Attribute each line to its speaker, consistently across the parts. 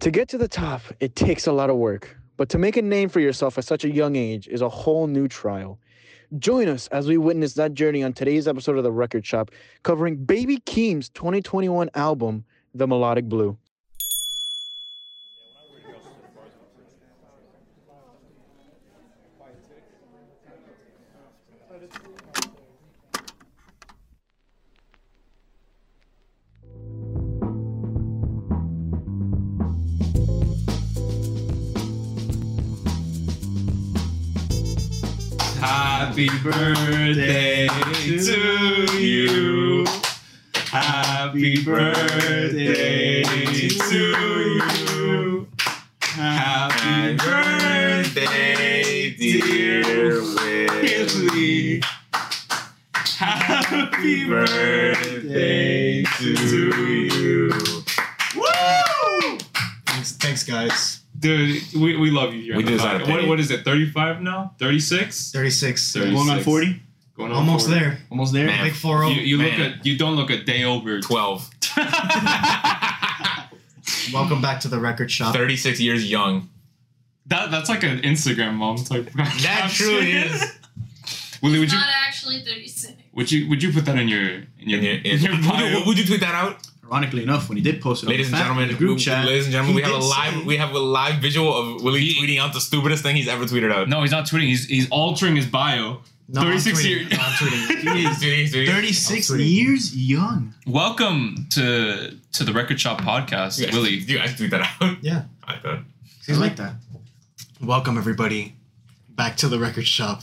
Speaker 1: To get to the top, it takes a lot of work, but to make a name for yourself at such a young age is a whole new trial. Join us as we witness that journey on today's episode of The Record Shop, covering Baby Keem's 2021 album, The Melodic Blue.
Speaker 2: Happy birthday to you. Happy birthday to you. Happy birthday, dear Willie. Happy birthday to you. Woo!
Speaker 3: Thanks, thanks guys.
Speaker 2: Dude, we, we love you here. on
Speaker 4: We
Speaker 2: the
Speaker 4: deserve
Speaker 2: podcast. What,
Speaker 4: it.
Speaker 2: what is it, 35 now? 36?
Speaker 3: 36.
Speaker 2: Thirty-
Speaker 5: Going on
Speaker 2: 36.
Speaker 5: 40?
Speaker 2: Going on
Speaker 3: Almost
Speaker 2: 40.
Speaker 3: there.
Speaker 5: Almost there?
Speaker 4: Man.
Speaker 3: Big oh. 4
Speaker 2: You, you look
Speaker 4: Man.
Speaker 2: a, you don't look a day over.
Speaker 4: 12.
Speaker 2: that,
Speaker 3: Welcome back to the record shop.
Speaker 4: 36 years young.
Speaker 2: that's like an Instagram mom type.
Speaker 4: That truly is.
Speaker 2: Willie, would
Speaker 6: It's
Speaker 2: you
Speaker 6: not actually 36.
Speaker 2: would you would you put that in your in your,
Speaker 4: In your, in,
Speaker 2: your
Speaker 4: would,
Speaker 2: bio?
Speaker 4: you, would you tweet that out,
Speaker 5: Ironically enough, when he did post it, on
Speaker 4: ladies and
Speaker 5: the fa-
Speaker 4: gentlemen?
Speaker 5: the group
Speaker 4: we-
Speaker 5: chat.
Speaker 4: Ladies and gentlemen,
Speaker 3: He
Speaker 4: we have a
Speaker 3: did
Speaker 4: live
Speaker 3: say-
Speaker 4: we have a live visual of Willie tweeting out the stupidest thing he's ever tweeted out.
Speaker 2: no, he's not tweeting. He's he's altering his bio.
Speaker 3: No, I'm
Speaker 2: 36
Speaker 3: tweeting.
Speaker 2: years.
Speaker 3: No, I'm tweeting.
Speaker 4: He's tweeting, he's tweeting.
Speaker 5: 36
Speaker 3: I'll tweet.
Speaker 5: years young.
Speaker 2: Welcome to to the Record Shop podcast,
Speaker 4: You guys-
Speaker 2: Willie.
Speaker 4: you guys tweet that out.
Speaker 3: Yeah.
Speaker 4: I thought.
Speaker 3: I like that. Welcome everybody back to the record shop.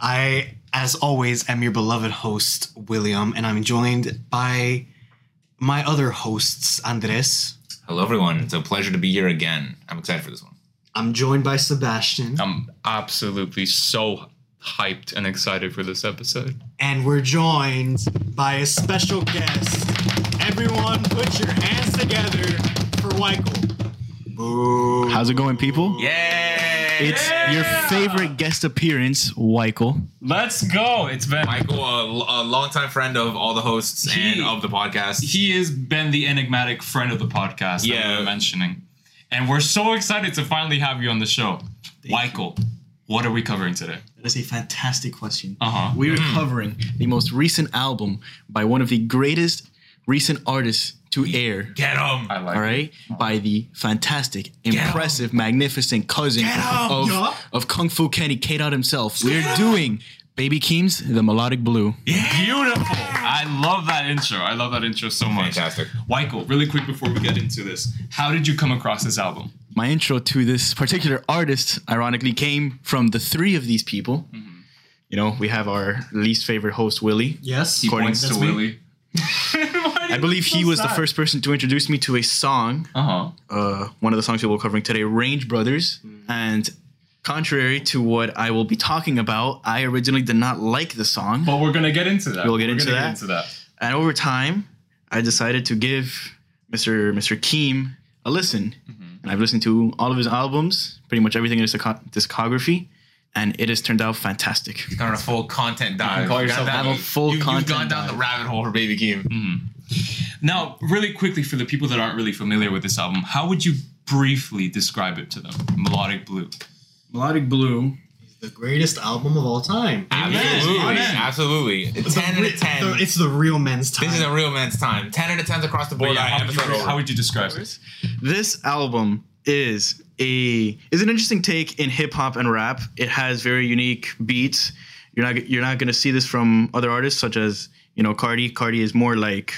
Speaker 3: I, as always, am your beloved host William, and I'm joined by my other hosts Andres.
Speaker 4: Hello everyone. It's a pleasure to be here again. I'm excited for this one.
Speaker 3: I'm joined by Sebastian,
Speaker 2: I'm absolutely so hyped and excited for this episode.
Speaker 3: and we're joined by a special guest. Everyone, put your hands together for Weichel. Boo.
Speaker 5: How's it going, people?
Speaker 4: Yeah.
Speaker 5: It's your favorite guest appearance, Weichel.
Speaker 2: Let's go. It's been
Speaker 4: Michael, a, a longtime friend of all the hosts
Speaker 2: He-
Speaker 4: and of the podcast.
Speaker 2: he has been the enigmatic friend of the podcast that we
Speaker 4: Yeah.
Speaker 2: were mentioning. And we're so excited to finally have you on the show. Michael, what are we covering today?
Speaker 5: That is a fantastic question.
Speaker 4: Oh.
Speaker 2: Uh-huh.
Speaker 5: We are
Speaker 4: Mm.
Speaker 5: covering the most recent album by one of the greatest recent artists to air.
Speaker 4: Get him.
Speaker 2: I like
Speaker 5: All right, by the fantastic,
Speaker 4: him.
Speaker 5: impressive, magnificent cousin
Speaker 4: Get him,
Speaker 5: of,
Speaker 3: yeah.
Speaker 5: of Kung Fu Kenny K. Dot himself. We're doing Baby Keem's "The Melodic Blue."
Speaker 2: Beautiful. I love that intro. I love that intro so much.
Speaker 4: Fantastic.
Speaker 2: Michael, really quick before we get into this, how did you come across this album?
Speaker 5: my intro to this particular artist, ironically, came from the three of these people.
Speaker 4: Mm-hmm.
Speaker 5: You know, we have our least favorite host, Willie.
Speaker 3: Yes.
Speaker 5: According
Speaker 2: Points
Speaker 5: to
Speaker 2: to
Speaker 5: me.
Speaker 2: Willie. I
Speaker 5: I believe he was the first person to introduce me to a song,
Speaker 2: Uh-huh.
Speaker 5: uh, one of the songs we will be covering today, Range Brothers. And contrary to what I will be talking about, I originally did not like the song.
Speaker 2: But we're gonna get into that.
Speaker 5: We'll get
Speaker 2: We're
Speaker 5: into
Speaker 2: gonna
Speaker 5: that.
Speaker 2: into that.
Speaker 5: And over time, I decided to give Mr. Mr. Keem a listen. And I've listened to all of his albums, pretty much everything in his disco- discography, and it has turned out fantastic.
Speaker 4: on a full content dive.
Speaker 2: call
Speaker 4: You've
Speaker 2: yourself
Speaker 4: gone down
Speaker 5: a
Speaker 4: the-
Speaker 5: full
Speaker 4: you,
Speaker 5: content
Speaker 4: You've gone down
Speaker 5: dive.
Speaker 4: the rabbit hole for Baby Keem.
Speaker 2: Now, really quickly for the people that aren't really familiar with this album, how would you briefly describe it to them? Melodic Blue.
Speaker 5: Melodic Blue.
Speaker 3: The greatest album of all time.
Speaker 4: Absolutely,
Speaker 2: Amen.
Speaker 4: absolutely. ten out of ten.
Speaker 3: The- it's the real men's time.
Speaker 4: this is a real man's time. Ten out of tens across the
Speaker 2: But
Speaker 4: board.
Speaker 2: yeah,
Speaker 4: All right,
Speaker 2: how, would you,
Speaker 4: episode over.
Speaker 2: how would you describe it?
Speaker 5: This album is a is an interesting take in hip hop and rap. It has very unique beats. You're not you're not gonna see this from other artists such as you know Cardi. Cardi is more like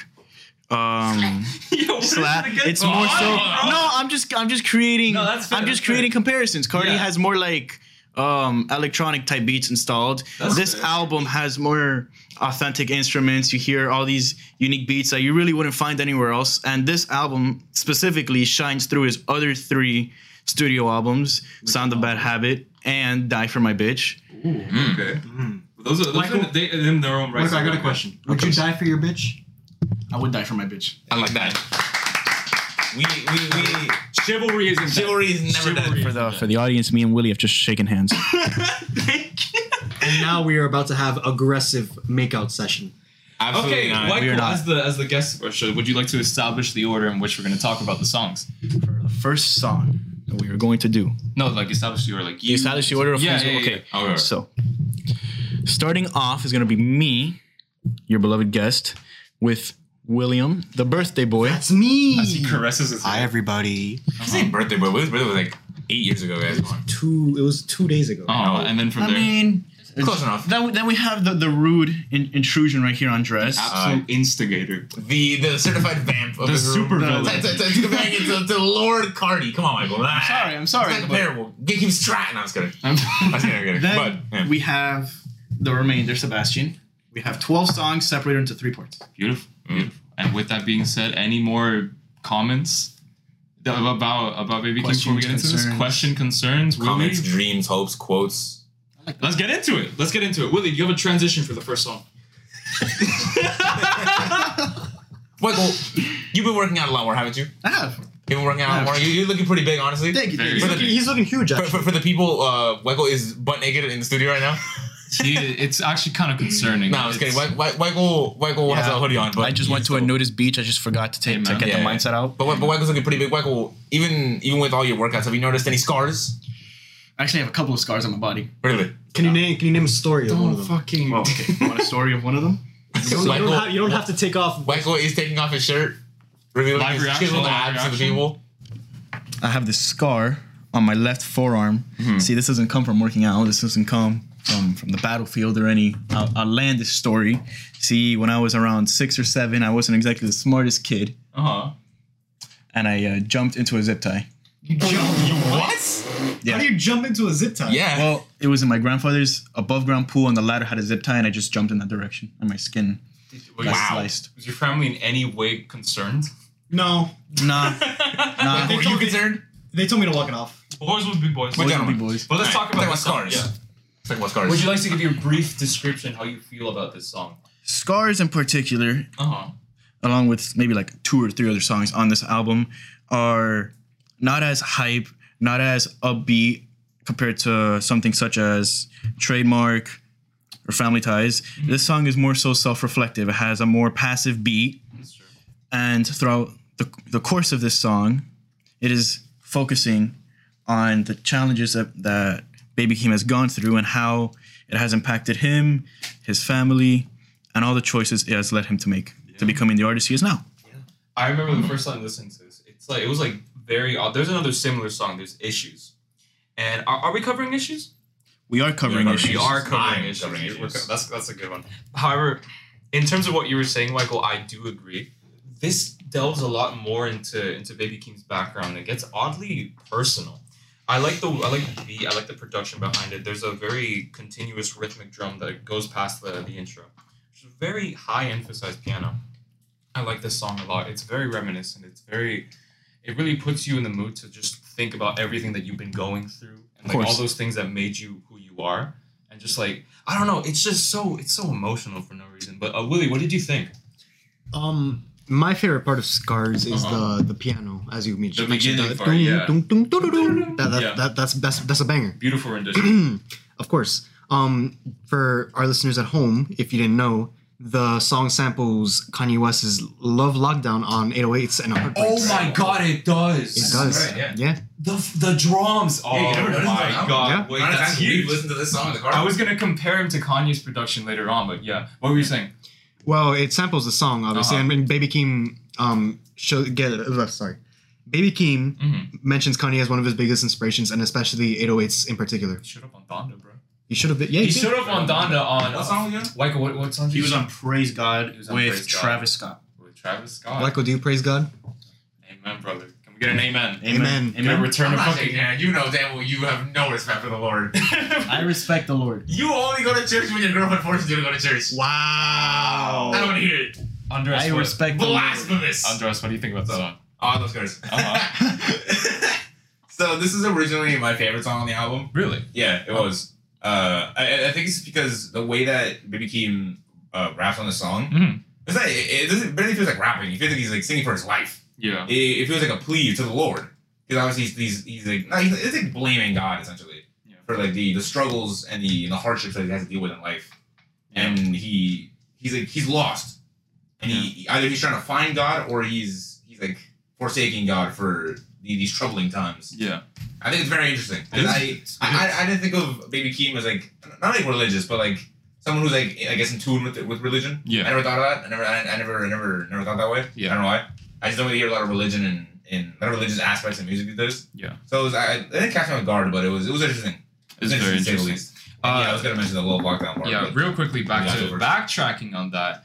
Speaker 5: um
Speaker 2: Yo, what is
Speaker 5: slap.
Speaker 2: it again?
Speaker 5: It's more so.
Speaker 2: Oh, oh,
Speaker 5: No, I'm just I'm just creating.
Speaker 2: No, that's fair,
Speaker 5: I'm just
Speaker 2: that's
Speaker 5: creating comparisons. Cardi
Speaker 2: Yeah.
Speaker 5: has more like um electronic type beats installed.
Speaker 2: That's
Speaker 5: this
Speaker 2: fair.
Speaker 5: album has more authentic instruments. You hear all these unique beats that you really wouldn't find anywhere else. And this album specifically shines through his other three studio albums: "Sound of Bad Habit" and "Die for My Bitch."
Speaker 2: oh. Okay. Those are, those
Speaker 3: Michael-
Speaker 2: are they, in their own right.
Speaker 3: Look, I got a question. Would you die for your bitch?
Speaker 5: I would die for my bitch.
Speaker 4: I like that. We we we
Speaker 2: Chivalry is in
Speaker 4: chivalry is never
Speaker 2: Chivalry.
Speaker 4: done.
Speaker 5: For the for the audience, me and Willie have just shaken hands.
Speaker 3: And now we are about to have aggressive makeout session.
Speaker 4: Absolutely
Speaker 2: Okay,
Speaker 4: not.
Speaker 2: Michael,
Speaker 5: we are not.
Speaker 2: as the as the guest, or should, would you like to establish the order in which we're going to talk about the songs?
Speaker 5: The first song that we are going to do.
Speaker 2: No, like establish the order, like you.
Speaker 5: You establish the order of
Speaker 2: Yeah,
Speaker 5: who's-
Speaker 2: yeah, yeah,
Speaker 5: okay.
Speaker 4: yeah. Okay.
Speaker 5: So starting off is gonna be me, your beloved guest, with William, the birthday boy.
Speaker 3: That's me.
Speaker 2: As he caresses his
Speaker 3: Hi,
Speaker 2: hair.
Speaker 3: everybody.
Speaker 4: His ain't birthday, but his birthday was like eight years ago, guys. Come on.
Speaker 3: Two. It was two days ago.
Speaker 2: Oh, and then from
Speaker 5: I
Speaker 2: there,
Speaker 5: mean
Speaker 4: Close enough.
Speaker 5: Then, then we have the, the rude in, intrusion right here on dress.
Speaker 2: absolute instigator.
Speaker 4: The the certified vamp of
Speaker 2: The
Speaker 4: this room.
Speaker 2: super villain.
Speaker 4: To, to, to, to, back into- to Lord Cardi. Come on, Michael. I'm
Speaker 5: sorry, I'm sorry,
Speaker 4: It's not
Speaker 5: but-
Speaker 4: comparable. Get him strat. No, I'm just kidding. I'm just kidding. I'm kidding.
Speaker 5: Then
Speaker 4: but yeah.
Speaker 5: we have the remainder, Sebastian. We have 12 songs separated into three parts.
Speaker 2: beautiful, beautiful. And with that being said, any more comments th- about about Baby King before we
Speaker 5: Questions,
Speaker 2: get into this?
Speaker 5: concerns.
Speaker 2: Question, concerns,
Speaker 4: comments,
Speaker 2: Willie?
Speaker 4: dreams, hopes, quotes.
Speaker 2: Let's get into it. Let's get into it. Willie, you have a transition for the first song.
Speaker 4: Michael, you've been working out a lot more, haven't you?
Speaker 5: I have.
Speaker 4: You've been working out a lot more. You- You're looking pretty big, honestly.
Speaker 5: Thank you.
Speaker 2: Very
Speaker 5: Thank
Speaker 2: good.
Speaker 5: you.
Speaker 4: For the,
Speaker 3: He's looking huge.
Speaker 4: for,
Speaker 3: Actually.
Speaker 4: for, for the people, uh, Michael is butt naked in the studio right now.
Speaker 2: Dude, it's actually kind of concerning.
Speaker 4: No, I'm just
Speaker 2: It's-
Speaker 4: kidding. Michael, Michael, Michael has
Speaker 5: Yeah.
Speaker 4: a hoodie on. But
Speaker 5: I just went to a nudist beach. I just forgot to take
Speaker 2: Hey, man.
Speaker 5: to get
Speaker 4: Yeah,
Speaker 5: the
Speaker 4: yeah.
Speaker 5: mindset out.
Speaker 4: But, but Michael's looking pretty big. Michael, even even with all your workouts, have you noticed any scars?
Speaker 5: Actually, I have a couple of scars on my body.
Speaker 4: Really?
Speaker 3: Can you name? Can you name a story of one of them?
Speaker 2: fucking.
Speaker 5: Well, okay. you want a story of one of them?
Speaker 3: You don't, you
Speaker 4: Michael-
Speaker 3: don't have, you don't have to take off.
Speaker 4: Michael is taking off his shirt, revealing
Speaker 2: Live
Speaker 4: his
Speaker 2: reaction,
Speaker 4: chiseled
Speaker 2: live
Speaker 4: abs to the
Speaker 2: reaction.
Speaker 4: people.
Speaker 5: I have this scar on my left forearm. See, this doesn't come from working out. This doesn't come from, from the battlefield or any uh, outlandish story. See, when I was around six or seven, I wasn't exactly the smartest kid,
Speaker 2: Uh huh.
Speaker 5: and I uh, jumped into a zip tie.
Speaker 4: What?
Speaker 5: Yeah.
Speaker 3: you jump into a zip tie?
Speaker 4: Yeah.
Speaker 5: Well, it was in my grandfather's above ground pool, and the ladder had a zip tie, and I just jumped in that direction, and my skin got
Speaker 2: Wow.
Speaker 5: sliced.
Speaker 2: Was your family in any way concerned?
Speaker 3: No.
Speaker 5: Nah, nah.
Speaker 4: Were you concerned?
Speaker 3: They told me to walk it off.
Speaker 2: Boys would be boys.
Speaker 4: Well,
Speaker 5: Boys
Speaker 4: gentlemen.
Speaker 5: will be boys.
Speaker 2: But let's
Speaker 4: All right,
Speaker 2: talk about the
Speaker 4: let's talk
Speaker 2: song.
Speaker 4: about scars.
Speaker 2: Yeah.
Speaker 4: It's like what scars?
Speaker 2: Would you like to give your brief description how you feel about this song?
Speaker 5: Scars in particular,
Speaker 2: Uh huh.
Speaker 5: along with maybe like two or three other songs on this album, are not as hype, not as upbeat compared to something such as Trademark or Family Ties.
Speaker 2: Mm-hmm.
Speaker 5: This song is more so self reflective. It has a more passive beat.
Speaker 2: That's true.
Speaker 5: and throughout the, the course of this song, it is focusing on the challenges that, that Baby Keem has gone through and how it has impacted him, his family, and all the choices it has led him to make to becoming the artist he is now.
Speaker 2: I remember the first time I listened to this. It's like it was like very odd. There's another similar song. There's issues, and are, are we covering issues?
Speaker 5: We are covering
Speaker 4: Yeah,
Speaker 5: issues.
Speaker 2: We are
Speaker 4: I'm
Speaker 2: covering issues.
Speaker 4: covering
Speaker 2: We're
Speaker 4: issues.
Speaker 2: co- that's that's a good one. However, in terms of what you were saying, Michael, I do agree. This delves a lot more into into Baby Keem's background. It gets oddly personal. I like the I like the beat. I like the production behind it. There's a very continuous rhythmic drum that goes past the the intro. It's a very high emphasized piano. I like this song a lot. It's very reminiscent. It's very it really puts you in the mood to just think about everything that you've been going through and like
Speaker 5: course.
Speaker 2: all those things that made you who you are. And just like I don't know, it's just so it's so emotional for no reason. But uh, Willie, what did you think?
Speaker 3: Um, my favorite part of Scars is
Speaker 2: Uh-huh.
Speaker 3: the the piano, as you mentioned.
Speaker 2: beginning
Speaker 3: the-
Speaker 2: part, yeah.
Speaker 3: dun- dun- dun- dun- dun. That-
Speaker 2: Yeah.
Speaker 3: that- that- That's that's that's a banger.
Speaker 2: Beautiful rendition.
Speaker 3: Of course. Um, for our listeners at home, if you didn't know, the song samples Kanye West's "Love Lockdown" on 808s and Heartbreaks.
Speaker 4: Oh
Speaker 2: Oh god, it does.
Speaker 3: It does.
Speaker 4: Right, yeah.
Speaker 3: yeah.
Speaker 2: The the drums. Oh
Speaker 4: you never noticed
Speaker 2: my
Speaker 4: that album?
Speaker 2: god.
Speaker 3: Yeah.
Speaker 2: Wait,
Speaker 4: Honestly,
Speaker 2: that's
Speaker 4: I
Speaker 2: huge.
Speaker 4: listened to this song in the car.
Speaker 2: I was gonna compare him to Kanye's production later on, but yeah. What were you saying?
Speaker 3: Well, it samples the song obviously,
Speaker 2: Uh-huh.
Speaker 3: and, and Baby Keem um show get uh, sorry, Baby Keem
Speaker 2: Mhm.
Speaker 3: mentions Kanye as one of his biggest inspirations, and especially 808s in particular.
Speaker 2: Shut up on Donda, bro.
Speaker 3: You should have been. Yeah,
Speaker 2: He
Speaker 3: you did.
Speaker 2: showed up on Donda on.
Speaker 4: What song again?
Speaker 2: Michael, what, what song? did you-
Speaker 5: Praise God
Speaker 2: He was on with Praise God. Travis
Speaker 5: Scott.
Speaker 2: with Travis Scott.
Speaker 3: Michael, do you praise God?
Speaker 2: Amen, brother. Can we get an amen?
Speaker 3: Amen.
Speaker 2: Get a return
Speaker 4: I'm
Speaker 2: of
Speaker 4: not shaking
Speaker 2: fucking.
Speaker 4: hand. You know damn well you have no respect for the Lord.
Speaker 5: respect the Lord.
Speaker 4: you only go to church when your girlfriend forces you to go to church.
Speaker 3: Wow.
Speaker 4: I don't want to hear it.
Speaker 2: Andres, what-
Speaker 4: Blasphemous.
Speaker 2: Andres, what do you think about the song?
Speaker 4: Oh, those guys. Uh-huh. so this is originally my favorite song on the album.
Speaker 2: Really?
Speaker 4: Yeah,
Speaker 2: Uh-huh.
Speaker 4: it was. Uh, I, I think it's because the way that Baby Keem uh, raps on the song,
Speaker 2: Mhm.
Speaker 4: it's like it, it doesn't barely feels like rapping. You feel like he's like singing for his life.
Speaker 2: Yeah.
Speaker 4: It, it feels like a plea to the Lord because obviously he's, he's he's like no, he's, it's like blaming God essentially
Speaker 2: Yeah.
Speaker 4: for like the the struggles and the the hardships that he has to deal with in life,
Speaker 2: Yeah.
Speaker 4: and he. he's like he's lost, and he, he- either he's trying to find God or he's he's like forsaking God for the- these troubling times.
Speaker 2: Yeah.
Speaker 4: I think it's very interesting.
Speaker 2: It is.
Speaker 4: I, I I I didn't think of Baby Keem as like not like religious, but like someone who's like I guess in tune with with religion.
Speaker 2: Yeah.
Speaker 4: I never thought of that. I never I, I never I never never thought that way.
Speaker 2: Yeah.
Speaker 4: I don't know why. I just don't really hear a lot of religion and in a lot of religious aspects in music these days.
Speaker 2: Yeah.
Speaker 4: So it was, I, I didn't catch me on guard, but it was it was interesting. It was
Speaker 2: It's very
Speaker 4: to say the
Speaker 2: interesting.
Speaker 4: least. And yeah, I was gonna mention the little lockdown part.
Speaker 2: Yeah,
Speaker 4: but-
Speaker 2: real quickly back
Speaker 4: Yeah,
Speaker 2: to
Speaker 4: go first.
Speaker 2: backtracking on that.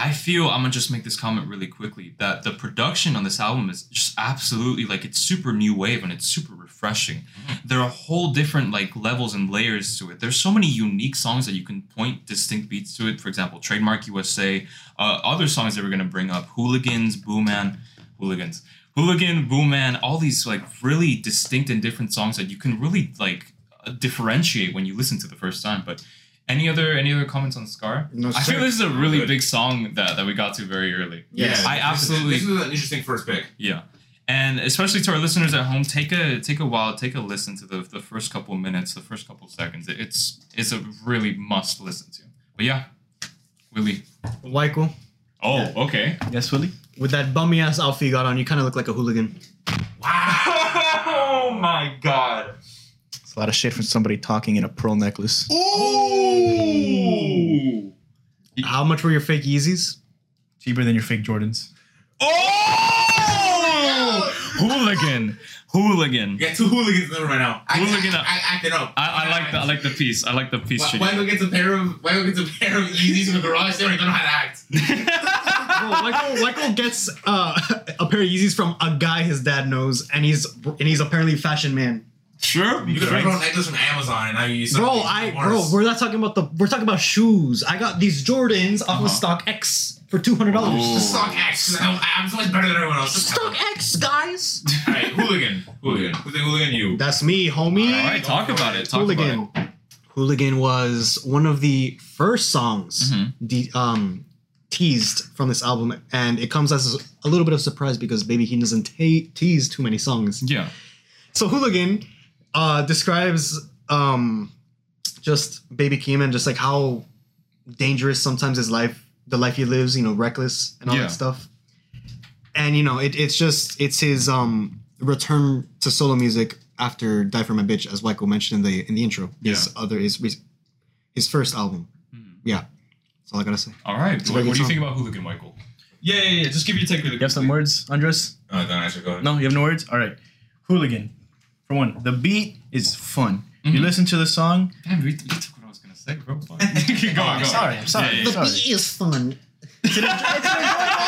Speaker 2: I feel I'm gonna just make this comment really quickly that the production on this album is just absolutely like it's super new wave and it's super refreshing.
Speaker 4: Mm-hmm.
Speaker 2: There are whole different like levels and layers to it. There's so many unique songs that you can point distinct beats to it. For example, Trademark USA, uh, other songs that we're gonna bring up, Hooligans, Boo Man, Hooligans, Hooligan, Boo Man, all these like really distinct and different songs that you can really like uh, differentiate when you listen to the first time. But any other any other comments on Scar?
Speaker 3: No,
Speaker 2: I feel
Speaker 3: sir.
Speaker 2: this is a really
Speaker 4: Good.
Speaker 2: big song that, that we got to very early.
Speaker 4: Yeah,
Speaker 2: I
Speaker 4: this-
Speaker 2: absolutely-
Speaker 4: This was an interesting first pick.
Speaker 2: Yeah. And especially to our listeners at home, take a take a while, take a listen to the, the first couple minutes, the first couple seconds. It- It's it's a really must listen to. But yeah, Willie.
Speaker 3: Michael,
Speaker 2: Oh, okay.
Speaker 7: Yes, Willie.
Speaker 3: with that bummy ass outfit you got on, you kind of look like a hooligan.
Speaker 2: oh my god.
Speaker 7: It's a lot of shit from somebody talking in a pearl necklace.
Speaker 2: Oh.
Speaker 3: How much were your fake Yeezys?
Speaker 7: Cheaper than your fake Jordans.
Speaker 2: Oh! Hooligan. Hooligan.
Speaker 4: You got two hooligans in the room right now. I,
Speaker 2: Hooligan
Speaker 4: I,
Speaker 2: up.
Speaker 4: I, acted up.
Speaker 2: I, I like the I like the piece. I like the piece.
Speaker 4: Why,
Speaker 2: Shiggy.
Speaker 4: why go get a pair of why go get a pair of Yeezys in the garage there and don't know how to act?
Speaker 3: Bro, Michael, Michael gets uh, a pair of Yeezys from a guy his dad knows, and he's and he's apparently a fashion man.
Speaker 2: sure.
Speaker 4: You could have brought necklace from Amazon and now you sell
Speaker 3: Bro,
Speaker 4: these
Speaker 3: I bro,
Speaker 4: worse.
Speaker 3: we're not talking about the we're talking about shoes. I got these Jordans off
Speaker 2: Uh-huh.
Speaker 3: of Stock X for two hundred
Speaker 2: Ooh.
Speaker 3: dollars.
Speaker 4: Just stock X. 'cause I'm, I'm so much better than everyone else. Just
Speaker 3: Stock X, guys.
Speaker 4: All right, hooligan, hooligan, who's the hooligan? You.
Speaker 3: That's me, homie.
Speaker 2: All right, talk about it. Talk about
Speaker 3: Hooligan.
Speaker 2: it.
Speaker 3: Hooligan was one of the first songs
Speaker 2: Mm-hmm.
Speaker 3: de- um, teased from this album, and it comes as a little bit of surprise because Baby Keem doesn't ta tease too many songs.
Speaker 2: Yeah.
Speaker 3: So Hooligan uh, describes um, just Baby Keem and just like how dangerous sometimes his life, the life he lives, you know, reckless and all
Speaker 2: Yeah.
Speaker 3: that stuff. And you know, it, it's just it's his um, return to solo music after "Die for My Bitch," as Michael mentioned in the in the intro. His other his re- his first album.
Speaker 2: Hmm.
Speaker 3: Yeah, that's all I gotta say.
Speaker 2: All right.
Speaker 3: a
Speaker 2: What, what
Speaker 3: very good
Speaker 2: do you
Speaker 3: song.
Speaker 2: think about Hooligan, Michael? Yeah, yeah, yeah. Just give your take really
Speaker 7: You have some words, Andres?
Speaker 4: Oh, don't answer. Go ahead.
Speaker 7: No, you have no words? All right. Hooligan. For one, the beat is fun. You
Speaker 2: Mhm.
Speaker 7: listen to the song.
Speaker 2: Damn, you, you took what I was gonna say, bro. go on, go on.
Speaker 7: I'm sorry. I'm sorry.
Speaker 2: Yeah,
Speaker 7: I'm
Speaker 2: yeah,
Speaker 7: sorry.
Speaker 3: is fun.
Speaker 7: It's an enjoy-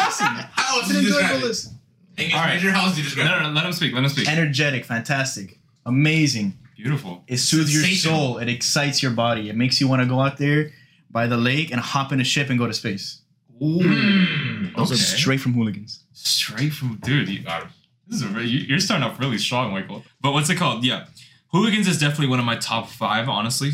Speaker 7: it's an enjoyable listen.
Speaker 4: How
Speaker 7: It's
Speaker 4: else
Speaker 7: an
Speaker 4: did Oh, you
Speaker 7: enjoyable
Speaker 4: describe it?
Speaker 7: listen.
Speaker 4: Angus,
Speaker 2: All right.
Speaker 4: measure, how else did you describe
Speaker 2: No, no, no. Let him speak. Let him speak.
Speaker 7: Energetic, fantastic, amazing.
Speaker 2: Beautiful.
Speaker 7: It soothes your
Speaker 4: Sensational.
Speaker 7: soul. It excites your body. It makes you want to go out there by the lake and hop in a ship and go to space.
Speaker 4: it? Mm.
Speaker 7: Those are
Speaker 2: Okay.
Speaker 7: straight from hooligans.
Speaker 2: Straight from dude. You got This is a re- you- you're starting off really strong, Michael. But what's it called? Yeah, Hooligans is definitely one of my top five, honestly.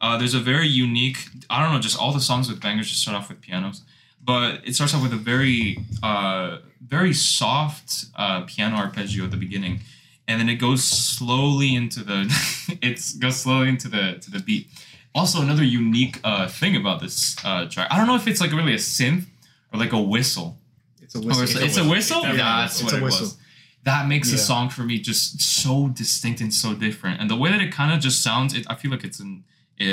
Speaker 2: Uh, there's a very unique. I don't know, just all the songs with bangers just start off with pianos, but it starts off with a very, uh, very soft uh, piano arpeggio at the beginning, and then it goes slowly into the. it goes slowly into the to the beat. Also, another unique uh, thing about this uh, track. I don't know if it's like really a synth or like a whistle.
Speaker 3: It's a
Speaker 2: Oh,
Speaker 3: whistle.
Speaker 2: it's, it's a whistle.
Speaker 4: It's a
Speaker 2: That's
Speaker 4: whistle.
Speaker 2: what
Speaker 3: It's a
Speaker 2: it was.
Speaker 3: whistle.
Speaker 2: That makes the
Speaker 1: Yeah.
Speaker 2: song for me just so distinct and so different. And the way that it kind of just sounds, it, I feel like it's in uh,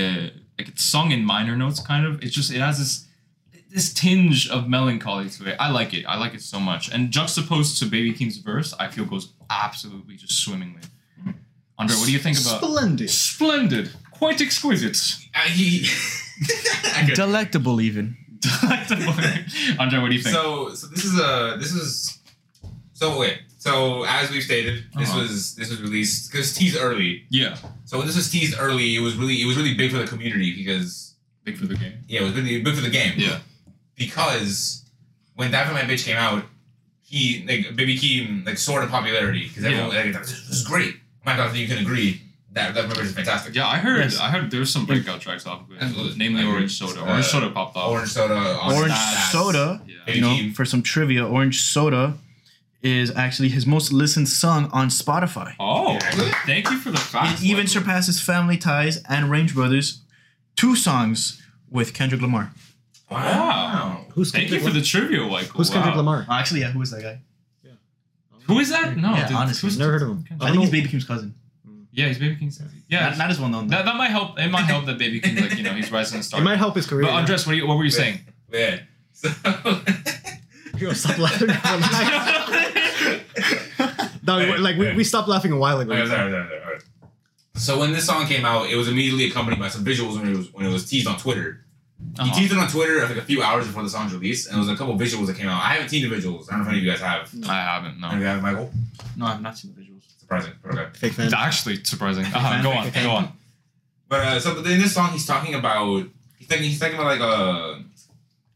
Speaker 2: like it's sung in minor notes, kind of. It's just it has this this tinge of melancholy to it. I like it. I like it so much. And juxtaposed to Baby King's verse, I feel goes absolutely just swimmingly. Andre, what do you think about?
Speaker 3: Splendid.
Speaker 2: Splendid, quite exquisite.
Speaker 4: Uh, he. I could-
Speaker 7: Delectable, even.
Speaker 2: Delectable. Andre, what do you think?
Speaker 4: So, so this is a this is so wait. So as we've stated, this
Speaker 2: Uh-huh.
Speaker 4: was this was released because teased early.
Speaker 2: yeah,
Speaker 4: So when this was teased early, it was really it was really big for the community because
Speaker 2: big for the game.
Speaker 4: yeah, it was really big for the game.
Speaker 2: Yeah.
Speaker 4: Because when Die for My Bitch came out, he like Baby Keem like soared in popularity because everyone like, this is great. My God, I think you can agree that that member is fantastic.
Speaker 2: Yeah, I heard.
Speaker 7: Yes.
Speaker 2: I heard there was some breakout tracks off of it,
Speaker 4: Absolutely.
Speaker 2: namely
Speaker 4: I agree.
Speaker 2: Orange Soda. Orange
Speaker 4: Uh,
Speaker 2: Soda popped off.
Speaker 4: Orange soda. on
Speaker 7: Orange
Speaker 4: Sass.
Speaker 7: Soda,
Speaker 2: Yeah.
Speaker 7: you know,
Speaker 4: Baby.
Speaker 7: for some trivia, Orange Soda is actually his most listened song on Spotify.
Speaker 2: Oh,
Speaker 4: Yeah.
Speaker 2: thank you for the fact.
Speaker 7: It even surpasses Family Ties and Range Brothers, two songs with Kendrick Lamar.
Speaker 2: Wow.
Speaker 8: Who's
Speaker 2: Thank you for the trivia, Michael.
Speaker 8: Who's Kendrick
Speaker 2: Wow.
Speaker 8: Lamar?
Speaker 7: Uh, actually, yeah, who is that guy?
Speaker 2: Who is that? No,
Speaker 7: Yeah,
Speaker 2: dude,
Speaker 7: honestly,
Speaker 2: who's-
Speaker 8: Never heard of him.
Speaker 7: I, think he's Baby Kim's cousin.
Speaker 2: Yeah, he's Baby King's. Yeah,
Speaker 7: Oh. Not, not as well known. Though.
Speaker 2: that, that might help. It might help that Baby King, like you know, he's rising to star.
Speaker 8: It might help his career.
Speaker 2: But Andres, what, are you, what were you saying?
Speaker 4: Yeah. So
Speaker 8: Yo, stop laughing. Relax. no,
Speaker 4: Hey,
Speaker 8: like we,
Speaker 4: hey.
Speaker 8: we stopped laughing a while ago.
Speaker 4: Okay, sorry, sorry, sorry, alright. So when this song came out, it was immediately accompanied by some visuals when it was when it was teased on Twitter.
Speaker 2: Uh-huh.
Speaker 4: He teased it on Twitter like a few hours before the song's release, and there was a couple visuals that came out. I haven't seen the visuals. I don't know if any of you guys have.
Speaker 2: I haven't.
Speaker 4: Any of
Speaker 2: No,
Speaker 4: you have, Michael?
Speaker 7: No, I've not seen the visuals.
Speaker 4: Surprising. Okay.
Speaker 8: Fake fan.
Speaker 2: actually, surprising. Uh-huh, go on, go on.
Speaker 4: But uh, so in this song, he's talking about he's thinking he's talking about like uh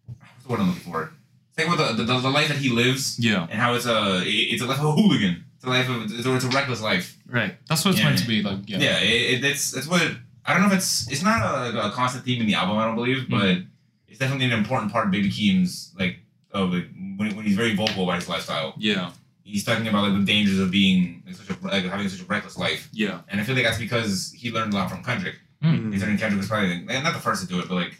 Speaker 4: what's the word I'm looking for? He's thinking about the, the, the life that he lives
Speaker 2: Yeah,
Speaker 4: and how it's a it's a life of a hooligan. It's a life of it's a, it's a reckless life.
Speaker 2: right. That's what it's
Speaker 4: Yeah.
Speaker 2: meant to be. Like, yeah.
Speaker 4: Yeah, it, it, it's it's what I don't know if it's it's not a, like, a constant theme in the album. I don't believe,
Speaker 2: Hmm.
Speaker 4: but it's definitely an important part of Baby Keem's like of like, when, when he's very vocal about his lifestyle.
Speaker 2: Yeah,
Speaker 4: He's talking about like the dangers of being like, such a like, having such a reckless life,
Speaker 2: yeah,
Speaker 4: and I feel like that's because he learned a lot from Kendrick.
Speaker 2: Mm.
Speaker 4: He's learning Kendrick was probably like, eh, not the first to do it, but like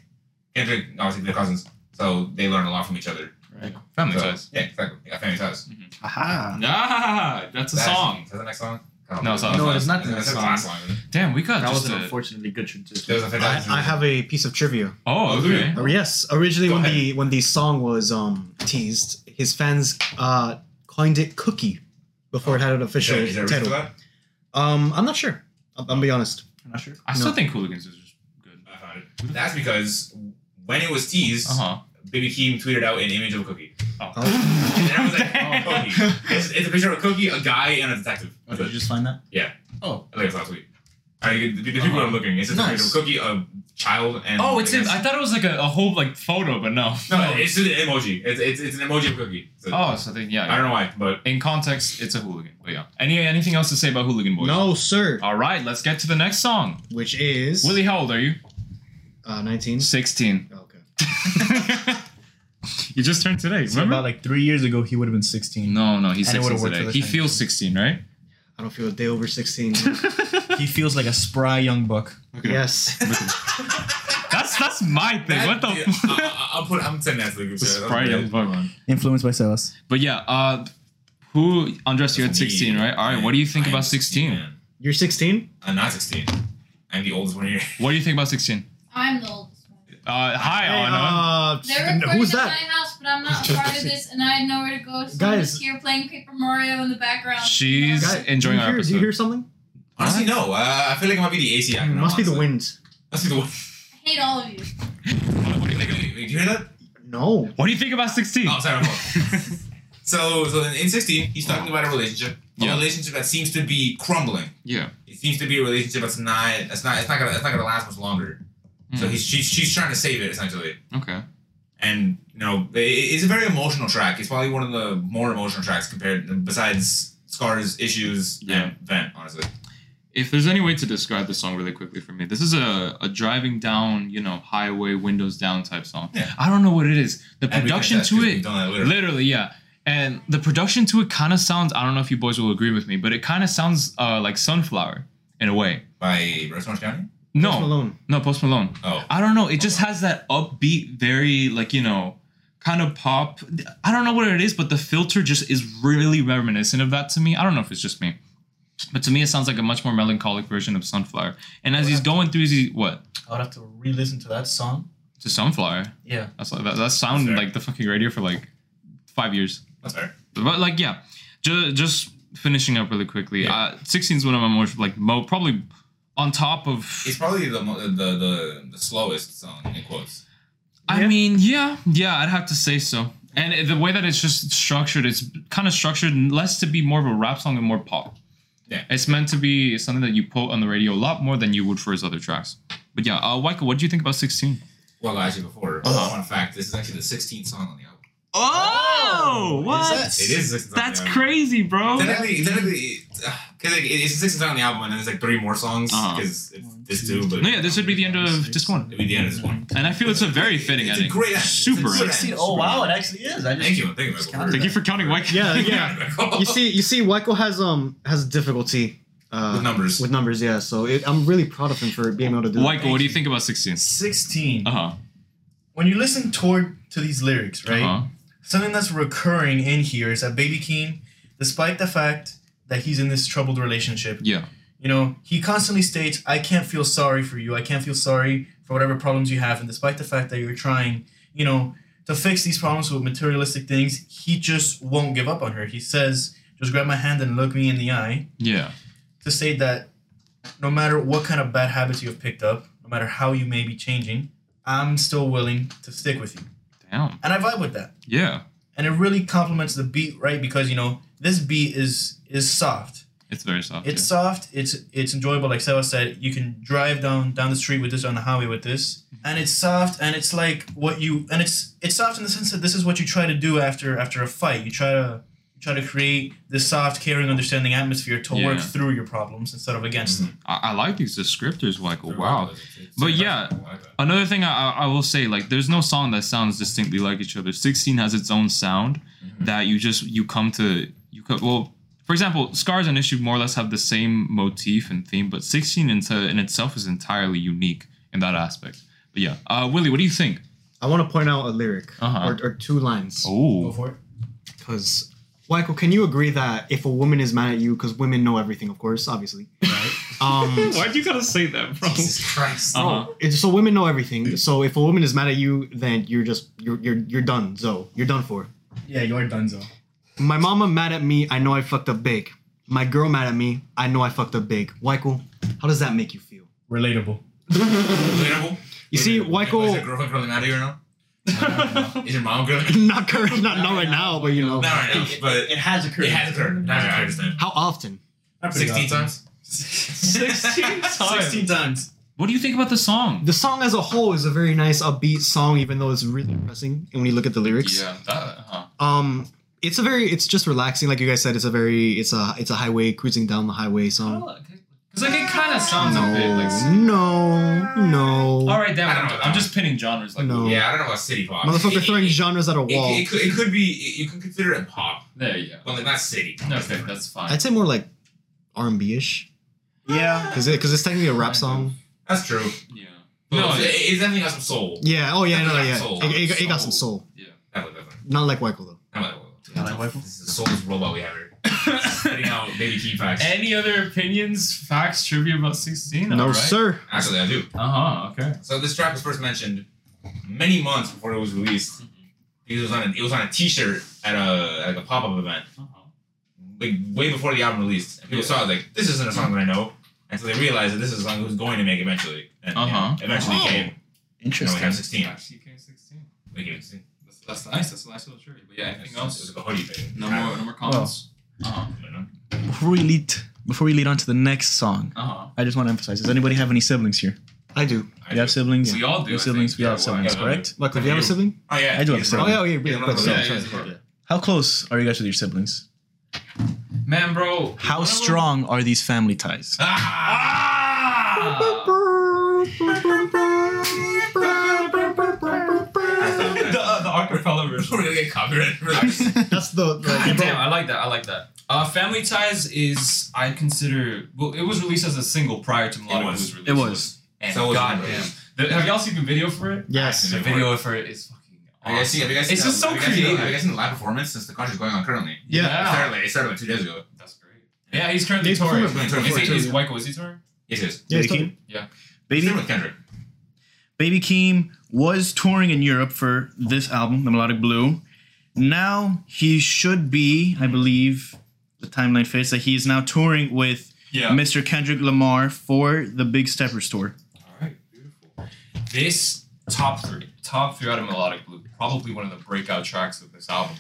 Speaker 4: Kendrick obviously they're cousins, so they learn a lot from each other.
Speaker 2: right. Family
Speaker 4: So,
Speaker 2: ties.
Speaker 4: Yeah, exactly. Yeah, family ties.
Speaker 7: Aha.
Speaker 2: Ah, that's a
Speaker 4: That's-
Speaker 2: song.
Speaker 4: Is that the next song?
Speaker 2: No, it's not
Speaker 7: No, it's not the
Speaker 4: That's
Speaker 7: next
Speaker 4: last song. isn't it?
Speaker 2: Damn, we got
Speaker 7: That was
Speaker 2: just
Speaker 7: an
Speaker 2: a.
Speaker 7: unfortunately good transition.
Speaker 4: There was a
Speaker 8: I,
Speaker 4: fantastic-
Speaker 8: I have a piece of trivia.
Speaker 2: Oh, okay.
Speaker 8: Or yes, originally
Speaker 4: Go
Speaker 8: when the when the song was um teased, his fans uh coined it "Cookie" before it had an
Speaker 4: Is
Speaker 8: official
Speaker 4: there, is there a reason for
Speaker 8: title.
Speaker 4: that?
Speaker 8: Um, I'm not sure. I'm, I'm be honest.
Speaker 7: I'm not sure.
Speaker 2: I still
Speaker 8: No.
Speaker 2: think Hooligans is just good.
Speaker 4: I found it. Uh-huh. That's because when it was teased,
Speaker 2: Uh
Speaker 8: Uh-huh.
Speaker 2: huh.
Speaker 4: Baby Keem tweeted out an image of a cookie.
Speaker 8: Oh,
Speaker 4: And I was like, oh, cookie. It's, it's a picture of a cookie, a guy, and a detective.
Speaker 7: Oh,
Speaker 4: That's
Speaker 7: did
Speaker 4: it.
Speaker 7: you just find that?
Speaker 4: I think it's last week. I, the the people
Speaker 2: Uh-huh.
Speaker 4: are looking. It's just
Speaker 8: Nice.
Speaker 4: a picture of a cookie, a child, and
Speaker 2: Oh, it's.
Speaker 4: I
Speaker 2: in-
Speaker 4: guess-
Speaker 2: I thought it was like a, a whole like photo, but no.
Speaker 4: no, it's an emoji. It's, it's, it's an emoji of a cookie. So,
Speaker 2: Oh, so then yeah.
Speaker 4: I don't know why, but
Speaker 2: In context, it's a hooligan. But yeah. Any anything else to say about Hooligan Boys?
Speaker 8: no, sir.
Speaker 2: All right, let's get to the next song.
Speaker 8: Which is
Speaker 2: Willie, how old are you?
Speaker 8: uh, 19.
Speaker 2: 16.
Speaker 8: Okay.
Speaker 2: you just turned today. Remember?
Speaker 8: like three years ago, he would have been 16.
Speaker 2: No, no, he's
Speaker 8: And it
Speaker 2: 16
Speaker 8: would've worked for
Speaker 2: today.
Speaker 8: the
Speaker 2: He
Speaker 8: same
Speaker 2: feels 16, right?
Speaker 8: I don't feel a day over 16.
Speaker 7: He feels like a spry young buck.
Speaker 8: yes.
Speaker 2: that's that's my thing. what the?
Speaker 4: Yeah,
Speaker 2: f-
Speaker 4: I, I, I'll put. I'm sending that to the group chat.
Speaker 2: Sprite
Speaker 4: That's
Speaker 2: and
Speaker 4: great.
Speaker 2: Bug.
Speaker 7: Influenced by Sauce.
Speaker 2: But yeah, uh, who Andres, you're at
Speaker 4: Me,
Speaker 2: 16, right? All right,
Speaker 4: man.
Speaker 2: what do you think
Speaker 4: I am
Speaker 2: about 16?
Speaker 4: man.
Speaker 8: You're 16?
Speaker 4: I'm Uh, not 16. I'm the oldest one here.
Speaker 2: What do you think about 16?
Speaker 6: I'm the oldest one.
Speaker 2: Uh,
Speaker 4: oh,
Speaker 2: hi,
Speaker 8: Hey,
Speaker 2: Anna.
Speaker 8: uh,
Speaker 6: They're recording
Speaker 8: who's
Speaker 6: at
Speaker 8: that?
Speaker 6: my house, but I'm not a part of this, and I had nowhere to go, so I'm
Speaker 8: Guys.
Speaker 6: just here playing Paper Mario in the background.
Speaker 2: She's-
Speaker 8: Guy,
Speaker 2: enjoying
Speaker 8: do you
Speaker 2: our
Speaker 8: hear, Do you
Speaker 2: episode.
Speaker 8: hear something?
Speaker 4: Honestly, no. Uh, I feel like it might be the AC
Speaker 2: Mm,
Speaker 4: acting.
Speaker 8: Must be the
Speaker 4: honestly.
Speaker 8: wind.
Speaker 4: Must be the wind.
Speaker 6: I hate all of you.
Speaker 4: Did you hear that?
Speaker 8: No.
Speaker 2: What do you think about 16?
Speaker 4: Oh, sorry. hold on. so, so in, in 16, he's talking about a relationship.
Speaker 2: Yeah.
Speaker 4: A relationship that seems to be crumbling.
Speaker 2: Yeah.
Speaker 4: It seems to be a relationship that's not. That's not. It's not gonna. It's not gonna last much longer. So
Speaker 2: Mm.
Speaker 4: he's she's, she's trying to save it essentially.
Speaker 2: Okay.
Speaker 4: and you know it, it's a very emotional track. It's probably one of the more emotional tracks compared besides Scar's issues
Speaker 2: Yeah.
Speaker 4: and Vent. Honestly,
Speaker 2: If there's any way to describe the song really quickly for me, this is a, a driving down, you know, highway, windows down type song.
Speaker 4: Yeah.
Speaker 2: I don't know what it is. The
Speaker 4: And we can
Speaker 2: production
Speaker 4: attest
Speaker 2: to
Speaker 4: 'cause
Speaker 2: it
Speaker 4: we've done that literally.
Speaker 2: Literally, yeah. And the production to it kind of sounds, I don't know if you boys will agree with me, but it kind of sounds uh, like Sunflower in a way.
Speaker 4: by Rose Orange County.
Speaker 2: No.
Speaker 8: Post Malone.
Speaker 2: No, Post Malone.
Speaker 4: Oh,
Speaker 2: I don't know. It just has that upbeat, very, like, you know, kind of pop. I don't know what it is, but the filter just is really reminiscent of that to me. I don't know if it's just me. But to me, it sounds like a much more melancholic version of Sunflower. And as he's going through, he what
Speaker 7: I would have to re-listen to that song.
Speaker 2: to Sunflower?
Speaker 7: Yeah.
Speaker 2: That's like that. That sounded
Speaker 4: Fair.
Speaker 2: like the fucking radio for like five years.
Speaker 4: that's fair.
Speaker 2: But like, yeah, just, just finishing up really quickly. Uh, 16 is one of my most like mo probably on top of.
Speaker 4: It's probably the mo- the the, the slowest song in quotes.
Speaker 2: I
Speaker 8: Yeah.
Speaker 2: mean, yeah, yeah, I'd have to say so. And it- the way that it's just structured, it's kind of structured less to be more of a rap song and more pop.
Speaker 4: Yeah.
Speaker 2: it's meant to be something that you put on the radio a lot more than you would for his other tracks. But yeah, uh, Waiko, what do you think about 16?
Speaker 4: Well, actually, before
Speaker 2: Uh-huh.
Speaker 4: fun fact, this is actually the 16th song on the album.
Speaker 2: Oh, what?
Speaker 4: It is. The 16th song on
Speaker 2: That's
Speaker 4: the album.
Speaker 2: crazy, Oh. bro.
Speaker 4: Technically, technically, because like, it- it's the 16th song on the album, and then there's like three more songs
Speaker 2: Uh-huh.
Speaker 4: because it's this two. But
Speaker 2: No, yeah, this would be the end of just one,
Speaker 4: it'll be the end of this one.
Speaker 2: and I feel it's a very fitting
Speaker 4: It's a
Speaker 2: ending.
Speaker 4: great ending. It's a
Speaker 2: Super.
Speaker 4: good
Speaker 2: ending.
Speaker 4: ending.
Speaker 7: Oh wow, it actually is. I just
Speaker 4: Thank you, thank you. Michael.
Speaker 2: Thank you for counting, Waiko.
Speaker 8: Yeah, yeah. You see, you see, Waiko has um has difficulty uh,
Speaker 4: With numbers.
Speaker 8: With numbers, yeah. So it, I'm really proud of him for being able to do. that.
Speaker 2: Michael, what do you think about 16?
Speaker 7: 16.
Speaker 2: Uh huh.
Speaker 5: when you listen toward to these lyrics, right?
Speaker 2: Uh-huh.
Speaker 5: Something that's recurring in here is that Baby Keem, despite the fact that he's in this troubled relationship,
Speaker 2: Yeah.
Speaker 5: you know, he constantly states, I can't feel sorry for you. I can't feel sorry for whatever problems you have. And despite the fact that you're trying, you know, to fix these problems with materialistic things, he just won't give up on her. He says, just grab my hand and look me in the eye
Speaker 2: Yeah.
Speaker 5: to say that no matter what kind of bad habits you have picked up, no matter how you may be changing, I'm still willing to stick with you.
Speaker 2: Damn.
Speaker 5: And I vibe with that.
Speaker 2: Yeah.
Speaker 5: And it really complements the beat, right? Because you know, this beat is is soft.
Speaker 2: It's very soft.
Speaker 5: It's soft, it's it's enjoyable, like Seva said, you can drive down down the street with this on the highway with this. And it's soft and it's like what you and it's it's soft in the sense that this is what you try to do after after a fight. You try to you try to create this soft, caring, understanding atmosphere to work
Speaker 2: Yeah.
Speaker 5: through your problems instead of against them.
Speaker 2: yeah. I, I like these descriptors, Michael. Wow. But yeah, Another thing I, I I will say, like, there's no song that sounds distinctly like each other. 16 has its own sound that you just you come to you co- well. For example, Scars and Issue more or less have the same motif and theme, but 16 in, in itself is entirely unique in that aspect. But yeah, uh, Willie, what do you think?
Speaker 3: I want to point out a lyric
Speaker 2: Uh-huh.
Speaker 3: or, or two lines.
Speaker 5: Go
Speaker 2: Oh,
Speaker 5: for it.
Speaker 3: Because, Michael, can you agree that if a woman is mad at you, because women know everything, of course, obviously.
Speaker 4: Right.
Speaker 3: Um,
Speaker 2: why'd you gotta say that, bro?
Speaker 4: Jesus Christ.
Speaker 2: Uh-huh.
Speaker 3: it's, so women know everything. So if a woman is mad at you, then you're just you're you're, you're done. So you're done for.
Speaker 5: Yeah, you are Dunzo.
Speaker 3: My mama mad at me. I know I fucked up big. My girl mad at me. I know I fucked up big. Michael, how does that make you feel?
Speaker 5: Relatable.
Speaker 4: Relatable.
Speaker 3: You see,
Speaker 4: Is your
Speaker 3: Michael,
Speaker 4: girlfriend currently mad at you right now? Is your mom currently?
Speaker 3: not current, not not right now, but you know,
Speaker 4: Not right now, but
Speaker 5: It has occurred.
Speaker 4: it has occurred. I I understand.
Speaker 3: how often?
Speaker 5: Not pretty
Speaker 4: Sixteen
Speaker 5: often.
Speaker 4: times.
Speaker 2: 16
Speaker 5: Sixteen times.
Speaker 2: What do you think about the song?
Speaker 3: The song as a whole is a very nice upbeat song, even though it's really depressing. And when you look at the lyrics,
Speaker 2: Yeah, that, uh-huh.
Speaker 3: um, it's a very, it's just relaxing, like you guys said. It's a very, it's a, it's a highway cruising down the highway song.
Speaker 2: Cause like it kind of sounds a bit
Speaker 3: No,
Speaker 2: like.
Speaker 3: no, no,
Speaker 2: All right, damn.
Speaker 4: I don't
Speaker 2: I'm,
Speaker 4: know.
Speaker 2: I'm just pinning genres. Like,
Speaker 3: no.
Speaker 4: Yeah, I don't know about city pop. It-
Speaker 3: Motherfucker
Speaker 4: it-
Speaker 3: throwing
Speaker 4: it-
Speaker 3: genres at a
Speaker 4: It,
Speaker 3: wall.
Speaker 4: it could, it could be. It, you can consider it pop,
Speaker 2: there you
Speaker 4: but like not city.
Speaker 2: go. Okay, that's fine.
Speaker 3: I'd say more like R&B ish,
Speaker 5: Yeah.
Speaker 3: because because it's technically a rap song.
Speaker 4: That's true.
Speaker 2: Yeah.
Speaker 4: But
Speaker 2: No,
Speaker 4: no, it,
Speaker 2: it-
Speaker 4: it's definitely got some soul.
Speaker 3: Yeah. Oh yeah. No.
Speaker 4: Definitely
Speaker 3: Yeah.
Speaker 4: got soul.
Speaker 3: It, it, it got some soul.
Speaker 4: Definitely, definitely.
Speaker 3: Not like Michael though.
Speaker 4: I'm like, whoa, whoa, whoa. This is the soulless robot we have here. Putting out baby key facts.
Speaker 2: Any other opinions, facts, trivia about 16?
Speaker 3: No, sir.
Speaker 4: Actually, I do.
Speaker 2: Uh huh, okay.
Speaker 4: So this track was first mentioned many months before it was released. It was on a, it was on a T-shirt at a at like a pop-up event,
Speaker 2: Uh-huh.
Speaker 4: like way before the album released. And people saw it like this isn't a song that I know, and so they realized that this is a song it was going to make eventually. And yeah,
Speaker 2: Uh-huh.
Speaker 4: eventually
Speaker 2: Oh.
Speaker 4: came. You know, we have sixteen.
Speaker 2: CK 16.
Speaker 4: We gave it 16.
Speaker 2: That's, that's nice, that's a nice little trivia. But yeah, anything
Speaker 4: It
Speaker 2: else?
Speaker 4: was like a hoodie thing.
Speaker 2: No more, no more comments? Uh
Speaker 4: I don't know.
Speaker 9: Before we lead, before we lead on to the next song,
Speaker 2: huh. Uh
Speaker 9: I just want to emphasize: Does anybody have any siblings here?
Speaker 3: I do.
Speaker 4: I
Speaker 9: You have
Speaker 4: do.
Speaker 9: siblings.
Speaker 2: huh. We all do.
Speaker 9: Your
Speaker 2: I
Speaker 9: siblings,
Speaker 2: think.
Speaker 9: we all have
Speaker 2: Yeah,
Speaker 9: siblings,
Speaker 2: yeah,
Speaker 9: correct?
Speaker 3: Michael, do you have a sibling?
Speaker 4: Oh yeah,
Speaker 9: I do have
Speaker 4: yes,
Speaker 9: a
Speaker 4: bro.
Speaker 3: Oh yeah. Yeah.
Speaker 4: Yeah,
Speaker 3: yeah,
Speaker 4: no,
Speaker 3: but
Speaker 4: no,
Speaker 3: still,
Speaker 2: yeah,
Speaker 3: sorry.
Speaker 2: yeah, yeah.
Speaker 9: How close are you guys with your siblings?
Speaker 2: Man, bro.
Speaker 9: How
Speaker 2: one of them-
Speaker 9: strong are these family ties?
Speaker 4: Ah!
Speaker 2: Ah, the, uh, the acapella version.
Speaker 4: We're gonna get copyright for that.
Speaker 3: That's the. the
Speaker 2: God damn, I like that. I like that. Uh, Family Ties is I consider well, it was released as a single prior to Melodic
Speaker 4: was.
Speaker 2: was released.
Speaker 9: It was.
Speaker 2: And
Speaker 4: So was
Speaker 2: goddamn, the, have y'all seen the video for it?
Speaker 3: yes.
Speaker 2: The video for it is fucking.
Speaker 4: Have you guys seen? Have you guys seen
Speaker 2: It's
Speaker 4: that-
Speaker 2: just so
Speaker 4: have you guys seen- Have you
Speaker 2: creative.
Speaker 4: guys seen the live performance since the concert's going on currently?
Speaker 2: Yeah.
Speaker 4: It started like, it started like two days ago.
Speaker 2: That's great. Yeah, he's currently
Speaker 3: He's
Speaker 2: touring. Is
Speaker 3: performing
Speaker 4: for it
Speaker 2: he,
Speaker 4: too,
Speaker 2: is
Speaker 3: yeah.
Speaker 2: Wyco, is he touring?
Speaker 4: Yes, yes.
Speaker 3: Yeah,
Speaker 9: Baby
Speaker 3: it's
Speaker 9: Keem?
Speaker 2: Yeah.
Speaker 9: Baby,
Speaker 4: Same with Kendrick.
Speaker 9: Baby Keem was touring in Europe for this album, The Melodic Blue. Now he should be, I believe, the timeline fits that he is now touring with
Speaker 2: Yeah.
Speaker 9: Mr. Kendrick Lamar for the Big Steppers tour.
Speaker 2: All right, beautiful. This top three, top three out of Melodic Blue, probably one of the breakout tracks of this album.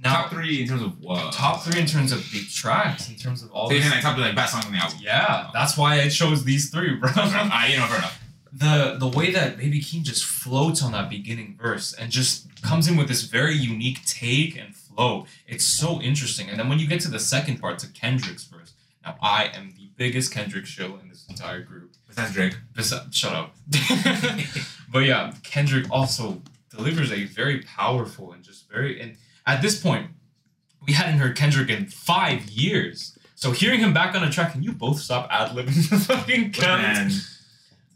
Speaker 2: Now,
Speaker 4: Top three in terms of what?
Speaker 2: top three in terms of the tracks, in terms of all
Speaker 4: So you're
Speaker 2: this.
Speaker 4: saying like top three like best song on the album?
Speaker 2: Yeah, that's why I chose these three, bro.
Speaker 4: Fair enough. Ah, you know, fair enough.
Speaker 2: the the way that Baby Keem just floats on that beginning verse and just comes in with this very unique take and flow. It's so interesting. And then when you get to the second part, to Kendrick's verse. Now I am the biggest Kendrick shill in this entire group.
Speaker 4: Besides Drake.
Speaker 2: Besides, uh, shut up. but yeah, Kendrick also delivers a very powerful and just very and at this point, we hadn't heard Kendrick in five years. So hearing him back on a track, and you both stop ad libbing the fucking count?
Speaker 4: Man.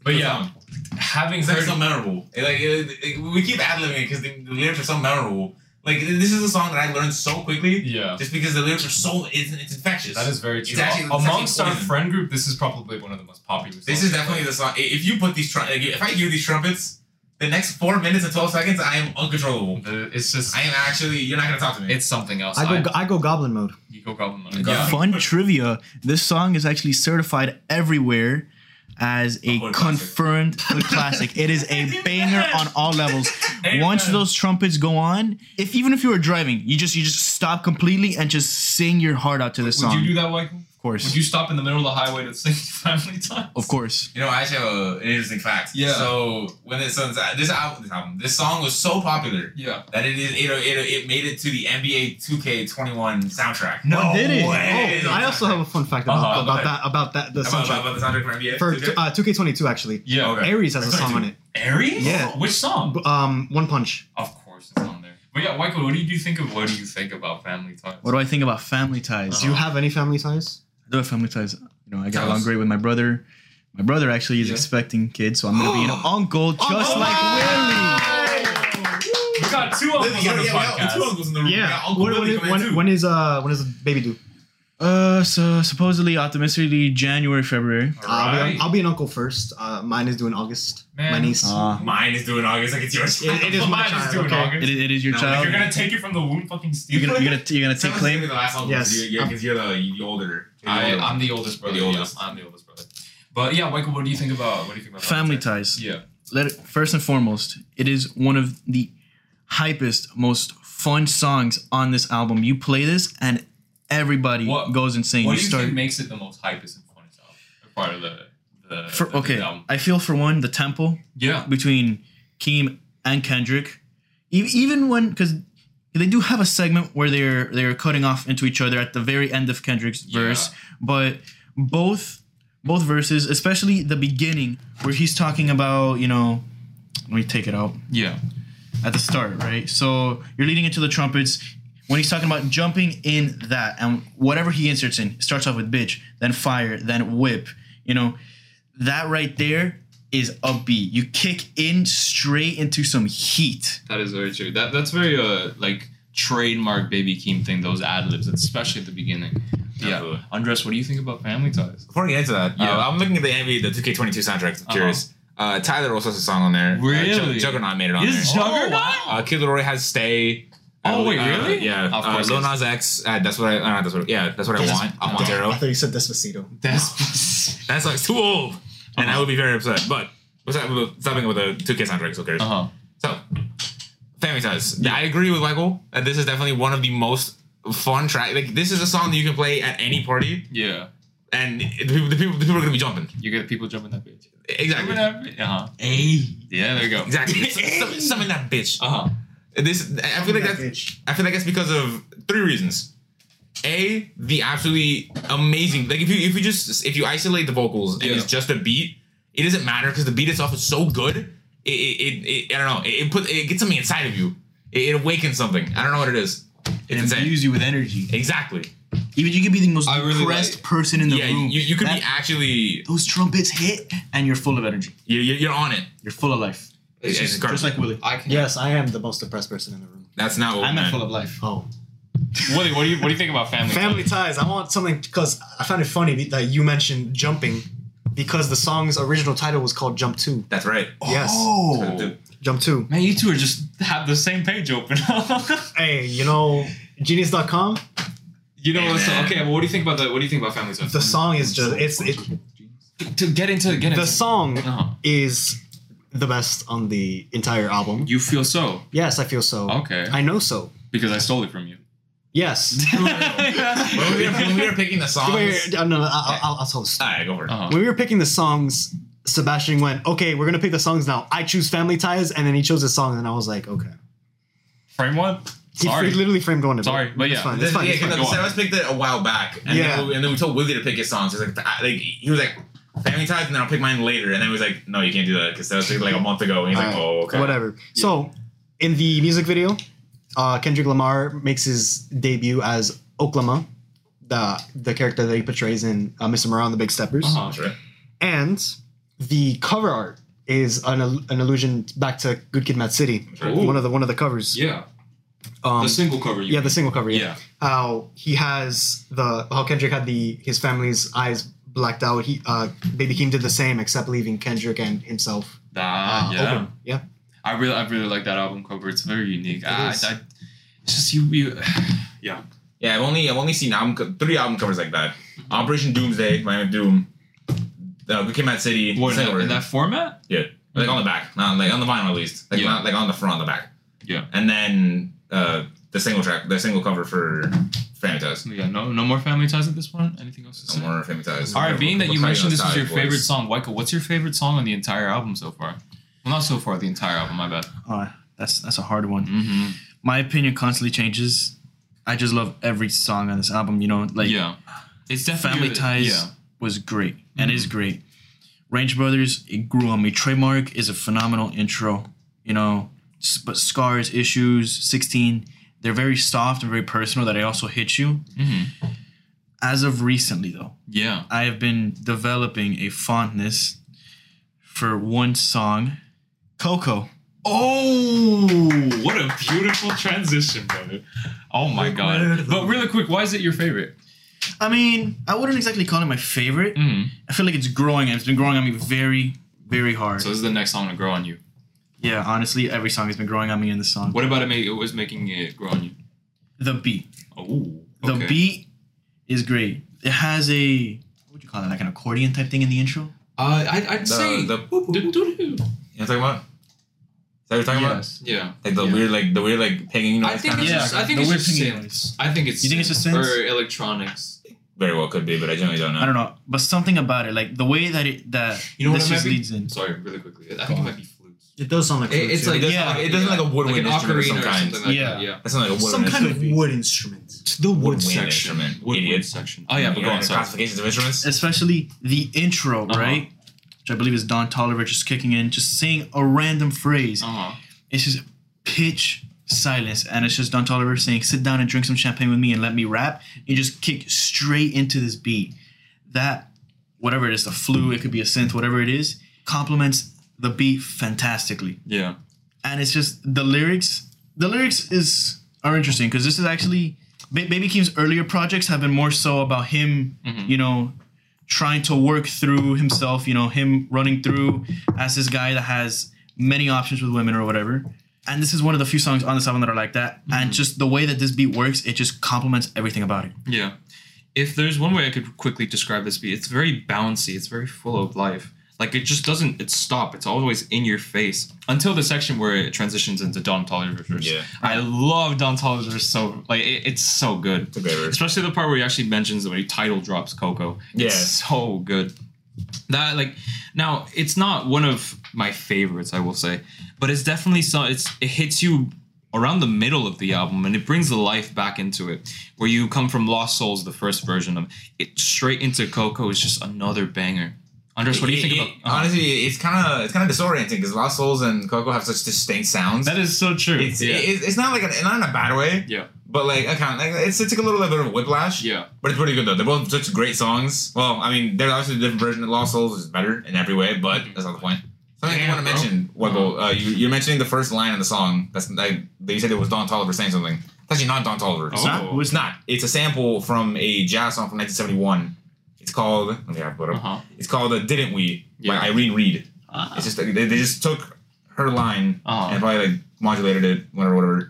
Speaker 2: But yeah, having
Speaker 4: It's like
Speaker 2: heard
Speaker 4: so memorable. It, like it, it- we keep ad libbing because the, the lyrics are so memorable. Like this is a song that I learned so quickly,
Speaker 2: yeah.
Speaker 4: just because the lyrics are so it's, it's infectious.
Speaker 10: That is very true.
Speaker 4: It's actually- it's
Speaker 10: Amongst
Speaker 4: actually
Speaker 10: our
Speaker 4: poison.
Speaker 10: friend group, this is probably one of the most popular.
Speaker 4: This
Speaker 10: songs
Speaker 4: is
Speaker 10: we
Speaker 4: definitely
Speaker 10: play.
Speaker 4: the song. i- If you put these tru- like, if I hear these trumpets, the next four minutes and twelve seconds, I am uncontrollable.
Speaker 10: The- It's just
Speaker 4: I am actually. You're not gonna talk to me.
Speaker 2: It's something else.
Speaker 8: I
Speaker 2: I,
Speaker 8: go I go goblin mode.
Speaker 2: you go goblin mode.
Speaker 4: Yeah.
Speaker 5: Fun trivia: This song is actually certified everywhere as a
Speaker 4: Cult classic.
Speaker 5: confirmed cult classic. It is a banger on all levels. Once those trumpets go on, if even if you were driving, you just you just stop completely and just sing your heart out to this
Speaker 2: Would
Speaker 5: song.
Speaker 2: you do that, Michael?
Speaker 5: Of
Speaker 2: Would
Speaker 5: course,
Speaker 2: you stop in the middle of the highway to sing Family Time?
Speaker 5: of course.
Speaker 4: You know, I actually have a, an interesting fact.
Speaker 2: Yeah.
Speaker 4: So when this son's, this album, this album, this song was so popular
Speaker 2: Yeah.
Speaker 4: that it is it it, it made it to the NBA 2K21 soundtrack.
Speaker 5: No
Speaker 8: Did it?
Speaker 4: way.
Speaker 8: Oh, I also have a fun fact about,
Speaker 2: Uh-huh, go
Speaker 8: about that about that the
Speaker 4: About,
Speaker 8: soundtrack
Speaker 4: about the soundtrack for NBA.
Speaker 8: for
Speaker 4: 2K?
Speaker 8: uh, 2K22 actually.
Speaker 2: Yeah.
Speaker 4: Okay.
Speaker 8: Ares has a song on it.
Speaker 2: Aries?
Speaker 8: Yeah.
Speaker 2: Which song?
Speaker 8: Um, One Punch.
Speaker 2: Of course, it's on there. But yeah, Michael, what do you think of? What do you think about Family Time?
Speaker 5: What do I think about family ties?
Speaker 8: Do you have any family ties?
Speaker 5: I do have family ties. You know, I got
Speaker 4: Ties.
Speaker 5: along great with my brother. My brother actually is expecting kids, so I'm gonna be an uncle just
Speaker 4: Oh
Speaker 5: like
Speaker 2: we got two of
Speaker 4: Yeah,
Speaker 2: them
Speaker 4: yeah,
Speaker 2: on the
Speaker 4: we got-
Speaker 2: podcast.
Speaker 4: two uncles in the room. We got Uncle
Speaker 8: When-
Speaker 4: Willie
Speaker 8: when-
Speaker 4: coming in
Speaker 8: when-
Speaker 4: too.
Speaker 8: when is uh when is the baby due?
Speaker 5: Willie. Uh, so supposedly, optimistically, January, February.
Speaker 8: Uh, I'll, be,
Speaker 2: Alright.
Speaker 8: I'll be an uncle first. Uh, mine is due in August. My
Speaker 2: Man.
Speaker 8: niece.
Speaker 5: Uh,
Speaker 4: Mine is doing August like it's yours.
Speaker 8: It- it is my
Speaker 2: Mine
Speaker 8: child,
Speaker 2: doing
Speaker 8: okay?
Speaker 2: August.
Speaker 5: it, it is your
Speaker 4: No,
Speaker 5: child.
Speaker 2: You're gonna take it from the womb, fucking Steve.
Speaker 5: You're gonna you're gonna you're gonna take
Speaker 4: Someone's
Speaker 5: claim.
Speaker 4: gonna be the last uncle.
Speaker 8: Yes.
Speaker 4: Yes, because you're, the you're the older.
Speaker 2: I, I'm the oldest brother.
Speaker 4: The oldest.
Speaker 2: Yeah, I'm the oldest brother. But yeah, Michael, what do you think about what do you think about
Speaker 5: Family
Speaker 2: Valentine's?
Speaker 5: ties.
Speaker 2: Yeah,
Speaker 5: Let it, first and foremost, it is one of the hypest, most fun songs on this album. You play this, and everybody
Speaker 2: What-
Speaker 5: goes insane.
Speaker 2: what
Speaker 5: you
Speaker 2: do you
Speaker 5: start.
Speaker 2: think makes it the most hypest and funnest album? A part of the the,
Speaker 5: for,
Speaker 2: the-
Speaker 5: okay,
Speaker 2: the album.
Speaker 5: I feel for one the tempo
Speaker 2: Yeah,
Speaker 5: between Keem and Kendrick, E- even when because they do have a segment where they're they're cutting off into each other at the very end of Kendrick's
Speaker 2: Yeah.
Speaker 5: verse, but both both verses, especially the beginning where he's talking about you know, let me take it out
Speaker 2: yeah,
Speaker 5: at the start, right? So you're leading into the trumpets. When he's talking about jumping in that and whatever he inserts in, it starts off with bitch, then fire, then whip. You know, that right there is upbeat. You kick in straight into some heat.
Speaker 2: that is very true. That that's very uh like trademark Baby Keem thing. Those ad libs, especially at the beginning. Yeah,
Speaker 4: Absolutely.
Speaker 2: Andres, what do you think about Family Ties?
Speaker 4: Before we get into that,
Speaker 2: Yeah.
Speaker 4: uh, I'm looking at the NBA, the 2K22 soundtracks. I'm curious. Uh, Tyler also has a song on there. Uh, Jug-
Speaker 2: Really?
Speaker 4: Juggernaut made it on there.
Speaker 2: Juggernaut?
Speaker 4: Uh, Kid Leroy has Stay.
Speaker 2: Oh,
Speaker 4: Uh,
Speaker 2: wait,
Speaker 4: uh,
Speaker 2: really?
Speaker 4: Yeah.
Speaker 2: Of
Speaker 4: uh,
Speaker 2: course
Speaker 4: Lil
Speaker 2: it
Speaker 4: Nas X. Uh, that's what I. Uh, that's what. Yeah, that's what I want. I want
Speaker 8: I
Speaker 4: Zero.
Speaker 8: thought you said Despacito.
Speaker 2: That's
Speaker 4: That song's too old, and
Speaker 2: Uh-huh.
Speaker 4: I would be very upset. But what's that? Stopping with the 2K soundtracks. Who cares?
Speaker 2: uh huh.
Speaker 4: So, Family Ties. I agree with Michael that this is definitely one of the most fun track. Like this is a song that you can play at any party,
Speaker 2: Yeah,
Speaker 4: and the people, the people, the people are gonna be jumping.
Speaker 2: you get people jumping that bitch. Jumping
Speaker 4: Exactly.
Speaker 2: that bitch. Uh huh. Yeah, there you go.
Speaker 4: Exactly. It's- it's Summon summon that bitch.
Speaker 2: Uh huh.
Speaker 4: This I feel like that's I feel like that's because of three reasons. A, the absolutely amazing like if you if you just if you isolate the vocals and
Speaker 2: Yeah.
Speaker 4: it's just a beat, it doesn't matter because the beat itself is so good. It it, it, it I don't know. It, it put it gets something inside of you. It, it awakens something. I don't know what it is. It's
Speaker 5: It
Speaker 4: insane.
Speaker 5: imbues you with energy.
Speaker 4: Exactly.
Speaker 5: Even you could be the most
Speaker 2: I really
Speaker 5: depressed
Speaker 2: like-
Speaker 5: person in the
Speaker 4: yeah,
Speaker 5: room.
Speaker 4: you, you could
Speaker 5: That-
Speaker 4: be actually
Speaker 5: those trumpets hit and you're full of energy.
Speaker 4: you're, you're on it.
Speaker 5: You're full of life.
Speaker 4: It's just garbage.
Speaker 5: Just like Willie.
Speaker 2: I can.
Speaker 8: Yes, I am the most depressed person in the room.
Speaker 4: That's not what
Speaker 5: I meant
Speaker 4: meant.
Speaker 5: full of life.
Speaker 8: Oh.
Speaker 2: Willie, what do you what do you think about Family?
Speaker 8: Family ties. I want something because I found it funny that you mentioned jumping because the song's original title was called Jump 2.
Speaker 4: That's right.
Speaker 8: Yes.
Speaker 4: Oh.
Speaker 8: Jump 2.
Speaker 2: Man, you two are just have the same page open.
Speaker 8: Hey, you know, genius.com,
Speaker 2: you know, so,
Speaker 4: Amen.
Speaker 2: okay. Well, what do you think about the what do you think about Family Ties?
Speaker 8: the song is just, it's, it,
Speaker 2: to get into get into
Speaker 8: the song
Speaker 2: Uh-huh.
Speaker 8: is the best on the entire album.
Speaker 2: You feel so
Speaker 8: Yes, I feel so.
Speaker 2: okay
Speaker 8: I know so.
Speaker 2: because I stole it from you. Uh-huh.
Speaker 8: Yes.
Speaker 4: When we, were, when we were picking the songs,
Speaker 8: Wait, wait, no, no, no, I'll, I'll, I'll tell the story.
Speaker 4: all right, go for it.
Speaker 2: Uh-huh.
Speaker 8: When we were picking the songs, Sebastian went, "Okay, we're gonna pick the songs now." I choose "Family Ties," and then he chose a song, and I was like, "Okay."
Speaker 2: Frame one.
Speaker 8: He
Speaker 2: Sorry.
Speaker 8: fr- literally framed one of it.
Speaker 2: Sorry, but
Speaker 8: it's
Speaker 2: yeah.
Speaker 8: fine.
Speaker 4: Yeah,
Speaker 8: It's fine.
Speaker 4: yeah,
Speaker 8: It's fine.
Speaker 4: because
Speaker 2: Go on.
Speaker 4: Cyrus picked it a while back, and,
Speaker 8: Yeah.
Speaker 4: then we, and then we told Willie to pick his songs. He's like, "Th- I- like he was like, "Family Ties," and then I'll pick mine later. And then he was like, "No, you can't do that," because Cyrus picked it like a month ago. And he's like,
Speaker 8: Alright,
Speaker 4: "Oh, okay."
Speaker 8: Whatever. So, in the music video, uh, Kendrick Lamar makes his debut as Oklahoma, the the character that he portrays in uh, Mr. Morale and the Big Steppers,
Speaker 2: Uh-huh.
Speaker 4: That's right.
Speaker 8: and
Speaker 3: the cover art is an, al- an allusion back to Good Kid, Mad City.
Speaker 10: Ooh.
Speaker 3: One of the one of the covers.
Speaker 10: Yeah,
Speaker 3: Um,
Speaker 10: the single cover. You
Speaker 3: yeah, the single cover. Yeah.
Speaker 10: Yeah.
Speaker 3: How he has the how Kendrick had the his family's eyes blacked out. He uh Baby Keem did the same, except leaving Kendrick and himself
Speaker 2: Ah,
Speaker 3: uh,
Speaker 2: yeah.
Speaker 3: open. Yeah.
Speaker 2: I really, I really like that album cover. It's very unique. I,
Speaker 3: is.
Speaker 2: I, I- it's just you, you. Yeah.
Speaker 4: Yeah, I've only I've only seen album co- three album covers like that. Operation Doomsday, Miami Doom, uh, Good Kid, Mad City,
Speaker 2: What, in,
Speaker 4: Single
Speaker 2: that, in
Speaker 4: Version.
Speaker 2: that format?
Speaker 4: Yeah, like on the back, not like on the vinyl at least, like
Speaker 2: Yeah.
Speaker 4: not like on the front, on the back.
Speaker 2: Yeah.
Speaker 4: and then uh, the single track, the single cover for Fantas.
Speaker 2: Yeah. No, no more family ties at this point. Anything else to say?
Speaker 4: No more Fantas.
Speaker 2: All right. Being that you mentioned this was your favorite song, Wyco, what's your favorite song on the entire album so far? Well, not so far. The entire album. My bad.
Speaker 5: Uh, that's that's a hard one.
Speaker 2: Mm-hmm.
Speaker 5: My opinion constantly changes. I just love every song on this album. You know, like
Speaker 2: yeah. It's definitely
Speaker 5: Family
Speaker 2: your-
Speaker 5: Ties
Speaker 2: Yeah. Mm-hmm.
Speaker 5: was great and is great. Range Brothers, it grew on me. Trademark is a phenomenal intro, you know. S- But Scars, Issues, 16, they're very soft and very personal that I also hit you.
Speaker 2: Mhm.
Speaker 5: As of recently, though,
Speaker 2: Yeah.
Speaker 5: I have been developing a fondness for one song, Coco.
Speaker 2: Oh, what a beautiful transition, brother. Oh my god. But really quick, why is it your favorite?
Speaker 5: I mean, I wouldn't exactly call it my favorite.
Speaker 2: Mm.
Speaker 5: I feel like it's growing and it's been growing on me very, very hard.
Speaker 2: So this is the next song to grow on you.
Speaker 5: yeah, honestly, every song has been growing on me in this song.
Speaker 2: What about it? Make, it was making it grow on you.
Speaker 5: The beat.
Speaker 2: Oh,
Speaker 5: The beat is great. It has a what would you call it? Like an accordion type thing in the intro.
Speaker 2: Uh, I, I'd say the
Speaker 4: the- You know what I'm talking about? Is that what you're talking about?
Speaker 2: yeah.
Speaker 4: Like the
Speaker 2: Yeah.
Speaker 4: weird, like the weird, like pinging noise.
Speaker 2: I think
Speaker 4: kind
Speaker 2: it's
Speaker 4: of
Speaker 2: just, I think
Speaker 5: the
Speaker 2: it's
Speaker 5: weird
Speaker 2: just
Speaker 5: singing
Speaker 2: synths. I think it's
Speaker 5: You think it's just synths?
Speaker 2: or electronics.
Speaker 4: very well could be, but I generally don't know.
Speaker 5: I don't know, but something about it, like the way that it that
Speaker 2: You know what
Speaker 5: this
Speaker 2: it might
Speaker 5: just
Speaker 2: be?
Speaker 5: leads in.
Speaker 2: Sorry, really quickly. I think it might be flutes.
Speaker 8: It does sound like
Speaker 4: It, it's like it doesn't,
Speaker 5: Yeah.
Speaker 4: like, it doesn't
Speaker 2: Yeah.
Speaker 4: like a woodwind
Speaker 2: like an
Speaker 4: instrument
Speaker 2: ocarina
Speaker 4: of some
Speaker 2: or
Speaker 4: kind.
Speaker 2: something like
Speaker 5: Yeah.
Speaker 2: that. Yeah.
Speaker 4: That's not like a woodwind
Speaker 8: some kind
Speaker 4: instrument.
Speaker 8: of wood instrument.
Speaker 2: The
Speaker 4: wood
Speaker 2: section.
Speaker 4: instrument,
Speaker 2: Wood,
Speaker 4: idiot.
Speaker 2: wood section. Oh yeah, but
Speaker 4: You
Speaker 2: go
Speaker 4: got
Speaker 2: on.
Speaker 4: the
Speaker 2: Sorry.
Speaker 4: classifications of instruments.
Speaker 5: Especially the intro,
Speaker 2: Uh-huh.
Speaker 5: right? Which I believe is Don Tolliver just kicking in, just saying a random phrase.
Speaker 2: Uh huh.
Speaker 5: It's just pitch silence, and it's just Don Tolliver saying, "Sit down and drink some champagne with me, and let me rap." You just kick straight into this beat. That, whatever it is, the flute, it could be a synth, whatever it is, complements the beat fantastically.
Speaker 2: Yeah.
Speaker 5: and it's just the lyrics. The lyrics is are interesting because this is actually ba- Baby Keem's earlier projects have been more so about him, you know, trying to work through himself. You know, him running through as this guy that has many options with women or whatever. And this is one of the few songs on this album that are like that. And just the way that this beat works, it just complements everything about it.
Speaker 2: Yeah. If there's one way I could quickly describe this beat, it's very bouncy. It's very full of life. Like it just doesn't. It stop. It's always in your face until the section where it transitions into Don Tolliver's verse.
Speaker 4: Yeah.
Speaker 2: I love Don Tolliver's verse so like it, it's so good.
Speaker 4: a great verse.
Speaker 2: Especially the part where he actually mentions when he title drops Coco.
Speaker 4: Yeah.
Speaker 2: It's so good. That like now it's not one of my favorites, I will say, but it's definitely so it's it hits you around the middle of the album and it brings the life back into it. Where you come from Lost Souls, the first version of it straight into Coco is just another banger. Andres, what do you
Speaker 4: It-
Speaker 2: think
Speaker 4: it-
Speaker 2: about uh-huh.
Speaker 4: Honestly, it's kind of it's kind of disorienting because Lost Souls and Coco have such distinct sounds.
Speaker 2: That is so true.
Speaker 4: it's,
Speaker 2: yeah.
Speaker 4: it's, it's not like a, not in a bad way,
Speaker 2: yeah.
Speaker 4: but like I kind of like it's, it took a little bit of a whiplash.
Speaker 2: Yeah.
Speaker 4: but it's pretty good though. They're both such great songs. Well, I mean, they're obviously a different version of Lost Souls is better in every way, but that's not the point. Something
Speaker 2: Damn,
Speaker 4: I want to
Speaker 2: Mm-hmm. bro. Mm-hmm.
Speaker 4: mention, Webbo, uh, you, you're mentioning the first line of the song. That's like you said it was Don Tolliver saying something. It's actually not Don Tolliver.
Speaker 2: It's not?
Speaker 4: It's not. It's a sample from a jazz song from 1971. It's called. Let me have it up.
Speaker 2: Uh-huh.
Speaker 4: It's called uh, "Didn't We"
Speaker 2: Yeah.
Speaker 4: by Irene Reed. It's just they, they just took her line
Speaker 2: Uh-huh.
Speaker 4: and probably like modulated it, whatever, whatever,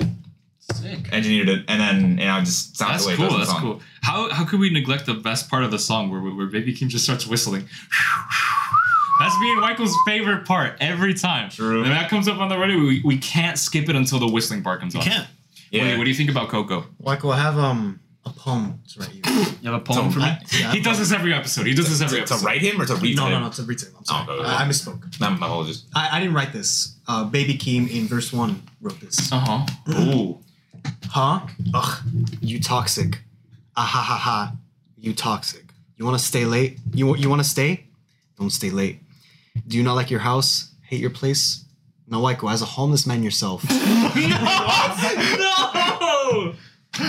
Speaker 2: Sick.
Speaker 4: engineered it, and then and I just sound
Speaker 2: That's
Speaker 4: the way
Speaker 2: cool.
Speaker 4: it does in the
Speaker 2: That's
Speaker 4: song.
Speaker 2: cool. How how could we neglect the best part of the song where where Baby Kim just starts whistling? That's me and Michael's favorite part every time.
Speaker 4: True.
Speaker 2: When that comes up on the radio, we, we can't skip it until the whistling part comes on.
Speaker 5: Can't
Speaker 2: What, do
Speaker 4: Yeah.
Speaker 2: you, what do you think about Coco?
Speaker 8: Like, well, I have um a poem to write you.
Speaker 5: you have a poem for me?
Speaker 8: I- yeah,
Speaker 2: He does this every episode. He does this every
Speaker 4: to, to
Speaker 2: episode.
Speaker 4: write him or to read
Speaker 8: No,
Speaker 4: him?
Speaker 8: no, no, it's a retake. I'm sorry.
Speaker 4: Oh, okay.
Speaker 8: I, I misspoke.
Speaker 4: No, my apologies.
Speaker 8: I, I didn't write this. Uh, Baby Keem in verse one wrote this.
Speaker 2: Uh huh.
Speaker 4: Ooh.
Speaker 8: Huh? Ugh, you toxic. Ah ha ha ha. You toxic. You want to stay late? You you want to stay? Don't stay late. Do you not like your house? Hate your place? No, Waiko, as a homeless man yourself.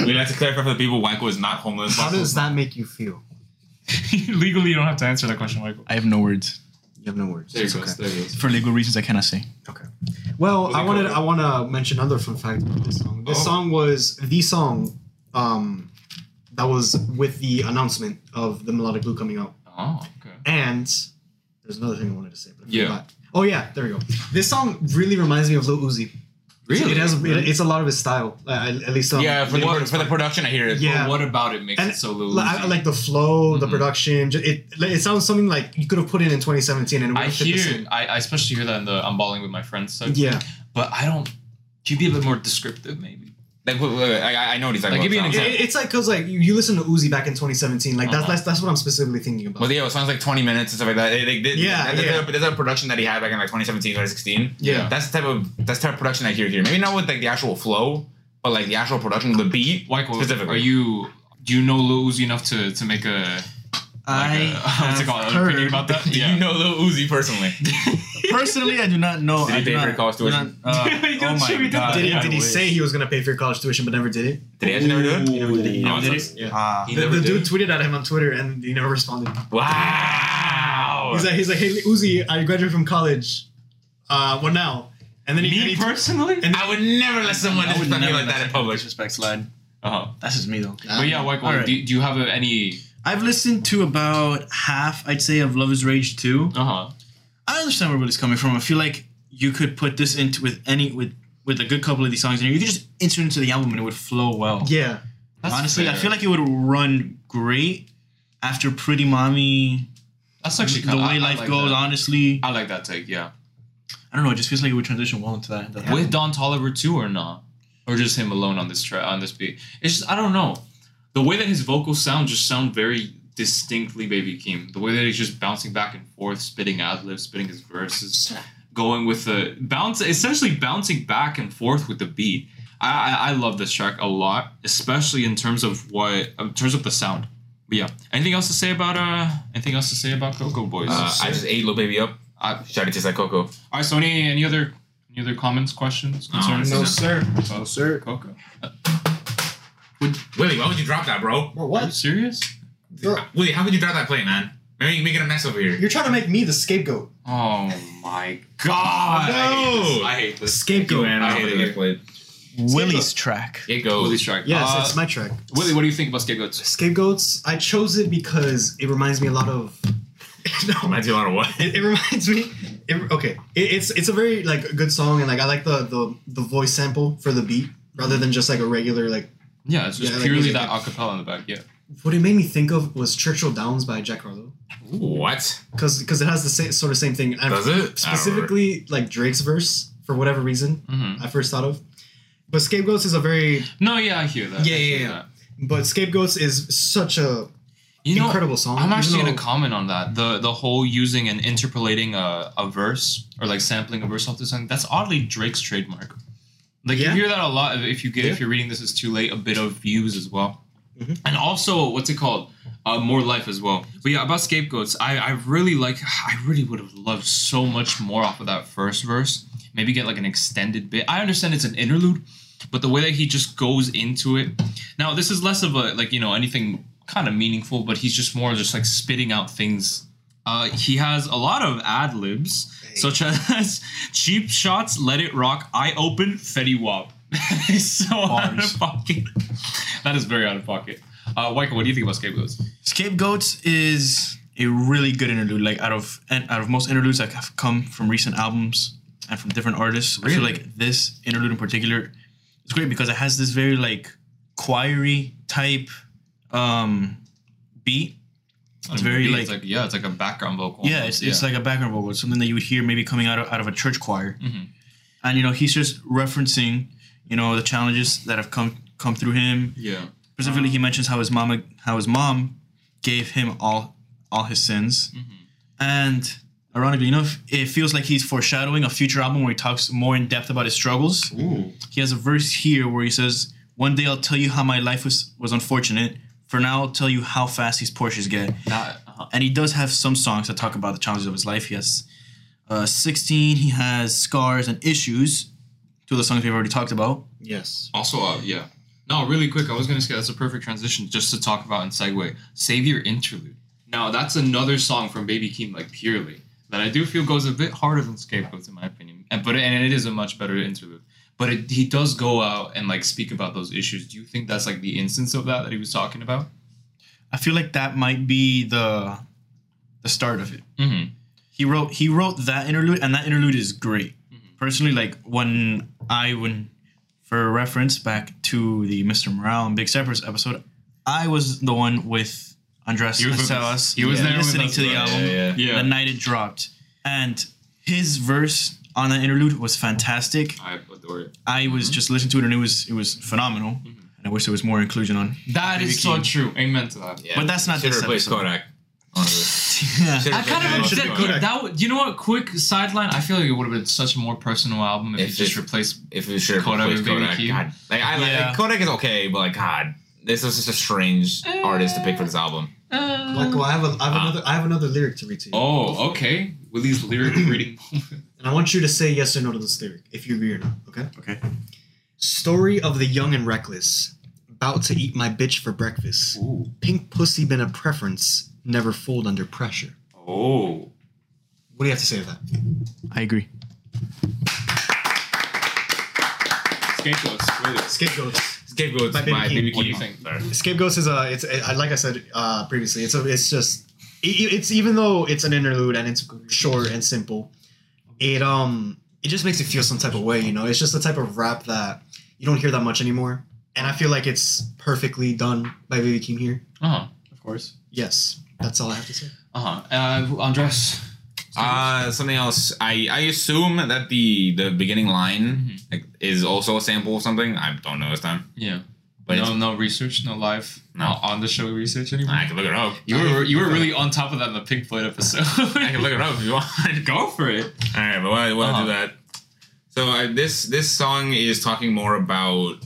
Speaker 4: We'd like to clarify for the people, Wanko is not homeless.
Speaker 8: How does that make you feel?
Speaker 2: Legally, you don't have to answer that question, Michael.
Speaker 5: I have no words.
Speaker 8: You have no words.
Speaker 2: There it
Speaker 8: It's
Speaker 2: goes.
Speaker 8: okay.
Speaker 2: There it goes.
Speaker 3: For legal reasons, I cannot say.
Speaker 8: Well,
Speaker 2: Moving
Speaker 8: I wanted
Speaker 2: over.
Speaker 8: I want to mention another fun fact about this song. This
Speaker 2: Oh.
Speaker 8: song was the song um, that was with the announcement of the melodic blue coming out.
Speaker 2: Oh, okay.
Speaker 8: And there's another thing I wanted to say. But I
Speaker 2: Yeah.
Speaker 8: forgot. Oh yeah, there we go. This song really reminds me of Lil Uzi. It has it, it's a lot of his style. uh, at at least um,
Speaker 4: yeah, for the,
Speaker 8: lyrics.
Speaker 4: for the production, I hear it.
Speaker 8: yeah.
Speaker 2: But what about it makes
Speaker 8: And
Speaker 2: it so little?
Speaker 8: Like, I- like the flow,
Speaker 2: Mm-hmm.
Speaker 8: the production, ju- it like, it sounds something like you could have put in in 2017 and it would
Speaker 2: I
Speaker 8: have fit the
Speaker 2: hear.
Speaker 8: same.
Speaker 2: I, I especially hear that in the I'm balling with my friends. section.
Speaker 8: Yeah,
Speaker 2: But I don't. Can you be a bit more descriptive, maybe?
Speaker 4: Like, wait, wait, wait, I, I know what he's talking
Speaker 2: Like,
Speaker 4: about.
Speaker 2: give me an
Speaker 4: It sounds-
Speaker 2: example.
Speaker 8: It- it's like because like you, you listen to Uzi back in 2017, like that's
Speaker 2: Uh-huh.
Speaker 8: that's that's what I'm specifically thinking about.
Speaker 4: Well, yeah, it sounds like 20 minutes and stuff like that. It- like, th-
Speaker 8: Yeah,
Speaker 4: that-
Speaker 8: yeah.
Speaker 4: That's, a, that's a production that he had back in like 2017, 2016.
Speaker 8: Yeah.
Speaker 4: That's the type of that's the type of production I hear here. Maybe not with like the actual flow, but like the actual production, the beat.
Speaker 2: Like, well,
Speaker 4: Specifically.
Speaker 2: are you? Do you know Lil Uzi enough to to make a?
Speaker 5: I
Speaker 2: Like a- what's it
Speaker 5: have
Speaker 2: called? An
Speaker 5: heard-
Speaker 2: opinion about that?
Speaker 4: Do
Speaker 2: Yeah.
Speaker 4: you know Lil Uzi personally?
Speaker 5: Personally, I do not know.
Speaker 4: Did he
Speaker 5: I do
Speaker 4: pay for
Speaker 5: not-
Speaker 4: college
Speaker 5: do not-
Speaker 4: tuition?
Speaker 5: uh, oh my god!
Speaker 8: did, he
Speaker 2: yeah,
Speaker 8: did he say he was gonna pay for your college tuition but never did it?
Speaker 4: Did he actually never do it?
Speaker 8: He never did it.
Speaker 4: Oh,
Speaker 5: did
Speaker 4: it sucks.
Speaker 5: Ah.
Speaker 2: He
Speaker 8: The,
Speaker 2: never
Speaker 8: the
Speaker 2: did.
Speaker 8: dude tweeted at him on Twitter and he never responded.
Speaker 4: Wow.
Speaker 8: He's like, he's like, hey Uzi, I graduated from college. Uh, what now? And then he, and
Speaker 2: Me
Speaker 8: he-
Speaker 2: personally.
Speaker 8: and-
Speaker 4: I would never let someone
Speaker 5: I would
Speaker 4: disrespect me
Speaker 5: never
Speaker 4: like
Speaker 5: let
Speaker 4: that in public.
Speaker 5: Disrespect slide.
Speaker 2: Uh huh.
Speaker 5: That's just me though.
Speaker 2: But yeah, Michael,
Speaker 5: Alright.
Speaker 2: do, do you have uh, any?
Speaker 5: I've listened to about half, I'd say, of Love Is Rage 2.
Speaker 2: Uh huh.
Speaker 5: I understand where Willie's coming from. I feel like you could put this into with any with with a good couple of these songs, and you could just insert into the album, and it would flow well.
Speaker 8: yeah,
Speaker 5: Honestly, I feel like it would run great after Pretty Mommy.
Speaker 2: that's actually
Speaker 5: the
Speaker 2: kind
Speaker 5: way
Speaker 2: I,
Speaker 5: life
Speaker 2: I like
Speaker 5: goes.
Speaker 2: That.
Speaker 5: Honestly,
Speaker 2: I like that take. Yeah.
Speaker 5: I don't know. It just feels like it would transition well into that. that
Speaker 2: With Don Tolliver too, or not, or just him alone on this track on this beat. It's just I don't know. The way that his vocals sound just sound very distinctly Baby Keem. The way that he's just bouncing back and forth, spitting ad libs, spitting his verses, going with the bounce, essentially bouncing back and forth with the beat. I, I I love this track a lot, especially in terms of what in terms of the sound. But yeah, anything else to say about uh? Anything else to say about Coco Boys?
Speaker 4: Uh, I just ate Lil Baby up.
Speaker 2: I-
Speaker 4: Shout it tastes like Coco.
Speaker 2: All right, so any any other any other comments, questions, concerns?
Speaker 4: no,
Speaker 8: sir.
Speaker 2: No, sir. Coco.
Speaker 4: Willie, why would you drop that, bro?
Speaker 8: Well,
Speaker 2: Are you serious?
Speaker 4: Willie, how could you drop that plate, man? Maybe making a mess over here.
Speaker 8: You're trying to make me the scapegoat.
Speaker 2: Oh my god!
Speaker 4: No!
Speaker 2: I hate this.
Speaker 8: Scapegoat.
Speaker 4: I hate
Speaker 2: Willie.
Speaker 4: this plate.
Speaker 3: Willie's track.
Speaker 2: I hate this. Willie's track.
Speaker 8: Yes,
Speaker 2: Uh,
Speaker 8: it's my track.
Speaker 2: Willie, what do you think about scapegoats?
Speaker 8: Scapegoats. I chose it because it reminds me a lot of. no,
Speaker 4: Reminds you a lot of what?
Speaker 8: it, it reminds me. It, okay, it, it's it's a very like good song, and like I like the the the voice sample for the beat rather than just like a regular like.
Speaker 2: Yeah, it's just
Speaker 8: Yeah, like
Speaker 2: purely
Speaker 8: music.
Speaker 2: that acapella in the back. Yeah.
Speaker 8: What it made me think of was Churchill Downs by Jack Harlow,
Speaker 4: What?
Speaker 8: because because it has the same sort of same thing. And
Speaker 4: Does it?
Speaker 8: specifically like Drake's verse for whatever reason
Speaker 2: Mhm.
Speaker 8: I first thought of, but Scapegoats is a very
Speaker 2: No, yeah, I hear that.
Speaker 8: Yeah,
Speaker 2: I hear
Speaker 8: yeah, yeah.
Speaker 2: that.
Speaker 8: but Scapegoats is such a
Speaker 2: You know,
Speaker 8: incredible song.
Speaker 2: I'm
Speaker 8: even
Speaker 2: actually
Speaker 8: though-
Speaker 2: gonna comment on that. The the whole using and interpolating a, a verse or like sampling a verse off the song. That's oddly Drake's trademark. Like
Speaker 8: Yeah.
Speaker 2: you hear that a lot if you get if you're reading this is too late. A bit of views as well,
Speaker 8: Mm-hmm.
Speaker 2: and also what's it called? Uh, more life as well. But yeah, about scapegoats, I I really like. I really would have loved so much more off of that first verse. Maybe get like an extended bit. I understand it's an interlude, but the way that he just goes into it now this is less of a like you know anything kind of meaningful but he's just more just like spitting out things uh, he has a lot of ad libs such as cheap shots let it rock i open fetty wap It's so out
Speaker 5: Bars.
Speaker 2: of pocket that is very out of pocket uh Wyko, what do you think about scapegoats
Speaker 5: Scapegoats is a really good interlude. Like out of and out of most interludes that have come from recent albums and from different artists, I feel
Speaker 2: Really?
Speaker 5: like this interlude in particular is great because it has this very like choiry type um beat. It's very
Speaker 2: Maybe
Speaker 5: like,
Speaker 2: it's like yeah it's like a background vocal
Speaker 5: yeah, it's, it's like a background vocal, It's something that you would hear maybe coming out of, out of a church choir.
Speaker 2: Mhm.
Speaker 5: And you know, he's just referencing you know the challenges that have come come through him
Speaker 2: yeah
Speaker 5: Specifically, he mentions how his mama, how his mom, gave him all all his sins, and ironically enough, it feels like he's foreshadowing a future album where he talks more in depth about his struggles. He has a verse here where he says, "One day I'll tell you how my life was was unfortunate. For now, I'll tell you how fast these Porsches get."
Speaker 2: that, uh-huh.
Speaker 5: And he does have some songs that talk about the challenges of his life. He has uh, 16. He has scars and issues. Two of the songs we've already talked about.
Speaker 8: yes.
Speaker 2: Also, uh, yeah. No, really quick. I was gonna say that's a perfect transition just to talk about and segue. Savior interlude. Now that's another song from Baby Keem, like purely. that I do feel goes a bit harder than Scapegoats in my opinion. And but and it is a much better interlude. But it, he does go out and like speak about those issues. Do you think that's like the instance of that that he was talking about?
Speaker 5: I feel like that might be the the start of it.
Speaker 2: Mm-hmm.
Speaker 5: He wrote he wrote that interlude, and that interlude is great.
Speaker 2: Mm-hmm.
Speaker 5: Personally, like when I when for reference back to the Mr. Morale and Big Steppers episode, I was the one with Andres
Speaker 2: He was with us.
Speaker 5: Acelas.
Speaker 2: He was
Speaker 5: yeah,
Speaker 2: there with
Speaker 5: listening
Speaker 2: us,
Speaker 5: to the
Speaker 2: right?
Speaker 5: album
Speaker 4: Yeah,
Speaker 2: yeah.
Speaker 5: the night it dropped, and his verse on that interlude was fantastic.
Speaker 2: I adore it.
Speaker 5: I was just listening to it, and it was it was phenomenal. And I wish there was more inclusion on.
Speaker 2: That is so true. Amen to that.
Speaker 4: Yeah.
Speaker 5: But that's not
Speaker 4: Should
Speaker 5: this
Speaker 4: replace
Speaker 5: episode.
Speaker 4: Kodak. Honestly.
Speaker 5: Yeah.
Speaker 4: Should've
Speaker 2: I kind of
Speaker 4: replaced
Speaker 2: that,
Speaker 4: Kodak.
Speaker 2: that, would- you know what? Quick sideline. I feel like it would have been such a more personal album if,
Speaker 4: If
Speaker 2: you just
Speaker 4: it-
Speaker 2: replaced.
Speaker 4: If we should
Speaker 2: Kodak
Speaker 4: replace
Speaker 2: with Baby
Speaker 4: Kodak,
Speaker 2: Keem.
Speaker 4: God, like I like
Speaker 5: Yeah.
Speaker 4: Kodak is okay, but like God, this is just a strange artist to pick for this album.
Speaker 8: Michael, I have, a, I have
Speaker 4: Ah.
Speaker 8: another. I have another lyric to read to you,
Speaker 2: Oh, okay. Willie's lyric reading moment.
Speaker 8: and I want you to say yes or no to this lyric, if you agree or not. Okay.
Speaker 5: Okay.
Speaker 8: Story of the young and reckless, about to eat my bitch for breakfast.
Speaker 2: Ooh.
Speaker 8: Pink pussy been a preference, never fold under pressure.
Speaker 2: Oh.
Speaker 8: What do you have to say to that?
Speaker 5: I agree.
Speaker 2: Scapegoats. Willie.
Speaker 8: Scapegoats.
Speaker 4: Scapegoats
Speaker 8: By Baby
Speaker 4: by
Speaker 8: Keem.
Speaker 4: Baby
Speaker 2: What do you
Speaker 4: Keem.
Speaker 2: think?
Speaker 8: Scapegoats is a. It's a, like I said uh, previously. It's a. It's just. It, it's even though it's an interlude and it's short and simple, it um it just makes you feel some type of way. You know, it's just the type of rap that you don't hear that much anymore, and I feel like it's perfectly done by Baby Keem here.
Speaker 2: Uh huh. Of course.
Speaker 8: Yes, that's all I have to say.
Speaker 2: Uh-huh. Uh Andres.
Speaker 4: Uh, something else. I I assume that the the beginning line like, is also a sample of something. I don't know this time,
Speaker 2: Yeah.
Speaker 4: but
Speaker 2: no,
Speaker 4: it's,
Speaker 2: no research, no live,
Speaker 4: No.
Speaker 2: no on the show research anymore.
Speaker 4: I can look it up.
Speaker 2: You were you were really on top of that in the Pink Floyd episode.
Speaker 4: I can look it up if you want.
Speaker 2: Go for it.
Speaker 4: All right, but while, while I do
Speaker 2: Uh-huh.
Speaker 4: that, so uh, this this song is talking more about uh,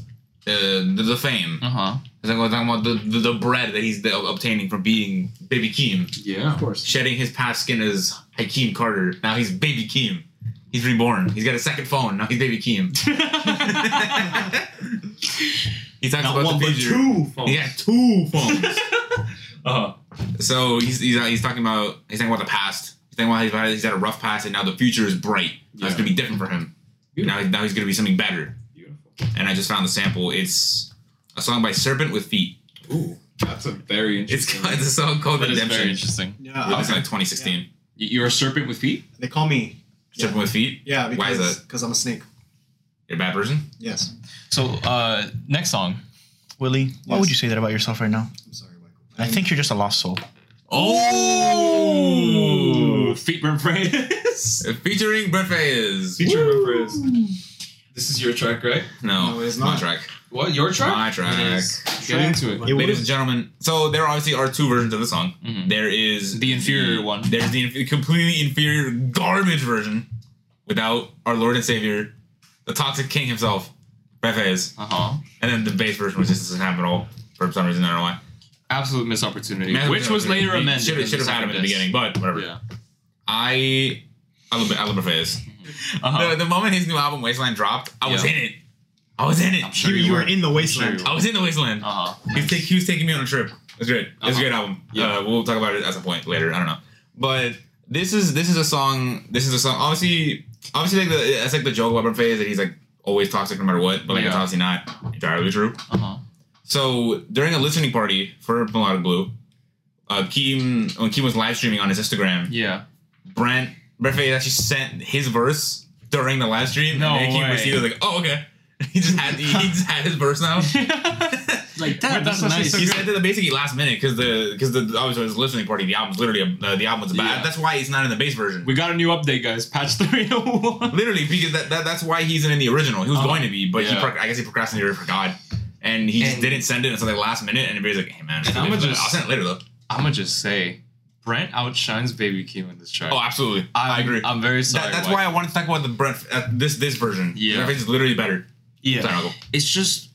Speaker 4: the the, the fame.
Speaker 2: Uh huh.
Speaker 4: It's like we're talking about the, the, the bread that he's uh, obtaining from being Baby Keem,
Speaker 2: Yeah.
Speaker 1: course.
Speaker 4: shedding his past skin as Hakeem Carter. Now he's Baby Keem. He's reborn. He's got a second phone. Now he's Baby Keem. he talks about the future. He got two phones.
Speaker 2: Uh-huh.
Speaker 4: so he's, he's he's talking about he's talking about the past. He's talking about he's had, he's had a rough past, and now the future is bright. Now
Speaker 2: Yeah.
Speaker 4: it's gonna be different for him. Now now he's gonna be something better.
Speaker 2: Beautiful.
Speaker 4: And I just found the sample. It's a song by Serpent with Feet.
Speaker 2: Ooh, that's a very
Speaker 4: It's,
Speaker 2: interesting.
Speaker 4: it's a song called
Speaker 2: that is very
Speaker 4: Redemption.
Speaker 2: interesting. Oh,
Speaker 8: Yeah,
Speaker 4: Released in, like 2016.
Speaker 2: Y- You're a serpent with feet.
Speaker 8: they call me.
Speaker 4: Serpent with Feet.
Speaker 8: Yeah,
Speaker 4: Why is
Speaker 8: because because I'm a snake.
Speaker 4: You're a bad person.
Speaker 8: Yes,
Speaker 2: So uh next song.
Speaker 5: Willie, why
Speaker 8: Yes.
Speaker 5: would you say that about yourself right now?
Speaker 8: I'm sorry, Michael.
Speaker 5: I think you're just a lost soul.
Speaker 2: Oh, feet burn praise.
Speaker 4: Featuring Breakfast.
Speaker 2: feet burn praise. This is your track, right?
Speaker 4: No,
Speaker 8: No, it is
Speaker 4: my
Speaker 8: not.
Speaker 4: track.
Speaker 2: What your track?
Speaker 4: My track.
Speaker 2: It is. Get into it.
Speaker 8: It
Speaker 4: Ladies
Speaker 8: was-
Speaker 4: and gentlemen, so there obviously are two versions of the song.
Speaker 2: Mhm.
Speaker 4: There is
Speaker 2: The inferior one.
Speaker 4: There's the inf- completely inferior garbage version without our Lord and Savior, the Toxic King himself, Breakfast,
Speaker 2: Uh huh.
Speaker 4: and then the bass version, which just doesn't happen at all for some reason. I don't know why.
Speaker 2: Absolute missed opportunity, which was later amended.
Speaker 4: Should
Speaker 2: in
Speaker 4: have had him at the
Speaker 2: second
Speaker 4: beginning, but whatever.
Speaker 2: disc. Yeah.
Speaker 4: I I love I love Breakfast.
Speaker 2: Uh-huh.
Speaker 4: The, the moment his new album Wasteland dropped, I was
Speaker 2: Yeah.
Speaker 4: in it. I was in it.
Speaker 2: I'm sure
Speaker 8: you,
Speaker 2: you,
Speaker 8: you were
Speaker 2: were.
Speaker 8: in the wasteland.
Speaker 2: you
Speaker 4: I was in the Wasteland.
Speaker 2: Uh huh.
Speaker 4: He was, take, he was taking me on a trip. It's great. It's
Speaker 2: Uh-huh.
Speaker 4: a great album.
Speaker 2: Yeah.
Speaker 4: Uh, we'll talk about it at some point later. I don't know. But this is this is a song. This is a song. Obviously, obviously, like the that's like the Joel Webber phase that he's like always toxic no matter what. But like it's
Speaker 2: Yeah.
Speaker 4: obviously not entirely true.
Speaker 2: Uh huh.
Speaker 4: So during a listening party for Melodic Blue, uh, Keem when Keem was live streaming on his Instagram,
Speaker 2: Yeah.
Speaker 4: Brent Brent Faye actually sent his verse during the live stream.
Speaker 2: No
Speaker 4: and then Keem
Speaker 2: way.
Speaker 4: received it like, oh okay. He just had he just had his verse now.
Speaker 2: like that.
Speaker 5: that's nice.
Speaker 4: He said that basically last minute because the because the obviously his listening party the album's literally a, uh, the album's bad.
Speaker 2: Yeah.
Speaker 4: That's why it's not in the bass version.
Speaker 2: We got a new update, guys. Patch 301.
Speaker 4: literally because that, that that's why he's in the original. He was
Speaker 2: Uh-huh.
Speaker 4: going to be, but he
Speaker 2: Yeah.
Speaker 4: pro- I guess he procrastinated for God, and he just
Speaker 2: And-
Speaker 4: didn't send it until the last minute. And everybody's like, "Hey man,
Speaker 2: And I'ma
Speaker 4: I'll
Speaker 2: just-
Speaker 4: send it later though."
Speaker 2: I'm going to just say, Brent outshines Baby Keem in this track.
Speaker 4: Oh, absolutely,
Speaker 2: I'm,
Speaker 4: I agree.
Speaker 2: I'm very sorry.
Speaker 4: That- that's
Speaker 2: Mike.
Speaker 4: why I wanted to talk about the Brent uh, this this version.
Speaker 2: Yeah.
Speaker 4: Brent Faye's is literally better. Sorry, Uncle.
Speaker 2: It's just,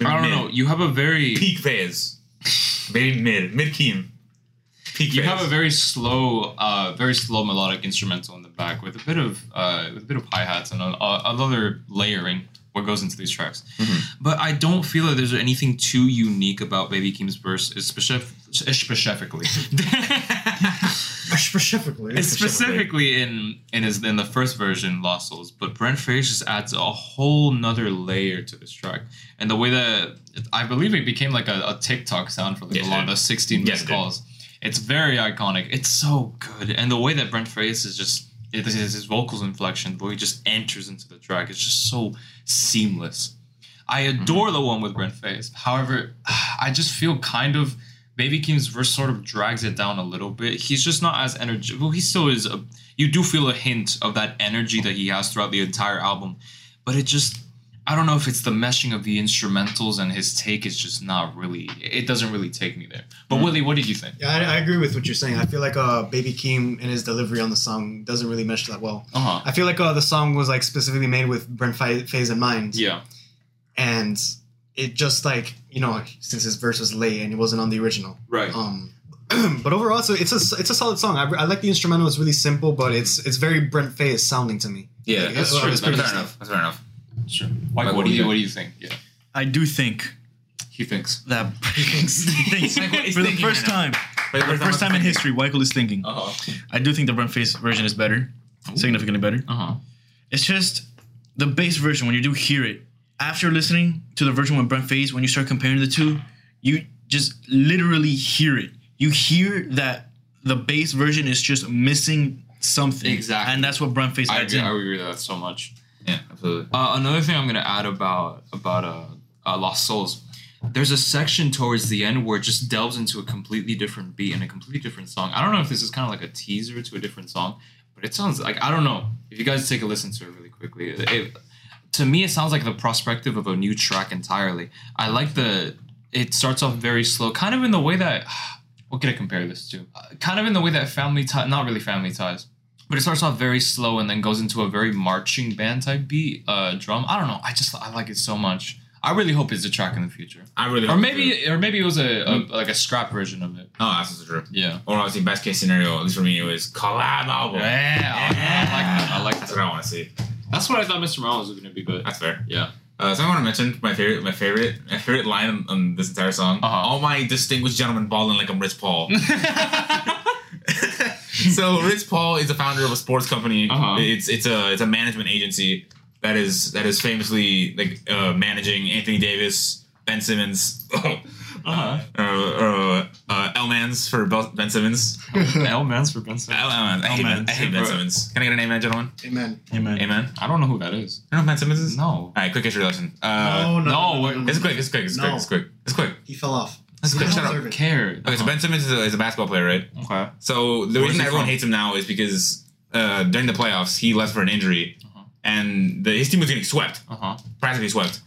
Speaker 2: I don't
Speaker 4: Mid-
Speaker 2: know. You have a very,
Speaker 4: Peak phase, maybe mid mid Keem. Peak
Speaker 2: you
Speaker 4: phase.
Speaker 2: have a very slow, uh, very slow melodic instrumental in the back with a bit of, uh, with a bit of hi hats and a- a- another layering what goes into these tracks.
Speaker 4: Mm-hmm.
Speaker 2: But I don't feel that there's anything too unique about Baby Keem's verse, especially. Specifically,
Speaker 8: Specifically.
Speaker 2: It's specifically in in his in the first version Lost Souls, but Brent Fraser just adds a whole nother layer to this track, and the way that I believe it became like a, a TikTok sound for like
Speaker 4: Yes,
Speaker 2: a
Speaker 4: it
Speaker 2: lot
Speaker 4: did.
Speaker 2: of sixteen
Speaker 4: Yes,
Speaker 2: missed
Speaker 4: it did.
Speaker 2: calls. It's very iconic. It's so good, and the way that Brent Fraser is just it is his vocals inflection, the way he just enters into the track, it's just so seamless. I
Speaker 4: Mm-hmm.
Speaker 2: adore the one with Brent Faze. However, I just feel kind of Baby Keem's verse sort of drags it down a little bit. He's just not as energetic. Well, he still is. A, you do feel a hint of that energy that he has throughout the entire album, but it just. I don't know if it's the meshing of the instrumentals and his take is just not really. It doesn't really take me there. But Willie, what did you think?
Speaker 8: Yeah, I, I agree with what you're saying. I feel like uh, Baby Keem and his delivery on the song doesn't really mesh that well.
Speaker 2: Uh
Speaker 4: Uh-huh.
Speaker 2: huh.
Speaker 8: I feel like uh, the song was like specifically made with Brent Fa- Faze in mind.
Speaker 2: Yeah.
Speaker 8: And it just like, you know, since his verse was late and it wasn't on the original.
Speaker 2: Right.
Speaker 8: Um, but overall, it's a, it's a it's a solid song. I, I like the instrumental. It's really simple, but it's it's very Brent Faye sounding to me.
Speaker 4: Yeah,
Speaker 8: Like,
Speaker 4: that's
Speaker 8: it's-
Speaker 4: true.
Speaker 8: it's
Speaker 4: That's fair
Speaker 8: pretty
Speaker 4: enough. That's fair enough.
Speaker 2: Mike,
Speaker 4: Mike,
Speaker 2: what
Speaker 4: what
Speaker 2: do
Speaker 4: do
Speaker 2: you
Speaker 4: you
Speaker 2: what do you think? Yeah.
Speaker 5: I do think
Speaker 2: He thinks.
Speaker 5: that Thanks.
Speaker 4: He's
Speaker 5: for the
Speaker 4: thinking right
Speaker 5: first
Speaker 4: now.
Speaker 5: time,
Speaker 4: But
Speaker 5: for the first time in history, Weichel is thinking.
Speaker 4: Uh huh.
Speaker 5: I do think the Brent Face version is better, significantly better.
Speaker 2: Uh
Speaker 4: Uh-huh.
Speaker 2: huh.
Speaker 5: It's just the bass version when you do hear it after listening to the version with Brent Faze, when you start comparing the two, you just literally hear it. You hear that the bass version is just missing something,
Speaker 2: Exactly.
Speaker 5: and that's what Brent Faze
Speaker 2: I
Speaker 5: adds
Speaker 2: agree,
Speaker 5: in.
Speaker 2: I agree with that so much.
Speaker 4: Yeah, absolutely.
Speaker 2: Uh, another thing I'm gonna add about about uh, uh, Lost Souls, there's a section towards the end where it just delves into a completely different beat and a completely different song. I don't know if this is kind of like a teaser to a different song, but it sounds like I don't know if you guys take a listen to it really quickly. It, to me, it sounds like the prospective of a new track entirely. I like the it starts off very slow, kind of in the way that what could I compare this to? Uh, kind of in the way that Family Ties, not really Family Ties, but it starts off very slow and then goes into a very marching band type beat, uh, drum. I don't know. I just I like it so much. I really hope it's a track in the future,
Speaker 4: I really.
Speaker 2: or
Speaker 4: hope it's
Speaker 2: maybe or maybe it was a, a like a scrap version of it.
Speaker 4: true. No, that's also true.
Speaker 2: Yeah.
Speaker 4: Or obviously, best case scenario, at least for me, it was collab
Speaker 2: Yeah,
Speaker 4: album.
Speaker 2: I like that. I like
Speaker 4: That's
Speaker 2: that.
Speaker 4: what I want to see.
Speaker 2: That's what I thought Mr. Morales was gonna be, but
Speaker 4: That's fair.
Speaker 2: yeah.
Speaker 4: Uh, so I want to mention my favorite, my favorite, my favorite line on, on this entire song.
Speaker 2: Uh-huh.
Speaker 4: All my distinguished gentlemen balling like I'm Rich Paul. so Rich Paul is the founder of a sports company.
Speaker 2: Uh-huh.
Speaker 4: It's it's a it's a management agency that is that is famously like uh, managing Anthony Davis, Ben Simmons,
Speaker 2: Uh-huh.
Speaker 4: uh, uh, uh, Elmans for Bel- Ben Simmons.
Speaker 2: L man's for Benson.
Speaker 4: Elmans. I hate, Ben- I hate Ben
Speaker 2: Bro.
Speaker 4: Simmons. Can I get an amen, gentlemen?
Speaker 8: Amen.
Speaker 5: Amen.
Speaker 4: Amen.
Speaker 2: I don't know who that is.
Speaker 4: You know who Ben Simmons is?
Speaker 2: No.
Speaker 4: All right, quick introduction. Uh,
Speaker 8: no,
Speaker 2: no,
Speaker 8: no,
Speaker 2: we're-
Speaker 8: no, no,
Speaker 4: It's
Speaker 8: no.
Speaker 4: quick. It's quick. It's quick.
Speaker 8: No.
Speaker 4: It's quick. It's quick.
Speaker 8: He fell off.
Speaker 4: It's quick.
Speaker 8: Yeah,
Speaker 4: Shut up.
Speaker 8: deserve it.
Speaker 2: Care. Uh-huh.
Speaker 4: Okay, so Ben Simmons is a, is a basketball player, right?
Speaker 2: Okay.
Speaker 4: So the
Speaker 2: Where's
Speaker 4: reason
Speaker 2: he
Speaker 4: everyone
Speaker 2: from?
Speaker 4: hates him now is because uh, during the playoffs he left for an injury, and the, his team was getting swept,
Speaker 2: Uh huh.
Speaker 4: practically swept.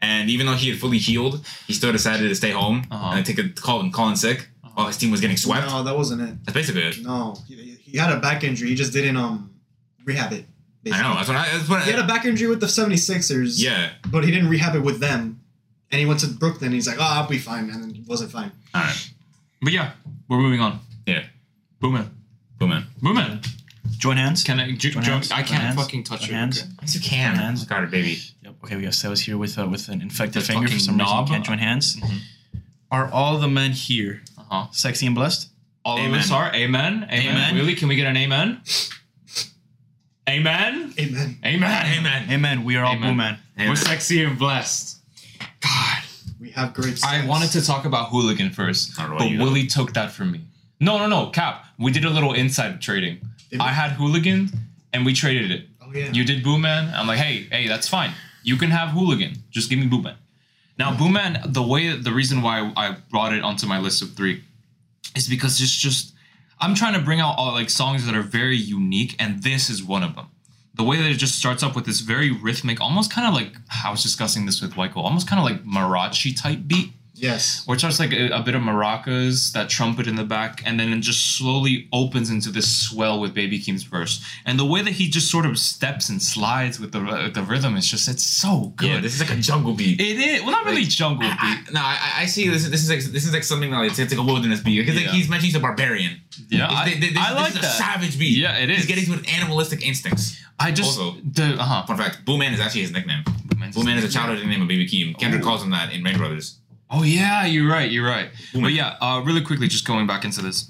Speaker 4: And even though he had fully healed, he still decided to stay home
Speaker 2: Uh-huh.
Speaker 4: and take a call and call in sick while his team was getting swept.
Speaker 8: No, that wasn't it.
Speaker 4: That's basically it.
Speaker 8: No, he, he had a back injury. He just didn't um rehab it.
Speaker 4: I know. That's what. I, that's what.
Speaker 8: He had
Speaker 4: I,
Speaker 8: a back injury with the 76ers.
Speaker 4: yeah.
Speaker 8: But he didn't rehab it with them. And he went to Brooklyn. He's like, oh, I'll be fine. And then he wasn't fine.
Speaker 4: All right.
Speaker 2: But yeah, we're moving on.
Speaker 4: Yeah.
Speaker 2: Boomman.
Speaker 4: Boom, man.
Speaker 2: Boomman.
Speaker 5: Join hands.
Speaker 2: Can I? Ju-
Speaker 5: Join
Speaker 2: ju-
Speaker 5: hands,
Speaker 2: I
Speaker 5: join
Speaker 2: can't
Speaker 5: hands,
Speaker 2: fucking touch
Speaker 5: join
Speaker 2: your
Speaker 5: hands.
Speaker 4: Yes, you can.
Speaker 5: Man.
Speaker 4: Got it, baby.
Speaker 5: Yep. Okay, we got Sebas here with uh, with an infected
Speaker 2: The
Speaker 5: finger for
Speaker 2: fucking
Speaker 5: some reason.
Speaker 2: knob.
Speaker 5: Can't join hands.
Speaker 2: Mhm.
Speaker 5: Are all the men here
Speaker 2: Uh huh.
Speaker 5: sexy and blessed?
Speaker 2: All
Speaker 4: Amen.
Speaker 2: of us are. Amen. Amen.
Speaker 5: Amen.
Speaker 2: Really? Can we get an amen? Amen.
Speaker 8: Amen.
Speaker 2: Amen.
Speaker 4: Amen.
Speaker 5: Amen. We are all
Speaker 2: Amen.
Speaker 5: boo men.
Speaker 2: We're sexy and blessed. God.
Speaker 8: We have great
Speaker 2: I
Speaker 8: sex.
Speaker 2: wanted to talk about hooligan first,
Speaker 4: I don't know
Speaker 2: but
Speaker 4: about you, though.
Speaker 2: Willie took that from me. No, no, no, Cap. We did a little inside trading.
Speaker 8: Did we?
Speaker 2: I had hooligan, and we traded it.
Speaker 8: Oh, yeah.
Speaker 2: You did Boo Man. I'm like, hey, hey, that's fine. You can have Hooligan. Just give me Boo Man. Now, Boo Man, the way, the reason why I brought it onto my list of three is because it's just, I'm trying to bring out all like songs that are very unique, and this is one of them. The way that it just starts up with this very rhythmic, almost kind of like I was discussing this with Wyco, almost kind of like Marachi type beat
Speaker 8: yes.
Speaker 2: where it starts like a, a bit of maracas, that trumpet in the back, and then it just slowly opens into this swell with Baby Keem's verse. And the way that he just sort of steps and slides with the with the rhythm is just it's so good.
Speaker 4: Yeah, this ah, is like a jungle beat.
Speaker 2: it is well, not really jungle
Speaker 4: I,
Speaker 2: beat.
Speaker 4: I- no, I, I see this. This is like this is like something like it's, it's like a wilderness beat because
Speaker 2: Yeah.
Speaker 4: like he's mentioning he's a barbarian.
Speaker 2: Yeah,
Speaker 4: This-
Speaker 2: I,
Speaker 4: this- this-
Speaker 2: I like
Speaker 4: this is a
Speaker 2: that.
Speaker 4: savage beat.
Speaker 2: Yeah, it is.
Speaker 4: He's getting to an animalistic instincts.
Speaker 2: I just
Speaker 4: Also-
Speaker 2: the uh huh.
Speaker 4: Fun fact: Bullman is actually his nickname.
Speaker 2: Boom
Speaker 4: Bullman is a childhood nickname of Baby Keem. Kendrick calls him that in Band Brothers.
Speaker 2: Oh yeah, you're right. You're right. But yeah, uh, really quickly, just going back into this,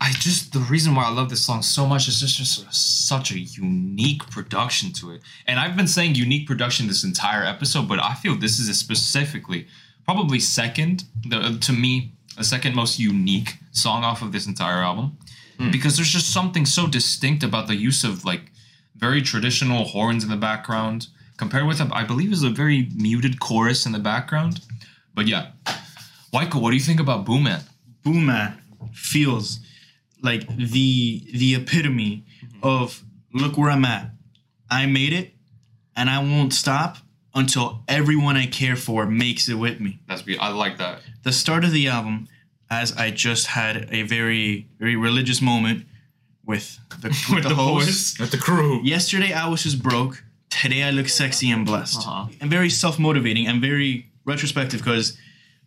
Speaker 2: I just the reason why I love this song so much is just just such a unique production to it. And I've been saying unique production this entire episode, but I feel this is a specifically probably second the, to me the second most unique song off of this entire album because there's just something so distinct about the use of like very traditional horns in the background compared with I believe is a very muted chorus in the background. But yeah, Michael, what do you think about Boom Man?
Speaker 5: Boomer feels like the the epitome of look where I'm at. I made it, and I won't stop until everyone I care for makes it with me.
Speaker 2: That's be I like that.
Speaker 5: The start of the album, as I just had a very very religious moment with the with the host.
Speaker 4: At the crew.
Speaker 5: Yesterday I was just broke. Today I look sexy and blessed. And very self motivating and very retrospective because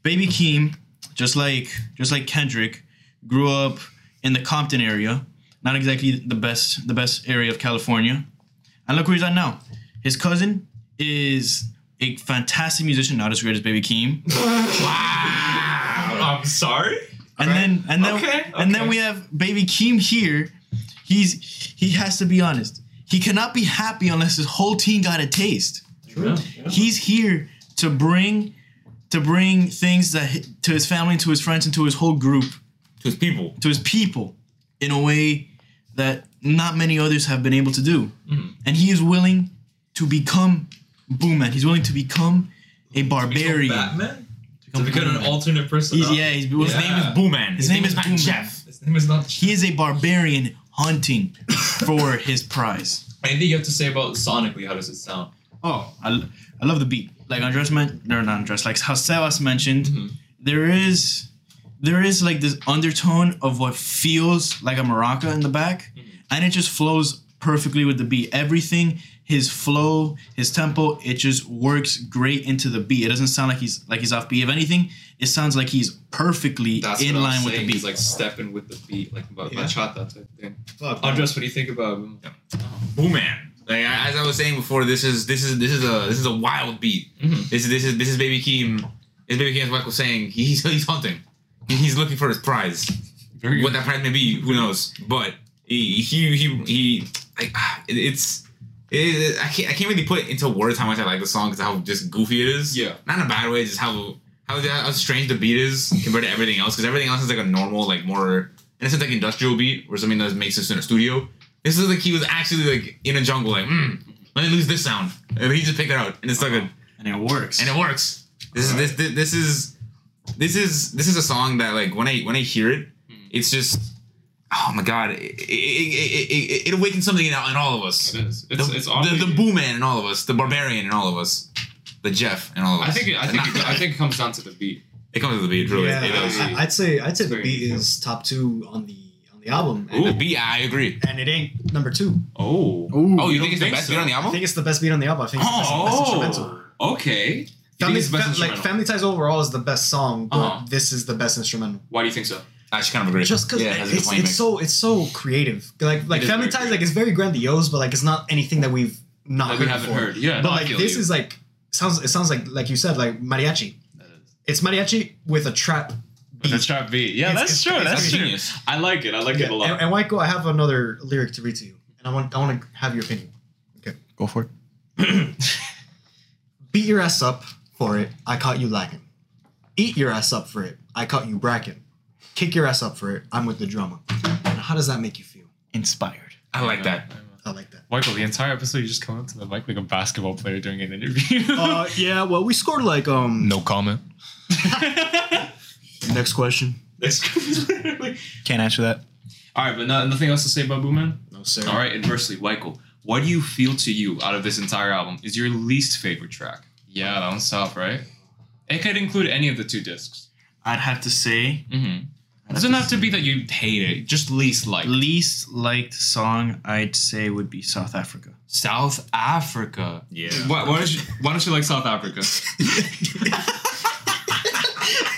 Speaker 5: Baby Keem, just like just like Kendrick, grew up in the Compton area. Not exactly the best the best area of California. And look where he's at now. His cousin is a fantastic musician, not as great as Baby Keem.
Speaker 10: I'm sorry.
Speaker 5: And then and then
Speaker 10: Okay,
Speaker 5: and then
Speaker 10: okay.
Speaker 5: we have Baby Keem here. He's he has to be honest. He cannot be happy unless his whole team got a taste. He's here to bring to bring things that hi- to his family, to his friends, and to his whole group,
Speaker 4: To his people.
Speaker 5: to his people, in a way that not many others have been able to do.
Speaker 10: Mm-hmm.
Speaker 5: And he is willing to become Boomman. He's willing to become a barbarian.
Speaker 10: Batman. To become an alternate person.
Speaker 5: He's, yeah, he's, his name is Boom.
Speaker 4: Booman.
Speaker 5: His name is Boom.
Speaker 10: His name is not.
Speaker 5: He is a barbarian hunting for his prize.
Speaker 10: Anything you have to say about sonically? How does it sound?
Speaker 5: Oh, I, l- I love the beat. Like Andres meant, no, not Andres. Like how Sebas mentioned,
Speaker 10: Mm-hmm.
Speaker 5: there is there is like this undertone of what feels like a maraca in the back,
Speaker 10: Mm-hmm.
Speaker 5: and it just flows perfectly with the beat. Everything, his flow, his tempo, it just works great into the beat. It doesn't sound like he's like he's off beat. If anything, it sounds like he's perfectly
Speaker 10: That's
Speaker 5: in
Speaker 10: what I'm
Speaker 5: line with
Speaker 10: saying,
Speaker 5: the beat.
Speaker 10: He's like stepping with the beat, like about
Speaker 3: Yeah.
Speaker 10: bachata type thing. Andres, what do you think about? him?
Speaker 4: Booman. Like I- as I was saying before, this is this is this is a this is a wild beat.
Speaker 10: Mhm.
Speaker 4: This is this is this is Baby Keem. This is Baby Keem, as Michael was saying, he's he's hunting. He- He's looking for his prize.
Speaker 2: Very
Speaker 4: What that prize may be, who knows? But he he he, he like ah, it, it's. It, I can't. I can't really put into words how much I like the song because how just goofy it is.
Speaker 10: Yeah.
Speaker 4: Not in a bad way. Just how how how strange the beat is compared to everything else because everything else is like a normal, like more in a sense like industrial beat or something that makes this in a studio. This is like he was actually like in a jungle, like mm, let me lose this sound, and he just picked it out, and it's like a
Speaker 5: and it works.
Speaker 4: and it works. This is this, this this is this is this is a song that like when I when I hear it, it's just oh my god, it it, it, it, it awakens something in, in all of us.
Speaker 10: It is. It's
Speaker 4: The,
Speaker 10: it's oddly,
Speaker 4: the, the boo man in all of us, the barbarian in all of us, the Jeff in all of us.
Speaker 10: I think it, I think it,
Speaker 4: Not-
Speaker 10: I think it comes down to the beat.
Speaker 4: it comes with the beat. Really,
Speaker 8: Yeah,
Speaker 4: it does.
Speaker 8: I, I'd say I'd say
Speaker 10: It's
Speaker 8: the
Speaker 10: very
Speaker 8: beat
Speaker 10: good.
Speaker 8: is top two on the on the album, and,
Speaker 4: The beat, I agree.
Speaker 8: and it ain't number two.
Speaker 10: Oh.
Speaker 4: oh, you,
Speaker 10: you
Speaker 4: think
Speaker 10: don't
Speaker 4: it's the
Speaker 10: think
Speaker 4: best
Speaker 10: so?
Speaker 4: beat on the
Speaker 8: I
Speaker 4: album?
Speaker 8: think it's the best beat on the album. I think it's the best,
Speaker 2: Oh.
Speaker 8: best instrumental.
Speaker 10: Okay. You think
Speaker 8: Family,
Speaker 10: it's the best
Speaker 8: fa- like
Speaker 10: instrumental?
Speaker 8: Family Ties overall is the best song, but
Speaker 10: Uh-huh.
Speaker 8: this is the best instrumental.
Speaker 10: Why do you think so?
Speaker 4: I actually kind of agree.
Speaker 8: Just because
Speaker 4: yeah, it has a good
Speaker 8: it's,
Speaker 4: point you
Speaker 8: it's so it's so creative. Like like
Speaker 10: is
Speaker 8: Family
Speaker 10: very
Speaker 8: Ties,
Speaker 10: creative.
Speaker 8: like it's very grandiose, but like it's not anything that we've not
Speaker 10: Like we
Speaker 8: heard
Speaker 10: haven't
Speaker 8: before.
Speaker 10: heard. Yeah.
Speaker 8: But
Speaker 10: no, I
Speaker 8: like
Speaker 10: feel
Speaker 8: this
Speaker 10: you.
Speaker 8: is like sounds it sounds like like you said like mariachi. It's mariachi with a trap beat.
Speaker 2: That's trap beat. Yeah,
Speaker 8: It's-
Speaker 2: that's
Speaker 8: it's-
Speaker 2: true.
Speaker 8: it's
Speaker 2: that's true.
Speaker 4: genius.
Speaker 2: I like it. I like
Speaker 8: Yeah,
Speaker 2: it a lot.
Speaker 8: And, and Waiko, I have another lyric to read to you, and I want I want to have your opinion.
Speaker 7: Go for it.
Speaker 8: Beat your ass up for it. I caught you lacking. Eat your ass up for it. I caught you bracking. Kick your ass up for it. I'm with the drummer. Now, how does that make you feel?
Speaker 7: Inspired.
Speaker 4: I like that.
Speaker 8: I like that.
Speaker 2: Michael, the entire episode you just come up to the mic like a basketball player doing an interview.
Speaker 8: Uh, yeah. Well, we scored like um.
Speaker 7: No comment.
Speaker 8: Next question.
Speaker 7: Can't answer that.
Speaker 2: All right, but no, nothing else to say about Boom Man.
Speaker 8: No sir.
Speaker 2: All right, adversely, Michael, what do you feel to you out of this entire album is your least favorite track? Yeah, that one's tough, right? It could include any of the two discs.
Speaker 5: I'd have to say
Speaker 2: Mm-hmm. It doesn't have to be that you hate it, just least like.
Speaker 5: least liked song I'd say would be South Africa.
Speaker 2: South Africa.
Speaker 4: Yeah.
Speaker 2: Why, why, don't you, why don't you like South Africa?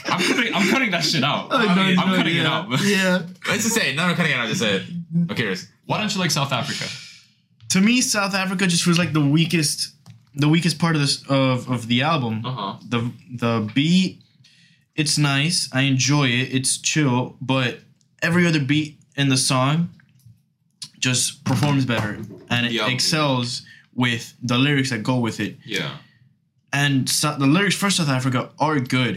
Speaker 2: I'm cutting, I'm cutting that shit out.
Speaker 4: Oh,
Speaker 2: I'm cutting it out.
Speaker 5: Yeah.
Speaker 4: Let's just say it. No, no, cutting it out. Just say it. Who cares?
Speaker 2: Why don't you like South Africa?
Speaker 5: To me, South Africa just feels like the
Speaker 8: Uh-huh.
Speaker 5: weakest, the weakest part of this of, of the album.
Speaker 2: huh.
Speaker 5: The the beat It's nice. I enjoy it. It's chill, but every other beat in the song just performs better and it
Speaker 2: Yeah.
Speaker 5: excels with the lyrics that go with it.
Speaker 2: Yeah.
Speaker 5: And so, the lyrics for South Africa are good,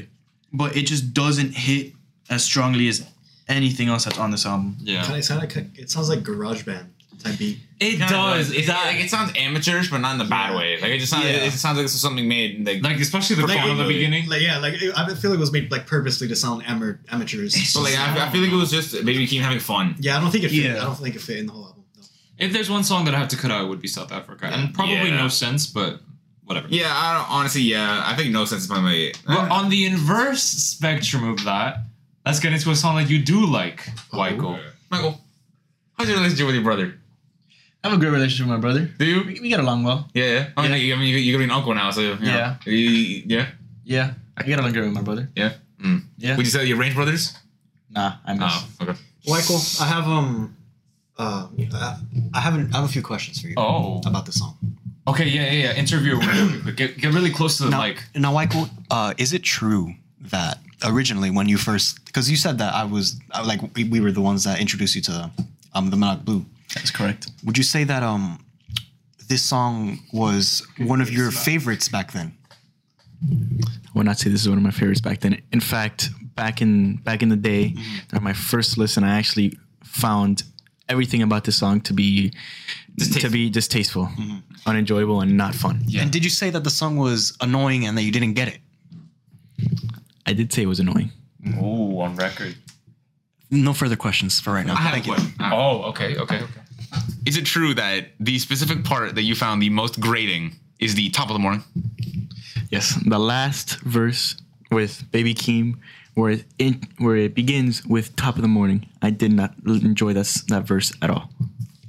Speaker 5: but it just doesn't hit as strongly as anything else that's on this album.
Speaker 2: Yeah.
Speaker 8: Kinda- sound like- it sounds like garage band type beat.
Speaker 4: It does. It, like, it sounds amateurish, but not in the bad way. Like it just sounds.
Speaker 8: Yeah.
Speaker 4: It, just sounds like this is something made. Like,
Speaker 2: Like especially the
Speaker 4: Like,
Speaker 2: part of the
Speaker 4: really-
Speaker 2: beginning.
Speaker 8: Like yeah, like I feel like it was made like purposely to sound amateur amateurs.
Speaker 4: but like I, I feel like it was just maybe Keem having fun.
Speaker 8: yeah, I don't think it fit.
Speaker 5: Yeah.
Speaker 8: I don't think it fit in the whole album. Though.
Speaker 2: If there's one song that I have to cut out, it would be South Africa, and probably
Speaker 4: Yeah.
Speaker 2: no sense, but whatever.
Speaker 4: Yeah, I don't, honestly, yeah, I think no sense is probably.
Speaker 2: But on the inverse spectrum of that, let's get into a song that you do like, Michael.
Speaker 4: Oh, Michael, how's your relationship with your brother?
Speaker 5: I have a good relationship with my brother.
Speaker 4: Do you?
Speaker 5: We, we get along well.
Speaker 4: Yeah, yeah. I mean,
Speaker 5: Yeah.
Speaker 4: you- I mean, you- you're gonna be an uncle now, so you know.
Speaker 5: Yeah.
Speaker 4: You- you- yeah.
Speaker 5: Yeah, I get along good with my brother. Yeah.
Speaker 4: Would you say you're Range Brothers?
Speaker 5: Nah, I miss.
Speaker 4: Oh, okay.
Speaker 8: Michael, I have um, uh, I- I haven't. I have a few questions for you
Speaker 2: Oh.
Speaker 8: about this song.
Speaker 2: Okay, yeah, yeah, yeah. Interviewer, really quick. get, get really close to the
Speaker 8: Now,
Speaker 2: mic.
Speaker 8: now, Michael, uh, is it true that originally when you first, because you said that I was I- like we, we were the ones that introduced you to um the Monarch Blue.
Speaker 5: That's correct.
Speaker 8: Would you say that um this song was one of your favorites back then?
Speaker 3: I would not say this is one of my favorites back then. In fact, back in back in the day, on my first listen, I actually found everything about this song to be to be distasteful, unenjoyable, and not fun.
Speaker 2: Yeah.
Speaker 8: And did you say that the song was annoying and that you didn't get it?
Speaker 3: I did say it was annoying.
Speaker 2: Ooh, on record.
Speaker 8: No further questions for right now.
Speaker 4: I have
Speaker 8: Thank
Speaker 4: a
Speaker 8: you.
Speaker 4: question. Uh,
Speaker 2: Oh, okay, okay, okay.
Speaker 4: Is it true that the specific part that you found the most grating is the top of the morning?
Speaker 3: Yes, the last verse with Baby Keem, where it in, where it begins with "Top of the Morning." I did not l- enjoy that s- that verse at all.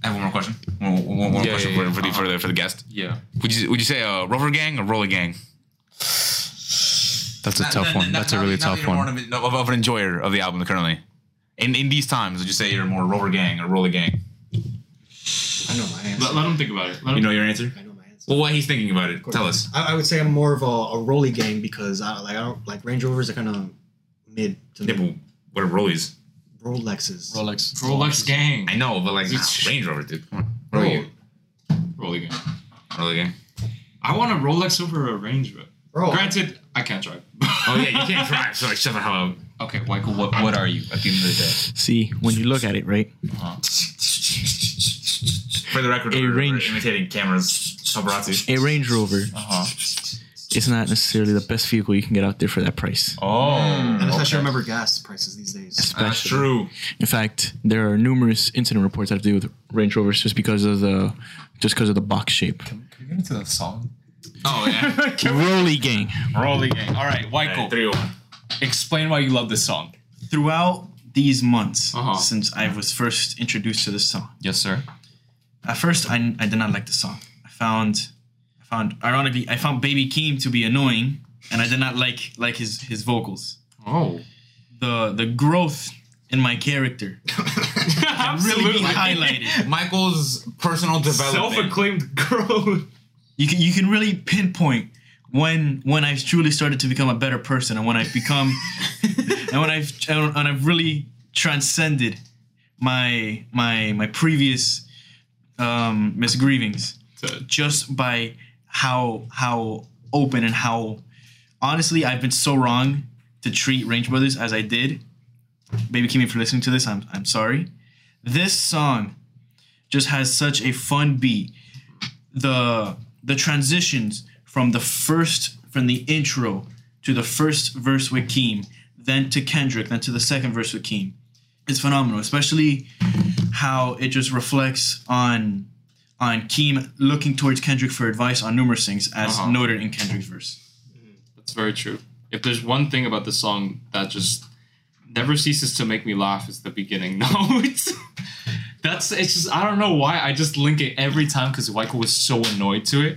Speaker 4: I have one more question. One, one- one more
Speaker 2: Yeah,
Speaker 4: question
Speaker 2: yeah,
Speaker 4: for,
Speaker 2: yeah.
Speaker 4: For, the, for, the, for the guest.
Speaker 2: Yeah.
Speaker 4: Would you would you say a rover gang or roller gang?
Speaker 11: That's a tough one. That's a really tough one.
Speaker 4: Of, of, of an enjoyer of the album currently. In in these times, would you say you're more rover gang or roller gang?
Speaker 8: I know my answer.
Speaker 12: Let, let him think about it. Let
Speaker 4: You
Speaker 12: him,
Speaker 4: know your answer.
Speaker 8: I know my answer.
Speaker 4: Well, what he's thinking about it. Tell us.
Speaker 8: I, I would say I'm more of a, a rolly gang because I like I don't like Range Rovers are kind of mid to
Speaker 4: Yeah,
Speaker 8: mid.
Speaker 4: but what are rollies?
Speaker 8: Rolexes.
Speaker 5: Rolex.
Speaker 2: Rolex gang.
Speaker 4: I know, but like Range Rover, dude. Come on.
Speaker 11: Oh.
Speaker 2: Roll-
Speaker 4: Roller gang.
Speaker 2: Roller gang.
Speaker 4: Roller gang.
Speaker 2: I want a Rolex over a Range Rover.
Speaker 8: Bro,
Speaker 2: Granted, I can't drive.
Speaker 4: Oh yeah, you can't drive. So like, shut the hell up.
Speaker 2: Okay, Michael, what, what are you at the end of the
Speaker 3: See, when you look at it, right?
Speaker 4: For the record,
Speaker 3: A
Speaker 4: we're- we're
Speaker 3: Range-
Speaker 4: imitating cameras, paparazzi. Uh-huh.
Speaker 3: A Range Rover is not necessarily the best vehicle you can get out there for that price.
Speaker 4: Oh,
Speaker 8: and especially remember gas prices these days.
Speaker 4: that's
Speaker 3: Especially-
Speaker 4: Ah, true.
Speaker 3: In fact, there are numerous incident reports that have to do with Range Rovers just because of the just because of the box shape.
Speaker 4: Oh yeah,
Speaker 3: Roly gang.
Speaker 2: Rolling gang. All right, Michael,
Speaker 4: three oh, one.
Speaker 2: explain why you love this song.
Speaker 5: Throughout these months
Speaker 2: Uh-huh.
Speaker 5: since I was first introduced to this song,
Speaker 2: Yes, sir.
Speaker 5: at first I, I did not like the song. I found I found ironically I found Baby Keem to be annoying, and I did not like like his his vocals.
Speaker 2: Oh.
Speaker 5: The the growth in my character can really be highlighted.
Speaker 4: Michael's personal development.
Speaker 2: Self-acclaimed growth.
Speaker 5: You can you can really pinpoint when when I've truly started to become a better person, and when I've become and when I've and I've really transcended my my my previous um, misgrievings just by how how open and how honestly I've been so wrong to treat Range Brothers as I did. Baby Kimmy, for listening to this, I'm I'm sorry. This song just has such a fun beat. The the transitions from the first from the intro to the first verse with Keem, then to Kendrick, then to the second verse with Keem. It's phenomenal, especially how it just reflects on on Keem looking towards Kendrick for advice on numerous things, as
Speaker 2: Uh-huh.
Speaker 5: noted in Kendrick's verse.
Speaker 2: That's very true. If there's one thing about the song that just never ceases to make me laugh, is the beginning notes. That's it's just I don't know why I just link it every time because Michael was so annoyed to it.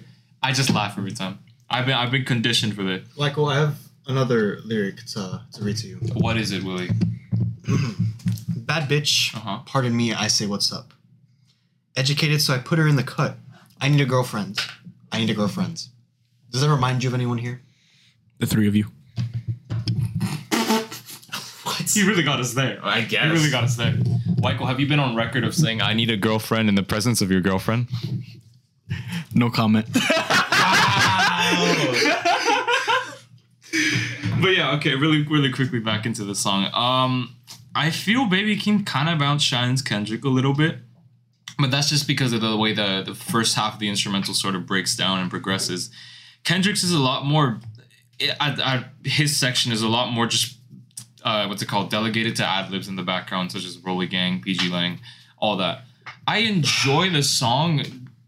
Speaker 2: I just laugh every time. I've been I've been conditioned with it.
Speaker 8: Michael, I have another lyric to, to read to you.
Speaker 2: What is it, Willie?
Speaker 8: Bad bitch.
Speaker 2: Uh-huh.
Speaker 8: Pardon me, I say what's up. Educated, so I put her in the cut. I need a girlfriend. I need a girlfriend. Does that remind you of anyone here?
Speaker 3: The three of you. Yes.
Speaker 2: He really got us there.
Speaker 4: I guess.
Speaker 2: He really got us there. Michael, have you been on record of saying I need a girlfriend in the presence of your girlfriend?
Speaker 7: No comment.
Speaker 2: But yeah, okay, really really quickly back into the song. Um I feel Baby King kind of outshines Kendrick a little bit. But that's just because of the way the, the first half of the instrumental sort of breaks down and progresses. Kendrick's is a lot more. I, I, his section is a lot more just uh, what's it called delegated to ad libs in the background, such as Rolly Gang, PG Lang, all that. I enjoy the song,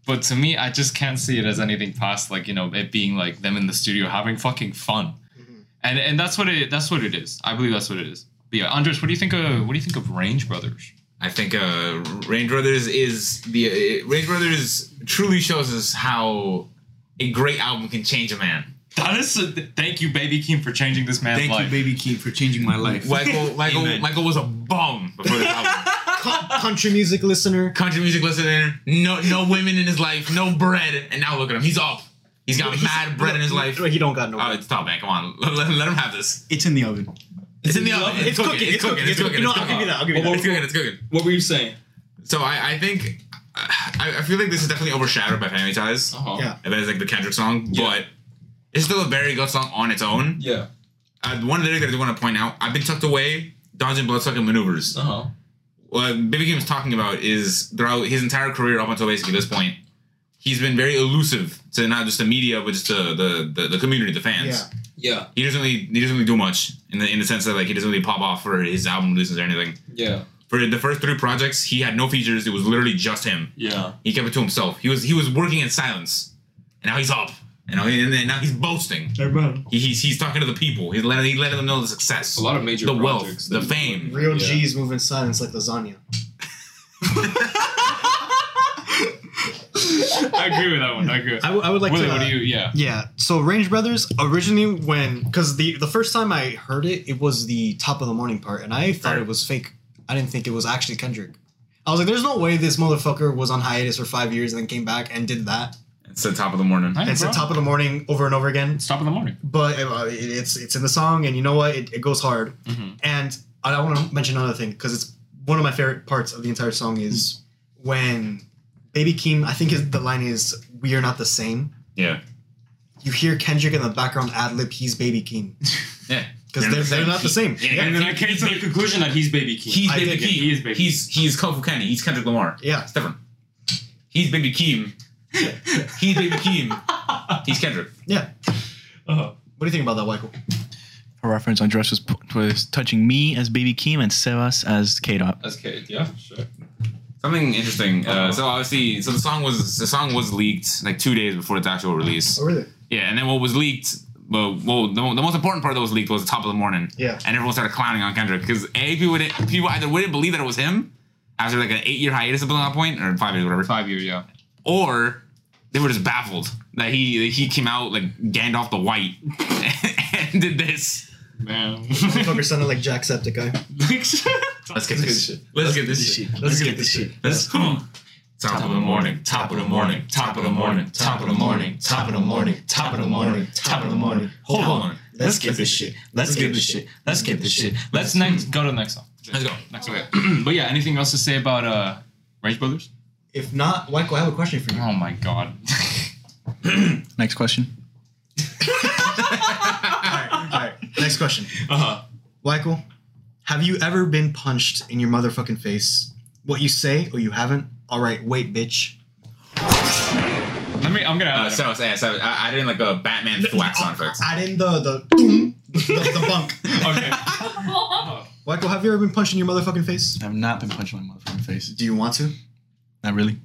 Speaker 2: but to me, I just can't see it as anything past like you know it being like them in the studio having fucking fun, and and that's what it that's what it is. I believe that's what it is. But yeah, Andres, what do you think of what do you think of Range Brothers?
Speaker 4: I think uh, Range Brothers is the uh, Range Brothers truly shows us how a great album can change a man.
Speaker 2: That is a, thank you, Baby Keem, for changing this man's
Speaker 5: Thank
Speaker 2: life.
Speaker 5: you, Baby Keem, for changing my life.
Speaker 4: Michael Michael
Speaker 5: Amen.
Speaker 4: Michael was a bum before this album.
Speaker 8: Co- country music listener.
Speaker 4: Country music listener, no no women in his life, no bread, and now look at him. He's up. He's got mad bread in his life.
Speaker 8: He don't got no.
Speaker 4: Oh, it's top man. Come on, let, let- let him have this.
Speaker 5: It's in the oven.
Speaker 4: It's in the oven. It's, cooking. It's cooking. It's cooking.
Speaker 8: No,
Speaker 4: it's
Speaker 8: I'll
Speaker 4: cooking.
Speaker 8: give you that. I'll give you
Speaker 4: It's
Speaker 8: that.
Speaker 4: cooking. It's cooking.
Speaker 2: What were you saying?
Speaker 4: So I, I think I, I feel like this is definitely overshadowed by Family Ties.
Speaker 2: Uh-huh.
Speaker 8: Yeah.
Speaker 4: And that is like the Kendrick song, but it's still a very good song on its own.
Speaker 2: Yeah.
Speaker 4: Uh, one lyric that I do want to point out: I've been tucked away, dodging bloodsucking maneuvers.
Speaker 2: Uh huh.
Speaker 4: What Baby Kim is talking about is throughout his entire career up until basically this point, he's been very elusive to not just the media but just the the the, the community, the fans.
Speaker 8: Yeah.
Speaker 2: Yeah.
Speaker 4: He doesn't really he doesn't really do much in the in the sense that like he doesn't really pop off for his album releases or anything.
Speaker 2: Yeah.
Speaker 4: For the first three projects, he had no features. It was literally just him.
Speaker 2: Yeah.
Speaker 4: He kept it to himself. He was he was working in silence, and now he's up. You know, and then now he's boasting. He, he's he's talking to the people. He's letting he letting them know the success,
Speaker 2: A lot of major
Speaker 4: the
Speaker 2: projects
Speaker 4: wealth, the
Speaker 2: that-
Speaker 4: fame.
Speaker 8: Real
Speaker 2: Yeah.
Speaker 8: G's move in silence like lasagna.
Speaker 2: I agree with that one. I agree. With
Speaker 8: I, w- I would like
Speaker 2: Willie,
Speaker 8: to.
Speaker 2: what
Speaker 8: uh,
Speaker 2: do you? Yeah.
Speaker 8: Yeah. So Range Brothers originally when because the the first time I heard it, it was the top of the morning part, and I thought it was fake. I didn't think it was actually Kendrick. I was like, "There's no way this motherfucker was on hiatus for five years and then came back and did that."
Speaker 4: It's the top of the morning.
Speaker 8: And it's the top of the morning over and over again.
Speaker 2: It's top of the morning.
Speaker 8: But uh, it- it's it's in the song, and you know what? It, it goes hard.
Speaker 4: Mm-hmm.
Speaker 2: Mhm.
Speaker 8: And I, I want to mention another thing because it's one of my favorite parts of the entire song is
Speaker 4: Mm.
Speaker 8: when Baby Keem. I think his, the line is, "We are not the same."
Speaker 4: Yeah,
Speaker 8: you hear Kendrick in the background ad lib, he's Baby King.
Speaker 4: yeah.
Speaker 8: Because they're, they're not the same.
Speaker 4: Yeah,
Speaker 2: And
Speaker 4: and
Speaker 2: then I came to the conclusion that he's Baby Keem.
Speaker 4: he's
Speaker 8: I
Speaker 4: Baby
Speaker 8: dig it.
Speaker 4: Keem.
Speaker 2: He is Baby
Speaker 4: He's he's Kung Fu Kenny. He's Kendrick Lamar.
Speaker 8: Yeah.
Speaker 4: It's different. He's Baby Keem. he's Baby Keem. He's Kendrick.
Speaker 8: Yeah.
Speaker 4: Uh-huh.
Speaker 8: What do you think about that, Michael?
Speaker 7: For reference, Andres was, was touching me as Baby Keem and Sebas as K Dot.
Speaker 2: That's Kate. Yeah. Sure.
Speaker 4: Something interesting. Uh, so obviously, so the song was the song was leaked like two days before its actual
Speaker 5: Oh,
Speaker 4: release.
Speaker 8: Oh, really?
Speaker 4: Yeah, and then what was leaked, well, well the, the most important part that was leaked was the top of the morning.
Speaker 8: Yeah.
Speaker 4: And everyone started clowning on Kendrick because A, people, didn't, people either wouldn't believe that it was him after like an eight year hiatus up until that point, or five years, whatever,
Speaker 2: Five year. Yeah.
Speaker 4: or they were just baffled that he that he came out like Gandalf the White and did this.
Speaker 2: Man.
Speaker 8: Motherfucker sounded like Jacksepticeye.
Speaker 4: Let's get this shit. Let's get this shit.
Speaker 8: Let's get this shit.
Speaker 4: Let's Top of the morning, top of the morning, top of the morning, top of the morning, top of the morning, top of the morning, top of the morning. Hold on.
Speaker 5: Let's get this shit. Let's get this shit. Let's get this shit.
Speaker 2: Let's next go to the next song.
Speaker 4: Let's go.
Speaker 2: Next one. but yeah, anything else to say about uh Range Brothers?
Speaker 8: If not, Michael, I have a question for you.
Speaker 2: Oh my god.
Speaker 7: Next question.
Speaker 8: All right. Next question.
Speaker 2: Uh-huh.
Speaker 8: Michael, have you ever been punched in your motherfucking face? What you say or you haven't? All right, wait, bitch.
Speaker 2: Let me. I'm gonna.
Speaker 4: Uh,
Speaker 2: add that.
Speaker 4: so, so, so I, I didn't like a Batman wax on effect.
Speaker 8: Add in the the boom, the, the bunk.
Speaker 2: okay.
Speaker 8: Michael, have you ever been punched in your motherfucking face?
Speaker 7: I've not been punched in my motherfucking face.
Speaker 8: Do you want to?
Speaker 7: Not really.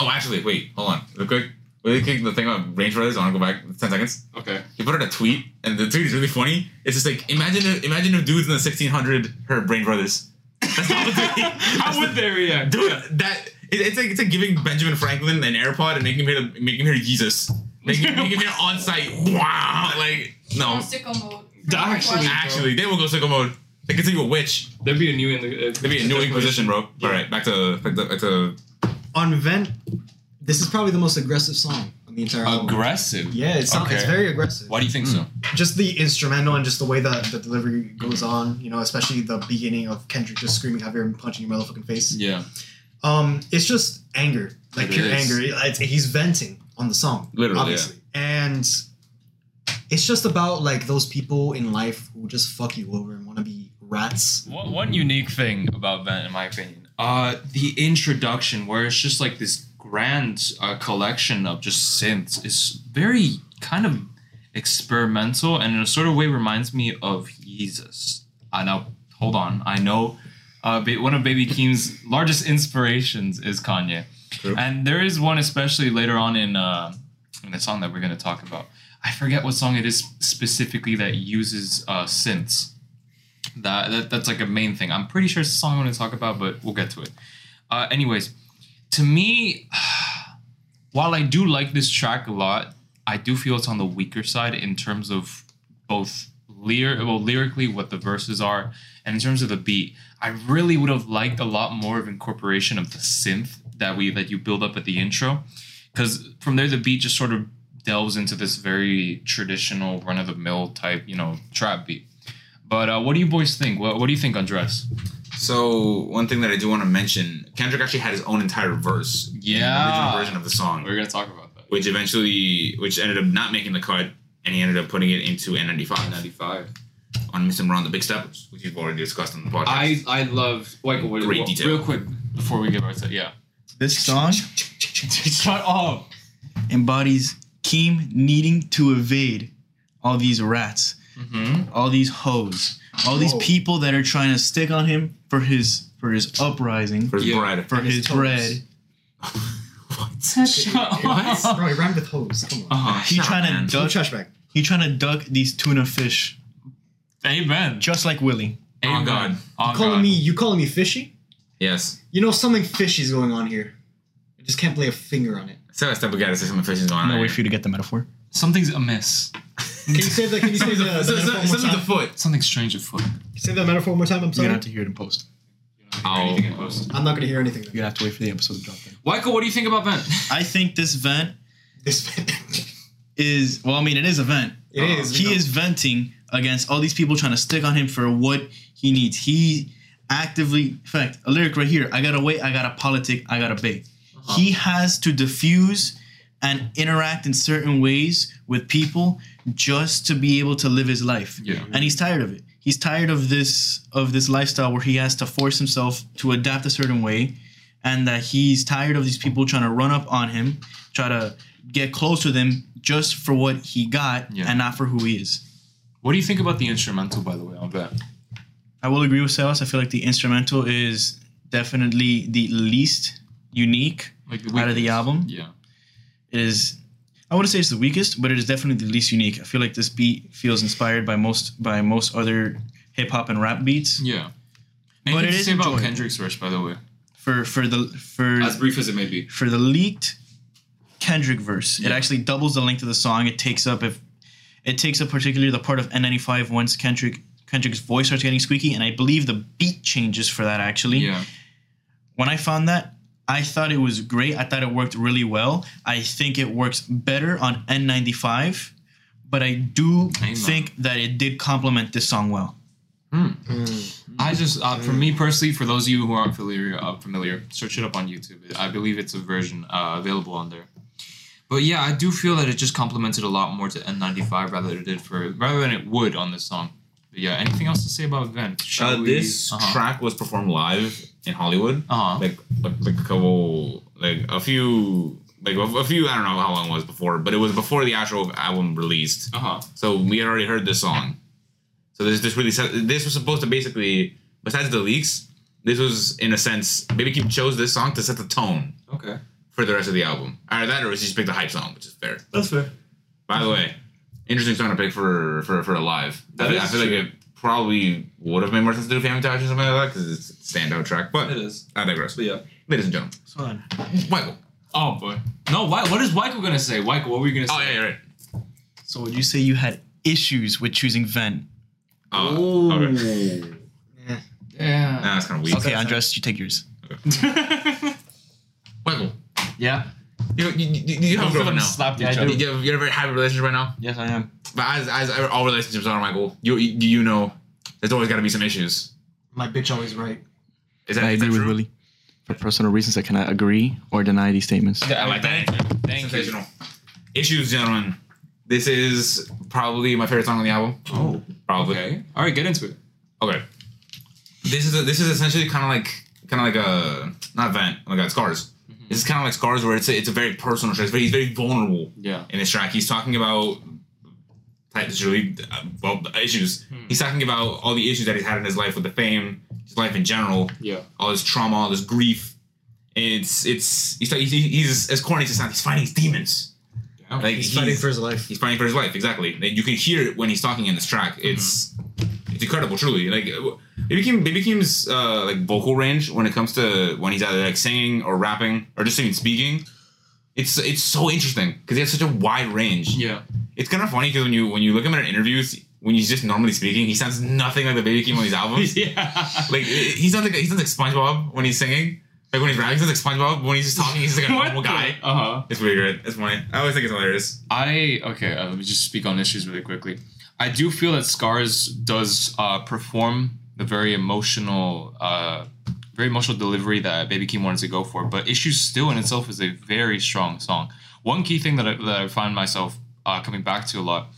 Speaker 4: Oh, actually, wait, hold on, real quick. Really quick, the thing about Range Brothers. I want to go back ten seconds.
Speaker 2: Okay.
Speaker 4: He put out a tweet, and the tweet is really funny. It's just like imagine if, imagine if dudes in the 1600 heard Range Brothers. That's not what they.
Speaker 2: How would they react?
Speaker 4: Dude, that it, it's like it's like giving Benjamin Franklin an AirPod and making him hear the, making him hear Jesus, making, making him hear on site. Wow, like no,
Speaker 6: Sicko mode.
Speaker 2: Actually-
Speaker 4: actually they will go sicko mode. They could take a witch.
Speaker 2: There'd be a new in the.
Speaker 4: They'd be a new Inquisition, bro. All right, back to back to, back to
Speaker 8: on Vent, this is probably the most aggressive song. on the entire album.
Speaker 2: Aggressive.
Speaker 8: Yeah, it's, not, it's
Speaker 2: Okay.
Speaker 8: very aggressive.
Speaker 2: Why do you think
Speaker 4: Mm.
Speaker 2: so?
Speaker 8: Just the instrumental and just the way that the delivery goes on, you know, especially the beginning of Kendrick just screaming "Have you ever been punching your motherfucking face?"
Speaker 2: Yeah.
Speaker 8: Um, it's just anger, like
Speaker 2: It
Speaker 8: pure
Speaker 2: is.
Speaker 8: anger. It- it's- he's venting on the song,
Speaker 2: Literally,
Speaker 8: obviously, and it's just about like those people in life who just fuck you over and want to be rats.
Speaker 2: One, one unique thing about Vent, in my opinion, uh, the introduction, where it's just like this grand uh, collection of just synths, is very kind of experimental and in a sort of way reminds me of Yeezus. Uh, now, hold on. I know uh, ba- one of Baby Keem's largest inspirations is Kanye. And there is one, especially later on in, uh, in the song that we're going to talk about. I forget what song it is specifically that uses uh, synths that, that that's like a main thing. I'm pretty sure it's the song I want to talk about, but we'll get to it. Uh, anyways, to me, while I do like this track a lot, I do feel it's on the weaker side in terms of both lyr- well, lyrically what the verses are, and in terms of the beat. I really would have liked a lot more of incorporation of the synth that we that you build up at the intro, because from there the beat just sort of delves into this very traditional run of the mill type, you know, trap beat. But uh, what do you boys think? What, what do you think on dress?
Speaker 4: So one thing that I do want to mention, Kendrick actually had his own entire verse, in the
Speaker 2: Yeah.
Speaker 4: original version of the song,
Speaker 2: We're gonna talk about that.
Speaker 4: which eventually, which ended up not making the cut, and he ended up putting it into N95
Speaker 2: Ninety-five.
Speaker 4: on Miss and Ron the Big Steppers, which we've already discussed on the podcast.
Speaker 2: I I love like what,
Speaker 4: Great
Speaker 2: what-
Speaker 4: detail.
Speaker 2: Real quick before we give our set, yeah.
Speaker 5: This song
Speaker 2: Shut up.
Speaker 5: embodies Keem needing to evade all these rats,
Speaker 2: Mhm.
Speaker 5: all these hoes, all these people that are trying to stick on him for his for his uprising,
Speaker 4: for his
Speaker 2: Yeah.
Speaker 4: bread.
Speaker 5: for his bread.
Speaker 2: Shut up.
Speaker 8: Bro, he rhymed with hose. Come on,
Speaker 2: Oh,
Speaker 4: Uh-huh.
Speaker 5: He trying to duck.
Speaker 8: trash bag.
Speaker 5: He trying to duck these tuna fish,
Speaker 2: Amen.
Speaker 5: just like Willie.
Speaker 4: Oh
Speaker 2: Amen.
Speaker 4: God.
Speaker 2: Oh
Speaker 8: calling
Speaker 2: God.
Speaker 8: me, you calling me fishy?
Speaker 4: Yes.
Speaker 8: You know something fishy's going on here. I just can't lay a finger on it.
Speaker 4: So I step gotta say something fishy's going on.
Speaker 5: I'm
Speaker 4: there.
Speaker 5: wait for you to get the metaphor.
Speaker 2: Something's amiss.
Speaker 8: Can you say that? Can you say the, the
Speaker 4: So- so-
Speaker 8: metaphor one more
Speaker 4: something's
Speaker 8: time?
Speaker 4: afoot.
Speaker 2: Something strange afoot.
Speaker 8: Say that metaphor one more time. I'm
Speaker 5: You're gonna
Speaker 8: sorry.
Speaker 5: have to hear it in post.
Speaker 4: Oh.
Speaker 8: I'm not gonna hear anything.
Speaker 5: You're gonna have to wait for the episode to drop. Then.
Speaker 2: Michael, what do you think about Vent?
Speaker 5: I think this vent
Speaker 8: This.
Speaker 5: is well. I mean, it is a vent.
Speaker 8: It is,
Speaker 5: He
Speaker 8: we know.
Speaker 5: is venting against all these people trying to stick on him for what he needs. He actively, in fact, a lyric right here. I gotta wait. I gotta politic. I gotta bait. He has to diffuse and interact in certain ways with people just to be able to live his life.
Speaker 2: Yeah.
Speaker 5: And he's tired of it. He's tired of this of this lifestyle where he has to force himself to adapt a certain way and that he's tired of these people trying to run up on him, try to get close to them just for what he got
Speaker 2: Yeah.
Speaker 5: and not for who he is.
Speaker 2: What do you think about the instrumental, by the way, on Vent?
Speaker 5: I will agree with Sebas. I feel like the instrumental is definitely the least unique
Speaker 2: Like
Speaker 5: out of the
Speaker 2: weakness.
Speaker 5: album.
Speaker 2: Yeah.
Speaker 5: It is I wouldn't say it's the weakest, but it is definitely the least unique. I feel like this beat feels inspired by most by most other hip hop and rap beats.
Speaker 2: Yeah.
Speaker 5: But
Speaker 2: Anything
Speaker 5: it
Speaker 2: to
Speaker 5: is
Speaker 2: say about
Speaker 5: enjoyable.
Speaker 2: Kendrick's verse, by the way?
Speaker 5: For for the for
Speaker 2: As brief as it may be.
Speaker 5: for the leaked Kendrick verse. It actually doubles the length of the song. It takes up if it takes up particularly the part of N95 once Kendrick Kendrick's voice starts getting squeaky, and I believe the beat changes for that actually.
Speaker 2: Yeah.
Speaker 5: When I found that, I thought it was great. I thought it worked really well. I think it works better on N95, but I do
Speaker 2: Amen.
Speaker 5: think that it did complement this song well.
Speaker 8: Mm.
Speaker 2: I
Speaker 4: Mm-hmm.
Speaker 2: just, uh, for me personally, for those of you who aren't familiar, uh, familiar, search it up on YouTube. I believe it's a version uh, available on there. But yeah, I do feel that it just complemented a lot more to N95 rather than it did for rather than it would on this song. But yeah, anything else to say about Vent?
Speaker 4: Uh,
Speaker 2: Shall we-
Speaker 4: this
Speaker 2: uh-huh.
Speaker 4: track was performed live in Hollywood.
Speaker 2: Uh-huh.
Speaker 4: Like, like like a couple like a few like a, a few I don't know how long it was before, but it was before the actual album released.
Speaker 2: Uh-huh.
Speaker 4: So we had already heard this song. So this this really set- this was supposed to basically besides the leaks, this was in a sense Baby Keem chose this song to set the tone
Speaker 2: Okay.
Speaker 4: for the rest of the album. Either that or she just picked a hype song, which is fair.
Speaker 13: That's fair.
Speaker 4: By the way, interesting song to pick for for for a live.
Speaker 2: That
Speaker 4: I,
Speaker 2: is
Speaker 4: I feel
Speaker 2: true.
Speaker 4: like it probably would have made more sense to do Family Touch or something like that because it's a standout track. But
Speaker 2: is.
Speaker 4: I digress.
Speaker 2: yeah.
Speaker 4: Ladies and gentlemen, Michael.
Speaker 2: Oh boy. No. Why, what is Michael gonna say? Michael, what were you gonna
Speaker 4: Oh
Speaker 2: say?
Speaker 4: yeah, you're right.
Speaker 5: So would you say you had issues with choosing Ven?
Speaker 4: Oh, okay.
Speaker 2: Yeah.
Speaker 4: Nah, that's kind of weird.
Speaker 5: Okay, Andres, you take yours.
Speaker 4: Michael.
Speaker 2: Yeah.
Speaker 4: You, you, you, you have a girlfriend now.
Speaker 2: Slapped
Speaker 4: You
Speaker 2: each other.
Speaker 4: have, you're in a very happy relationship right now.
Speaker 2: Yes, I am.
Speaker 4: But as, as all relationships are, Michael, you you, you know, there's always got to be some issues.
Speaker 8: My bitch always right.
Speaker 4: Is that,
Speaker 7: I
Speaker 4: is that
Speaker 7: agree with
Speaker 4: true?
Speaker 7: Willie. For personal reasons, I cannot agree or deny these statements.
Speaker 4: I like that.
Speaker 2: Thank you.
Speaker 4: Sensational. Issues, gentlemen. Um, This is probably my favorite song on the album.
Speaker 2: Oh.
Speaker 4: Probably.
Speaker 2: Okay. All right, get into it.
Speaker 4: Okay. This is a, this is essentially kind of like kind of like a not vent. Oh my god, scars.
Speaker 2: Mm-hmm.
Speaker 4: This is kind of like scars, where it's a, it's a very personal track. It's very, he's very vulnerable
Speaker 2: Yeah.
Speaker 4: in this track. He's talking about like, it's really uh, well issues.
Speaker 2: Hmm.
Speaker 4: He's talking about all the issues that he's had in his life with the fame, his life in general,
Speaker 2: Yeah.
Speaker 4: all his trauma, all this grief. It's it's he's he's, he's as corny as it sounds. He's fighting his demons.
Speaker 2: Yeah.
Speaker 4: Like
Speaker 8: He's fighting for his life.
Speaker 4: he's fighting for his life exactly and you can hear it when he's talking in this track it's it's incredible truly like baby Keem, baby Keem's uh like vocal range when it comes to when he's either like singing or rapping or just even speaking it's it's so interesting because he has such a wide range
Speaker 2: Yeah.
Speaker 4: it's kind of funny because when you when you look at him in interviews when he's just normally speaking he sounds nothing like the baby Keem on these albums
Speaker 2: Yeah.
Speaker 4: like he sounds like he sounds like SpongeBob when he's singing like when he's rapping he sounds like SpongeBob but when he's just talking he's like a normal guy
Speaker 2: Uh huh.
Speaker 4: it's really good it's funny I always think it's hilarious
Speaker 2: I okay. Uh, let me just speak on issues really quickly. I do feel that Scars does uh, perform the very emotional, uh, very emotional delivery that Baby Keem wanted to go for. But issues still in itself is a very strong song. One key thing that I, that I find myself uh, coming back to a lot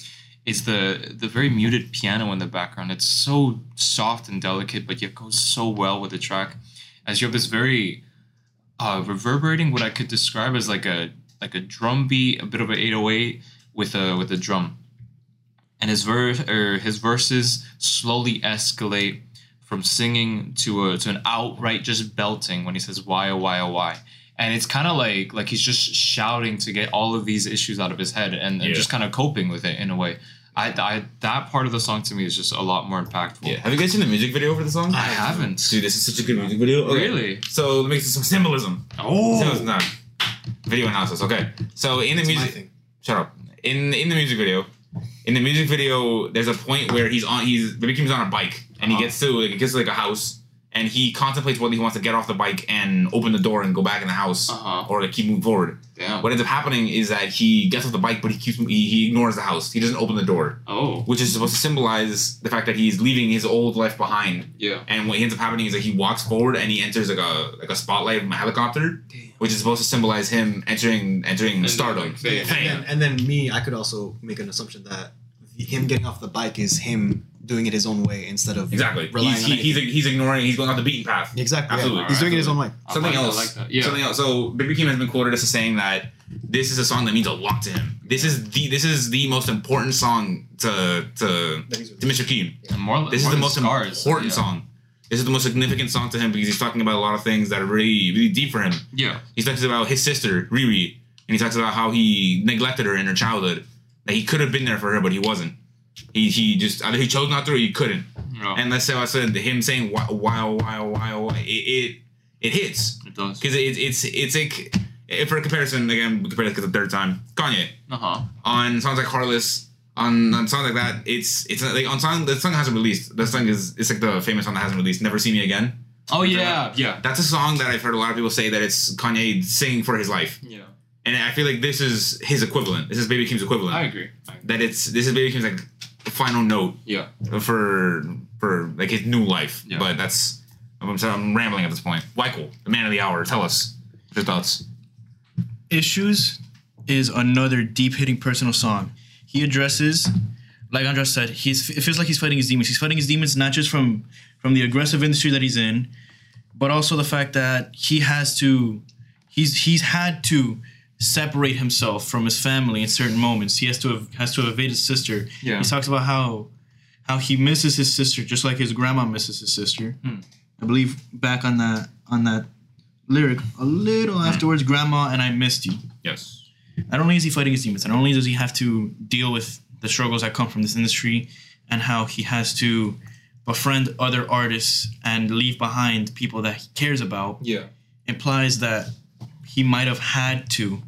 Speaker 2: is the the very muted piano in the background. It's so soft and delicate, but yet goes so well with the track. As you have this very uh, reverberating what I could describe as like a like a drum beat, a bit of an 808 with a with a drum. And his verse or his verses slowly escalate from singing to a to an outright just belting when he says why oh why oh why. And it's kind of like like he's just shouting to get all of these issues out of his head and, and
Speaker 4: Yeah.
Speaker 2: just kind of coping with it in a way. I, I that part of the song to me is just a lot more impactful.
Speaker 4: yeah have you guys seen the music video for the song
Speaker 2: I haven't.
Speaker 4: Dude, this is such a good music video. Okay.
Speaker 2: Really?
Speaker 4: So let me see some symbolism.
Speaker 2: Oh,
Speaker 4: Symbolism time. Video analysis. Okay. So in the
Speaker 8: It's my
Speaker 4: music,
Speaker 8: thing.
Speaker 4: shut up. In in the music video, in the music video, there's a point where he's on. He's Baby Kim's on a bike, and he gets to like, he gets to like a house, and he contemplates whether he wants to get off the bike and open the door and go back in the house,
Speaker 2: Uh-huh.
Speaker 4: or like keep moving forward.
Speaker 2: damn.
Speaker 4: What ends up happening is that he gets off the bike, but he keeps he, he ignores the house. He doesn't open the door,
Speaker 2: Oh,
Speaker 4: which is supposed to symbolize the fact that he's leaving his old life behind.
Speaker 2: yeah.
Speaker 4: And what ends up happening is that he walks forward and he enters like a like a spotlight from a helicopter, which is supposed to symbolize him entering entering
Speaker 2: And
Speaker 4: stardom.
Speaker 2: like, fame.
Speaker 4: Fame.
Speaker 8: And, and then me, I could also make an assumption that him getting off the bike is him doing it his own way instead of
Speaker 4: Exactly.
Speaker 8: Relying
Speaker 4: He's, he,
Speaker 8: on
Speaker 4: he's he's ignoring. He's going off the beaten path.
Speaker 8: exactly. yeah.
Speaker 4: Absolutely.
Speaker 8: He's doing it his own way.
Speaker 2: I
Speaker 4: Something
Speaker 2: like- I
Speaker 4: else.
Speaker 2: like that. Yeah.
Speaker 4: Something else. So Baby Kim has been quoted as saying that this is a song that means a lot to him. This is the this is the most important song to to,
Speaker 8: That he's-
Speaker 4: to Mr. Kim.
Speaker 2: And more,
Speaker 4: This
Speaker 2: more
Speaker 4: is the
Speaker 2: than
Speaker 4: most
Speaker 2: scars.
Speaker 4: important
Speaker 2: yeah.
Speaker 4: song. This is the most significant song to him because he's talking about a lot of things that are really really deep for him.
Speaker 2: Yeah.
Speaker 4: he talks about his sister Riri, and he talks about how he neglected her in her childhood. That he could have been there for her, but he wasn't. He he just either he chose not to or he couldn't.
Speaker 2: No,
Speaker 4: And that's how I said him saying why why why why why it it, it hits
Speaker 2: it does.
Speaker 4: because it, it's it's like if for comparison again we compare this 'cause the third time Kanye
Speaker 2: Uh huh.
Speaker 4: on songs like Heartless on, on songs like that it's it's like on song the song hasn't released the song is it's like the famous song that hasn't released Never See Me Again
Speaker 2: Oh yeah, yeah,
Speaker 4: that's a song that I've heard a lot of people say that it's Kanye singing for his life
Speaker 2: yeah.
Speaker 4: and I feel like this is his equivalent. This is Baby Kim's equivalent.
Speaker 2: I agree. I agree.
Speaker 4: that it's this is Baby Kim's like final note
Speaker 2: Yeah,
Speaker 4: for for like his new life.
Speaker 2: Yeah.
Speaker 4: But that's I'm sorry, I'm rambling at this point. Weichel, the man of the hour, tell us your thoughts.
Speaker 5: Issues is another deep hitting personal song. He addresses, like Andras said, he's it feels like he's fighting his demons. He's fighting his demons not just from from the aggressive industry that he's in, but also the fact that he has to he's he's had to separate himself from his family in certain moments. He has to have, has to evade his sister.
Speaker 2: Yeah.
Speaker 5: He talks about how how he misses his sister just like his grandma misses his sister. I believe back on that on that lyric a little afterwards grandma and I missed you
Speaker 4: Yes.
Speaker 5: not only is he fighting his demons, not only does he have to deal with the struggles that come from this industry and how he has to befriend other artists and leave behind people that he cares about,
Speaker 2: yeah.
Speaker 5: implies that he might have had to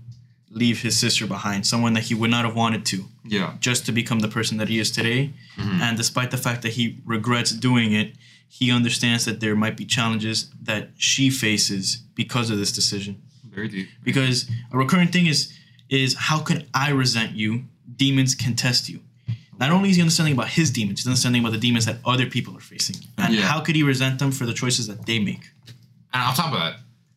Speaker 5: leave his sister behind, someone that he would not have wanted to,
Speaker 2: Yeah,
Speaker 5: just to become the person that he is today. And despite the fact that he regrets doing it, he understands that there might be challenges that she faces because of this decision.
Speaker 2: Very deep.
Speaker 5: because a recurring thing is is how could I resent you? Demons can test you. Not only is he understanding about his demons, he's understanding about the demons that other people are facing, and
Speaker 2: Yeah.
Speaker 5: how could he resent them for the choices that they make?
Speaker 4: And on top of that,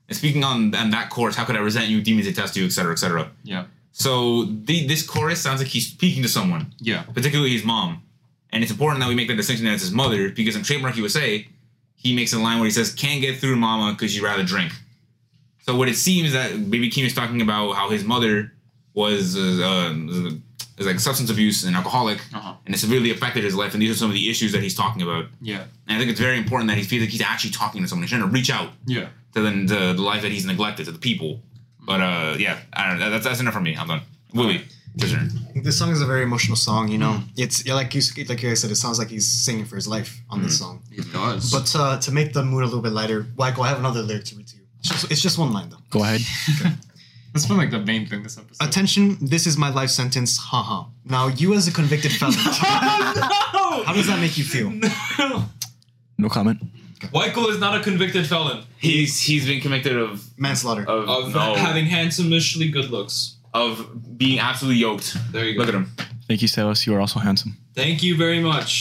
Speaker 4: and speaking on, on that chorus, how could I resent you, demons that test you, etc., etc.
Speaker 2: Yeah.
Speaker 4: So the, this chorus sounds like he's speaking to someone,
Speaker 2: Yeah.
Speaker 4: particularly his mom. And it's important that we make that distinction that it's his mother, because in Trademark USA, he makes a line where he says, "Can't get through to mama because she'd rather drink." So what it seems that Baby Keem is talking about how his mother was uh, uh, is like substance abuse and alcoholic,
Speaker 2: Uh-huh.
Speaker 4: and it severely affected his life. And these are some of the issues that he's talking about.
Speaker 2: Yeah.
Speaker 4: And I think it's very important that he feels like he's actually talking to someone. He's trying to reach out
Speaker 2: Yeah.
Speaker 4: to the, to the life that he's neglected, to the people. But uh, yeah, I don't know. That's, that's enough for me. I'm done. Willie, your turn.
Speaker 8: This song is a very emotional song, you know. It's yeah, like you s- like you guys said, it sounds like he's singing for his life on this song.
Speaker 2: It does.
Speaker 8: But uh, to make the mood a little bit lighter, Michael, I have another lyric to read to you. It's just, it's just one line though.
Speaker 7: Go ahead.
Speaker 2: That's been like the main thing this episode.
Speaker 8: Attention, this is my life sentence, haha. Now, you as a convicted felon, how does that make you feel?
Speaker 7: No comment.
Speaker 10: Michael is not a convicted felon
Speaker 4: He's he's been convicted of
Speaker 8: Manslaughter.
Speaker 2: Oh.
Speaker 10: of
Speaker 4: of, no,
Speaker 10: having handsomishly good looks.
Speaker 4: of being absolutely yoked.
Speaker 10: There you go.
Speaker 4: Look at him.
Speaker 7: Thank you, Selos. You are also handsome.
Speaker 10: Thank you very much.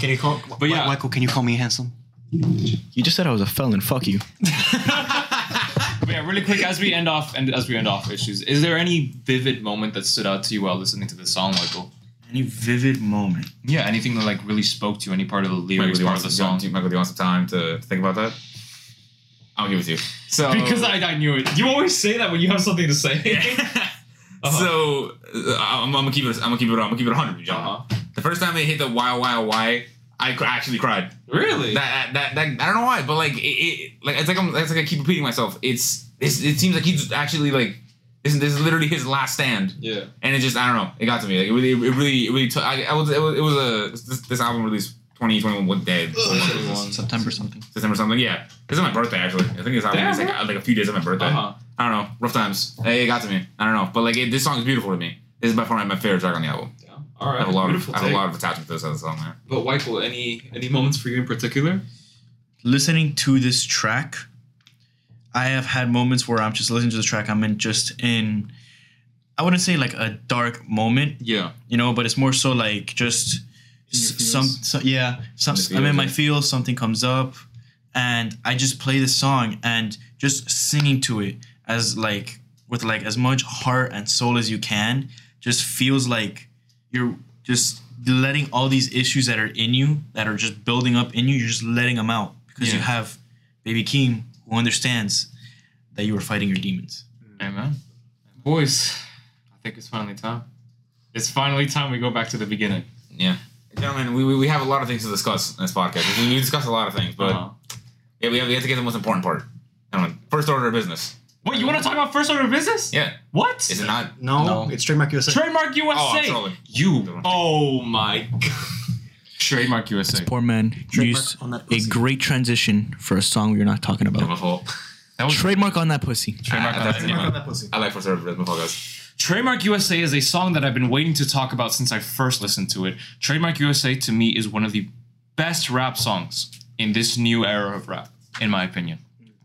Speaker 8: Can you call
Speaker 10: But yeah.
Speaker 8: Michael, can you call me handsome?
Speaker 7: You just said I was a felon. Fuck you.
Speaker 2: But yeah, really quick as we end off and as we end off issues, is there any vivid moment that stood out to you while listening to this song, Michael?
Speaker 5: Any vivid moment?
Speaker 2: Yeah, anything that like really spoke to you, any part of the lyrics,
Speaker 4: Michael, do you
Speaker 2: part
Speaker 4: want
Speaker 2: of the
Speaker 4: some,
Speaker 2: song?
Speaker 4: do you- Michael, do you want some time to, to think about that? I'll give it to you. So
Speaker 2: Because I, I knew it. You always say that when you have something to say.
Speaker 4: so uh, I'm, I'm gonna keep it. I'm gonna keep it. I'm gonna keep it 100. John.
Speaker 2: Uh-huh.
Speaker 4: The first time they hit the why why why, I cr- actually cried.
Speaker 2: Really?
Speaker 4: That, that that that I don't know why, but like it, it like it's like I'm it's like I keep repeating myself. It's, it's it seems like he's actually like this, this is literally his last stand,
Speaker 2: yeah.
Speaker 4: and it just I don't know. It got to me. Like it really it really it really took. I, I was it was, it was a this, this album released 2021 what day
Speaker 7: September something.
Speaker 4: September something. Yeah, this is my birthday actually. I think this album
Speaker 2: Damn,
Speaker 4: is like
Speaker 2: bro.
Speaker 4: like a few days of my birthday.
Speaker 2: Uh-huh.
Speaker 4: I don't know. Rough times. It, it got to me. I don't know, but like it, this song is beautiful to me. This is by far my favorite track on the album.
Speaker 2: yeah. All
Speaker 4: I
Speaker 2: right.
Speaker 4: have a lot of
Speaker 2: Beautiful
Speaker 4: I have a
Speaker 2: take.
Speaker 4: lot of attachment to this other song there.
Speaker 2: But Michael, any any moments for you in particular?
Speaker 5: Listening to this track, I have had moments where I'm just listening to the track. I'm in just in, I wouldn't say like a dark moment,
Speaker 2: Yeah.
Speaker 5: you know, but it's more so like just s- some, so- yeah, some,
Speaker 4: In your
Speaker 5: I'm in
Speaker 4: feels,
Speaker 5: my
Speaker 4: yeah.
Speaker 5: feel, something comes up, and I just play the song and just singing to it as like with like as much heart and soul as you can. Just feels like you're just letting all these issues that are in you that are just building up in you. You're just letting them out because you
Speaker 2: Yeah.
Speaker 5: have Baby Keem who understands that you are fighting your demons.
Speaker 2: Amen. Boys, I think it's finally time. It's finally time we go back to the beginning.
Speaker 4: Yeah. Gentlemen, we, we, we have a lot of things to discuss in this podcast. We, we discuss a lot of things, but
Speaker 2: Uh-huh.
Speaker 4: yeah, we have, we have to get to the most important part. Gentlemen, first order of business.
Speaker 2: Wait, you want to talk about first order of business?
Speaker 4: Yeah.
Speaker 2: What?
Speaker 4: Is it not?
Speaker 8: No,
Speaker 2: No.
Speaker 8: it's trademark USA.
Speaker 2: Trademark USA.
Speaker 4: Oh, I'm trolling.
Speaker 2: you. Oh my god. Trademark USA.
Speaker 7: Poor man. You used
Speaker 8: on that
Speaker 7: a
Speaker 8: pussy.
Speaker 7: great transition for a song you're not talking
Speaker 4: Yeah,
Speaker 7: about.
Speaker 4: my fault.
Speaker 2: That
Speaker 4: Oh.
Speaker 2: was
Speaker 7: Trademark on that pussy.
Speaker 2: trademark.
Speaker 4: Ah,
Speaker 2: on
Speaker 4: that's-
Speaker 2: that.
Speaker 8: Trademark on that pussy.
Speaker 4: I like first order of business. My fault, guys.
Speaker 2: Trademark USA is a song that I've been waiting to talk about since I first listened to it. Trademark USA to me is one of the best rap songs in this new era of rap, in my opinion.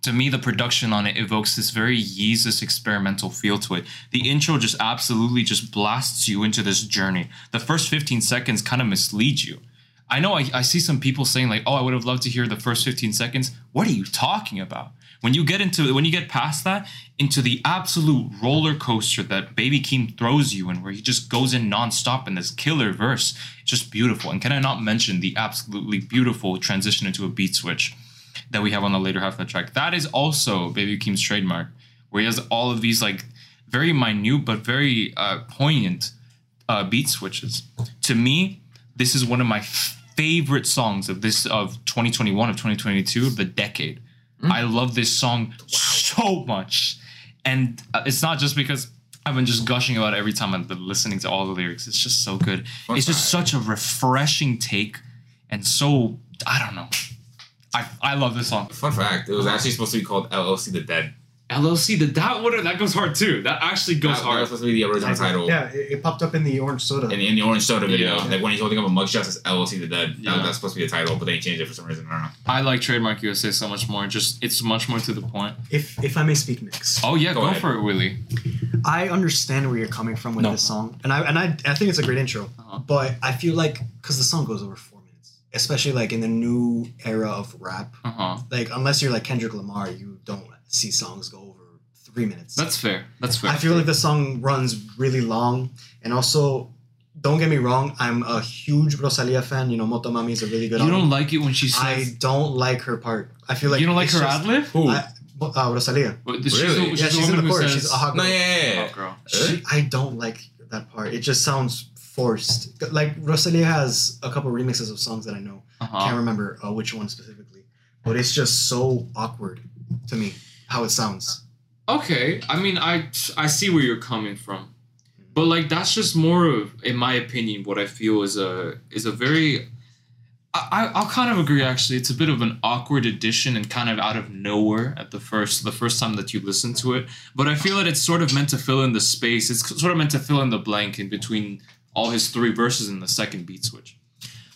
Speaker 2: To me, the production on it evokes this very Yeezus experimental feel to it. The intro just absolutely just blasts you into this journey. The first 15 seconds kind of mislead you. I know I, I see some people saying like, "Oh, I would have loved to hear the first 15 seconds." What are you talking about? When you get into when you get past that into the absolute roller coaster that Baby Keem throws you in, where he just goes in nonstop in this killer verse, just beautiful. And can I not mention the absolutely beautiful transition into a beat switch that we have on the later half of the track? That is also Baby Keem's trademark, where he has all of these like very minute but very uh, poignant uh, beat switches. To me, this is one of my favorite songs of this of 2021 of 2022 of the decade. I love this song so much, and uh, it's not just because I've been just gushing about it every time I've been listening to all the lyrics. It's just so good. It's just such a refreshing take, and so I don't know. I I love this song.
Speaker 4: Fun fact: It was actually supposed to be called LLC the Dead.
Speaker 2: LLC. That that would that goes hard too. That actually
Speaker 4: That,
Speaker 2: goes
Speaker 4: that was
Speaker 2: hard.
Speaker 4: supposed to be the original title.
Speaker 8: Yeah, it, it popped up in the orange soda.
Speaker 4: In, in the orange soda video,
Speaker 2: Yeah.
Speaker 4: like when he's holding up a mugshot, it says LLC the Dead. That-
Speaker 2: Yeah.
Speaker 4: that's supposed to be the title, but they changed it for some reason. I don't know.
Speaker 2: I like trademark USA so much more. Just it's much more to the point.
Speaker 8: If if I may speak next,
Speaker 2: Oh yeah,
Speaker 4: Go
Speaker 2: go,
Speaker 4: ahead.
Speaker 2: for it, Willie.
Speaker 8: I understand where you're coming from with
Speaker 7: No.
Speaker 8: this song, and I and I, I think it's a great intro.
Speaker 2: Uh-huh.
Speaker 8: But I feel like because the song goes over four minutes, especially like in the new era of rap,
Speaker 2: Uh huh.
Speaker 8: like unless you're like Kendrick Lamar, you don't see songs go over three minutes.
Speaker 2: That's fair. That's fair.
Speaker 8: I feel like the song runs really long, and also. Don't get me wrong, I'm a huge Rosalia fan. You know, Motomami is a really good
Speaker 2: you
Speaker 8: album.
Speaker 2: don't like it when she
Speaker 8: I
Speaker 2: says
Speaker 8: don't like her part. I feel like
Speaker 2: you don't like
Speaker 8: it's
Speaker 2: her
Speaker 8: just-
Speaker 2: ad lib.
Speaker 4: Who?
Speaker 8: I- uh, Rosalia.
Speaker 2: But the- she's the-
Speaker 4: Really?
Speaker 2: She's,
Speaker 8: Yeah,
Speaker 2: the
Speaker 8: she's in
Speaker 2: woman
Speaker 8: the
Speaker 2: who
Speaker 8: chorus.
Speaker 2: says,
Speaker 8: She's Aha
Speaker 4: no,
Speaker 8: girl.
Speaker 4: yeah, yeah, yeah.
Speaker 2: "Oh, girl."
Speaker 8: She, I don't like that part. It just sounds forced. Like Rosalia has a couple remixes of songs that I know. Can't
Speaker 2: Uh-huh.
Speaker 8: remember uh, which one specifically, but it's just so awkward to me how it sounds.
Speaker 2: Okay, I mean, I I see where you're coming from, but like that's just more of, in my opinion, what I feel is a is a very, I I- I'll kind of agree actually. It's a bit of an awkward addition and kind of out of nowhere at the first the first time that you listen to it. But I feel that it's sort of meant to fill in the space. It's sort of meant to fill in the blank in between all his three verses and the second beat switch.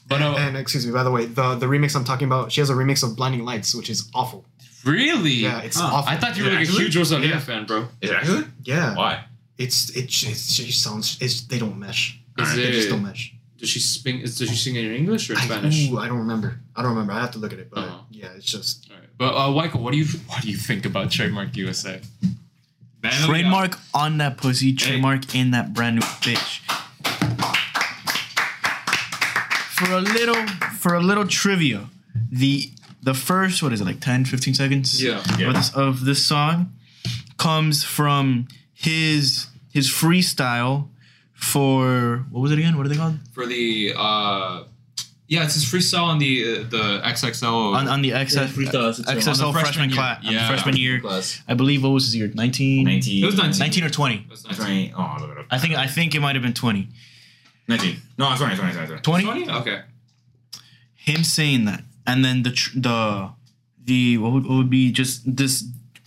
Speaker 2: But uh,
Speaker 8: And excuse me, by the way, the the remix I'm talking about, she has a remix of Blinding Lights, which is awful.
Speaker 2: really,
Speaker 8: Yeah, it's awful.
Speaker 2: I thought you were like a
Speaker 4: Actually?
Speaker 2: huge Rosalía
Speaker 8: Yeah.
Speaker 2: fan, bro.
Speaker 4: Is it actually?
Speaker 8: yeah,
Speaker 4: Why?
Speaker 8: it's it just, it just sounds. It's, they don't mesh.
Speaker 2: Is
Speaker 8: They just
Speaker 2: it?
Speaker 8: don't mesh.
Speaker 2: Does she sing? Is, does she sing it in English or in
Speaker 8: I,
Speaker 2: Spanish?
Speaker 8: ooh, I don't remember. I don't remember. I have to look at it, but
Speaker 2: Uh-huh.
Speaker 8: yeah, it's just
Speaker 2: All right. But uh, Michael, what do you what do you think about trademark USA?
Speaker 4: Man,
Speaker 5: Trademark on that pussy, trademark in that brand new bitch. For a little for a little trivia, the the first what is it like 10 15 seconds
Speaker 2: Yeah.
Speaker 5: Of, this, of this song comes from his his freestyle for what was it again? What are they called?
Speaker 2: For the uh, yeah, it's his freestyle on the uh, the XXL.
Speaker 5: On on the XS, XSL
Speaker 2: on the
Speaker 5: freshman,
Speaker 2: freshman year.
Speaker 5: class, on the
Speaker 2: Yeah.
Speaker 5: freshman year.
Speaker 4: Class.
Speaker 5: I believe what was his year? 19,
Speaker 4: 19.
Speaker 5: 19,
Speaker 2: It was 19.
Speaker 5: or twenty.
Speaker 2: That's not-
Speaker 4: 20. Oh, I'll look it up.
Speaker 5: I think I think it might have been twenty.
Speaker 4: 19. No, it's 20, 20, 20, 20.
Speaker 5: 20?
Speaker 2: Twenty? Okay.
Speaker 5: him saying that and then the tr- the the what would, what would be just this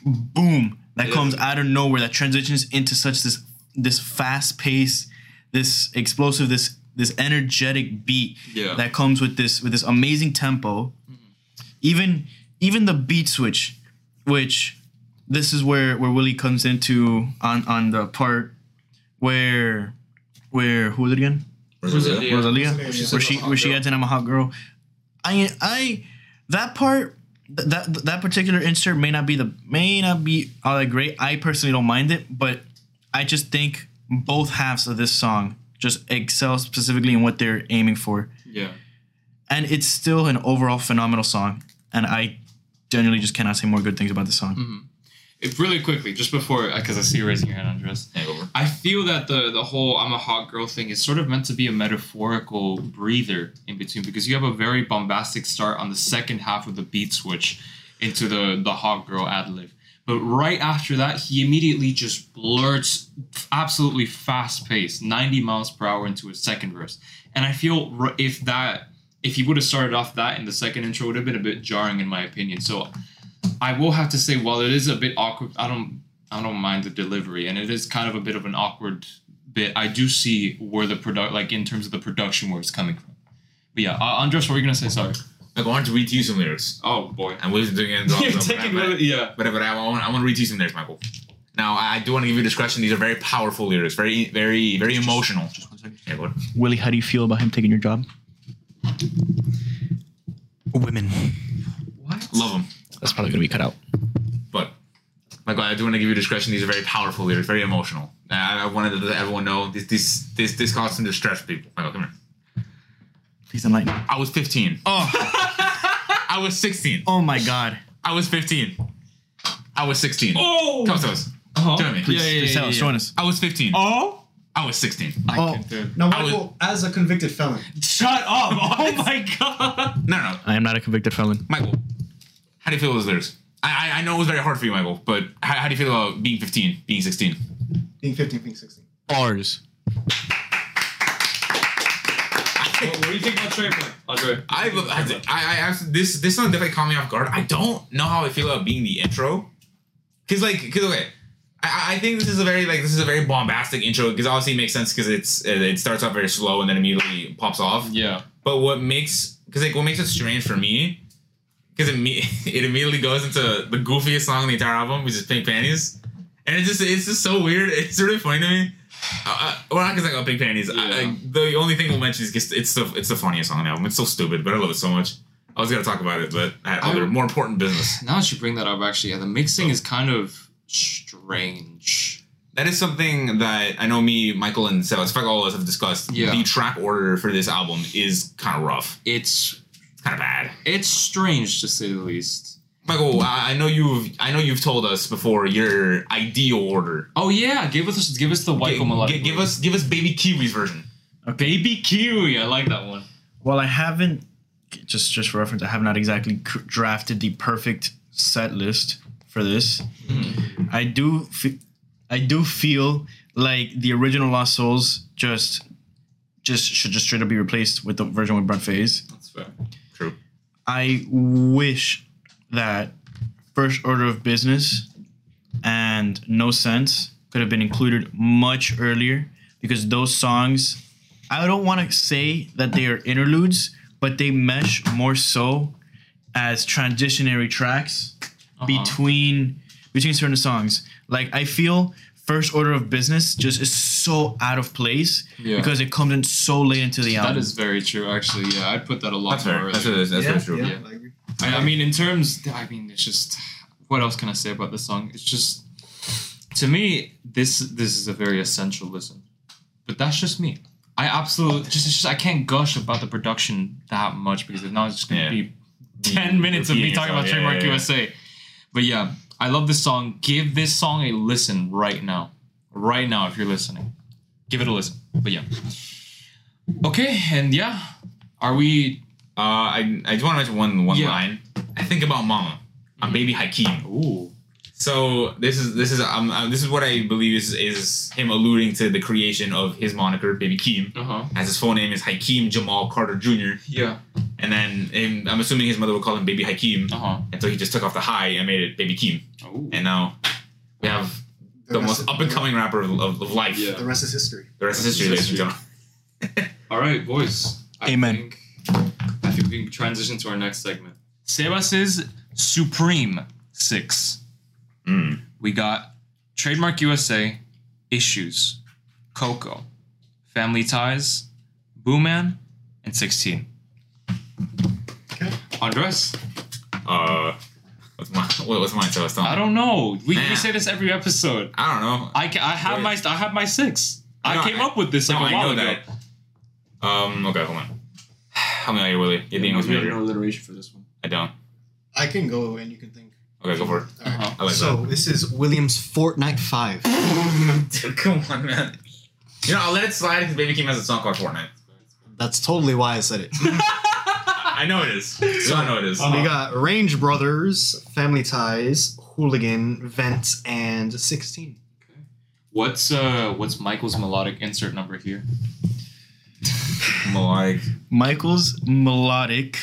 Speaker 5: boom that
Speaker 2: Yeah.
Speaker 5: comes out of nowhere that transitions into such this this fast pace this explosive this this energetic beat
Speaker 2: Yeah.
Speaker 5: that comes with this with this amazing tempo even even the beat switch which this is where where Willie comes into on on the part where where who was it again
Speaker 4: Rosalia.
Speaker 2: Yeah.
Speaker 5: Rosalia,
Speaker 8: she
Speaker 5: where
Speaker 8: said
Speaker 5: she
Speaker 8: I'm a hot
Speaker 5: where she
Speaker 8: girl.
Speaker 5: adds in "I'm a hot girl." I I that part th- that that particular insert may not be the may not be all that great. I personally don't mind it, but I just think both halves of this song just excel specifically in what they're aiming for,
Speaker 2: Yeah.
Speaker 5: and it's still an overall phenomenal song. And I genuinely just cannot say more good things about this song.
Speaker 2: If really quickly, just before, because I see you raising your hand, Andres.
Speaker 4: Hangover.
Speaker 2: I feel that the the whole "I'm a hot girl" thing is sort of meant to be a metaphorical breather in between because you have a very bombastic start on the second half of the beat switch into the the hot girl ad lib, but right after that he immediately just blurts absolutely fast paced, 90 miles per hour into his second verse, and I feel ri- if that if he would have started off that in the second intro it would have been a bit jarring in my opinion. So I will have to say, while it is a bit awkward, I don't I don't mind the delivery, and it is kind of a bit of an awkward bit. I do see where the product, like in terms of the production, where it's coming from. But yeah, uh, Andres, what were you gonna say? Sorry.
Speaker 4: Like, I want to read to you some lyrics.
Speaker 2: Oh boy.
Speaker 4: And we're doing it.
Speaker 2: You're taking
Speaker 4: but, I,
Speaker 2: really, yeah.
Speaker 4: but, but I, want, I want to read to you some lyrics, Michael. Now, I do want to give you discretion. These are very powerful lyrics, very, very, very emotional. Just one second. Yeah, go ahead.
Speaker 5: Willie, how do you feel about him taking your job?
Speaker 3: Women.
Speaker 4: Love them.
Speaker 5: That's probably gonna be cut out.
Speaker 4: But Michael, I do want to give you discretion. These are very powerful lyrics, very emotional. I, I wanted to let everyone know this this this this caused some distress, people. Michael, come here.
Speaker 5: Please enlighten.
Speaker 4: I was 15.
Speaker 5: Oh,
Speaker 4: I was 16.
Speaker 5: oh my God!
Speaker 4: I was 15. I was 16.
Speaker 2: Oh.
Speaker 4: Come to us.
Speaker 2: Uh-huh.
Speaker 4: Join me.
Speaker 2: Please, yeah, yeah,
Speaker 5: Please
Speaker 2: yeah,
Speaker 5: tell us,
Speaker 2: yeah.
Speaker 5: join us.
Speaker 4: I was 15.
Speaker 2: Oh.
Speaker 4: I was 16.
Speaker 5: Oh.
Speaker 8: no.
Speaker 4: I was-
Speaker 8: Michael, as a convicted felon,
Speaker 2: Shut up! Oh my god.
Speaker 4: No, no, no.
Speaker 5: I am not a convicted felon.
Speaker 4: Michael, how do you feel about those lyrics? I, I I know it was very hard for you, Michael, but how, how do you feel about being 15, being 16?
Speaker 8: being 15, being 16.
Speaker 5: Bars.
Speaker 2: what, what do you think about trademark, Andre?
Speaker 4: I, I, I, I this this song definitely caught me off guard. I don't know how I feel about being the intro. because like because okay. I I think this is a very like this is a very bombastic intro because obviously it makes sense because it's it it starts off very slow and then immediately pops off.
Speaker 2: Um, Yeah.
Speaker 4: But what makes because like what makes it strange for me because it me- it immediately goes into the goofiest song on the entire album, which is Pink Panties, and it's just it's just so weird. It's really funny to me. Uh, uh, we're not gonna talk about Pink Panties. I- I-
Speaker 2: Yeah.
Speaker 4: the only thing we'll mention is just, it's the it's the funniest song on the album. It's so stupid, but I love it so much. I was gonna talk about it, but I had
Speaker 2: I-
Speaker 4: other more important business.
Speaker 2: Now that you bring that up, actually, yeah, the mixing is kind of strange.
Speaker 4: That is something that I know me, Michael, and Sebas, in fact, all of us have discussed.
Speaker 2: Yeah.
Speaker 4: The track order for this album is kind of rough.
Speaker 2: It's
Speaker 4: It's kind of bad.
Speaker 2: it's strange to say the least.
Speaker 4: Michael, I I know you've I know you've told us before your ideal order.
Speaker 2: Oh yeah, give us give us the white
Speaker 4: Gi- gi- give us give us baby Kiwi's version.
Speaker 2: baby Kiwi. I like that one.
Speaker 5: Well, I haven't just just for reference, I have not exactly cr- drafted the perfect set list for this. I do fe- I do feel like the original Lost Souls just just should just straight up be replaced with the version with Brent Faze.
Speaker 2: That's fair.
Speaker 4: True.
Speaker 5: I wish that First Order of Business and No Sense could have been included much earlier because those songs, I don't want to say that they are interludes, but they mesh more so as transitionary tracks
Speaker 2: Uh-huh.
Speaker 5: between between certain songs. Like I feel First Order of Business just is so out of place
Speaker 2: Yeah.
Speaker 5: because it comes in so late into the album.
Speaker 2: That is very true, actually. Yeah, I'd put that a lot
Speaker 4: That's
Speaker 2: more.
Speaker 4: fair. That's,
Speaker 2: earlier.
Speaker 4: that's, that's very true.
Speaker 2: Yeah. I, I mean, in terms, I mean, it's just, what else can I say about this song? It's just, to me, this this is a very essential listen, but that's just me. I absolutely just, it's just I can't gush about the production that much because if not, it's just gonna
Speaker 4: Yeah.
Speaker 2: be ten minutes of me
Speaker 4: repeating
Speaker 2: talking
Speaker 4: yourself.
Speaker 2: about
Speaker 4: Yeah,
Speaker 2: Trademark
Speaker 4: yeah, yeah.
Speaker 2: USA. But yeah, I love this song. Give this song a listen right now, right now if you're listening, give it a listen. But yeah, okay, and yeah, are we
Speaker 4: Uh, I, I just want to mention one one
Speaker 2: Yeah.
Speaker 4: line. I think about Mama. I'm baby Hakeem.
Speaker 2: Ooh.
Speaker 4: So this is this is um, uh, this is what I believe is is him alluding to the creation of his moniker Baby Keem,
Speaker 2: Uh huh.
Speaker 4: as his full name is Hakeem Jamal Carter Jr.
Speaker 2: Yeah.
Speaker 4: And then and I'm assuming his mother would call him Baby Hakeem,
Speaker 2: Uh huh.
Speaker 4: and so he just took off the high and made it Baby Keem.
Speaker 2: Oh.
Speaker 4: And now we have the most up and coming rapper of, of, of life.
Speaker 2: Yeah.
Speaker 8: The rest is history.
Speaker 4: The rest is history, ladies and gentlemen.
Speaker 2: All right, boys. I
Speaker 7: Amen.
Speaker 2: Think, I think we can transition to our next segment. Sebas's Supreme Six.
Speaker 4: Mm.
Speaker 2: We got Trademark USA, Issues, Coco, Family Ties, Booman, and 16. Andres,
Speaker 4: Uh, what's my what, what's mine? So I
Speaker 2: I don't know. We, we
Speaker 4: Man.
Speaker 2: say this every episode.
Speaker 4: I don't know.
Speaker 2: I, ca- I have my I have my six. I
Speaker 4: No,
Speaker 2: came
Speaker 4: I-
Speaker 2: up with this like
Speaker 4: no,
Speaker 2: a
Speaker 4: I
Speaker 2: while
Speaker 4: know
Speaker 2: ago.
Speaker 4: that. Um. Okay, hold on. Help me out here, Willie. You're the English
Speaker 2: we have
Speaker 4: major.
Speaker 2: no alliteration for this one.
Speaker 4: I don't.
Speaker 8: I can go and you can think.
Speaker 4: Okay, go for it.
Speaker 8: All right.
Speaker 4: I like
Speaker 3: So this is Williams Fortnite Five.
Speaker 4: that. Dude, come on, man. You know, I'll let it slide because Baby Kim has a song called Fortnite.
Speaker 3: That's totally why I said it.
Speaker 2: Uh-huh.
Speaker 4: I know it is. So I know it is.
Speaker 3: We got Range Brothers, Family Ties, Hooligan, Vent, and Sixteen.
Speaker 2: What's uh what's Michael's melodic insert number here?
Speaker 4: Melodic.
Speaker 5: Michael's melodic.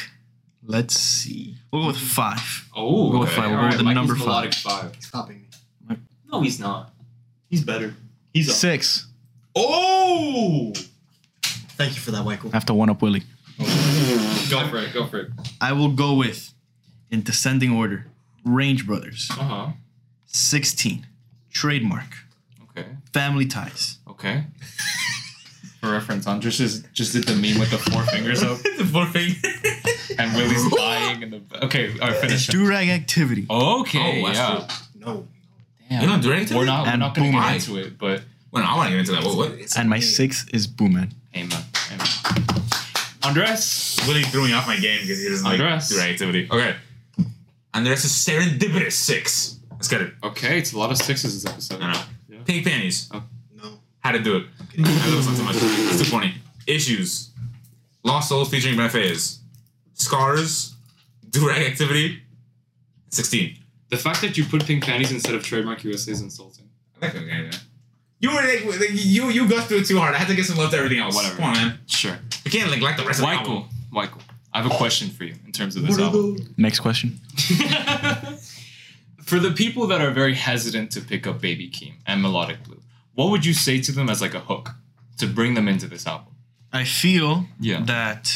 Speaker 5: Let's see. We'll go with five.
Speaker 2: Oh,
Speaker 5: We'll go with five. We'll go with the number five.
Speaker 2: five.
Speaker 8: Stopping me.
Speaker 2: No, he's not.
Speaker 13: He's better. He's up.
Speaker 5: Six.
Speaker 2: Oh,
Speaker 8: Thank you for that, Michael.
Speaker 5: I have to one up Willie.
Speaker 2: go for it, go for it.
Speaker 5: I will go with, in descending order, Range Brothers,
Speaker 2: Uh huh.
Speaker 5: 16, Trademark,
Speaker 2: Okay,
Speaker 5: Family Ties,
Speaker 2: okay. for reference, Andres just just did the meme with the four fingers up
Speaker 4: the four finger.
Speaker 2: and Willie's lying in the. Okay, all right, finish.
Speaker 5: Do Rag Activity.
Speaker 2: Okay,
Speaker 4: Oh, that's
Speaker 2: yeah.
Speaker 8: No.
Speaker 2: Damn.
Speaker 4: You don't do anything.
Speaker 2: We're not. We're
Speaker 5: And
Speaker 2: not gonna
Speaker 5: boomerang.
Speaker 2: get into it, but
Speaker 4: Well, I want to get into that. What? what?
Speaker 5: And my sixth is Booman.
Speaker 2: amen, amen. Andres.
Speaker 4: Willie threw me off my game because he doesn't like
Speaker 2: Andres.
Speaker 4: do that activity. Okay. And the rest is serendipitous six. Let's get it.
Speaker 2: Okay, it's a lot of sixes this episode.
Speaker 4: I know.
Speaker 2: Yeah.
Speaker 4: Pink panties.
Speaker 2: Oh.
Speaker 8: No.
Speaker 4: How to do it. I love this one so much. It's too funny. Issues. Lost Souls featuring Ben Fayez. Scars. Durag Activity. 16.
Speaker 2: The fact that you put pink panties instead of trademark USA is insulting.
Speaker 4: I like that guy, man. You were like, like, you you got through it too hard. I had to get some love to everything else.
Speaker 2: Whatever.
Speaker 4: Come on, man.
Speaker 2: Sure.
Speaker 4: We can't like, like the rest of the
Speaker 2: Michael,
Speaker 4: album.
Speaker 2: Michael, I have a question for you in terms of this album.
Speaker 7: Next question.
Speaker 2: for the people that are very hesitant to pick up Baby Keem and Melodic Blue, what would you say to them as like a hook to bring them into this album?
Speaker 5: I feel
Speaker 2: Yeah.
Speaker 5: that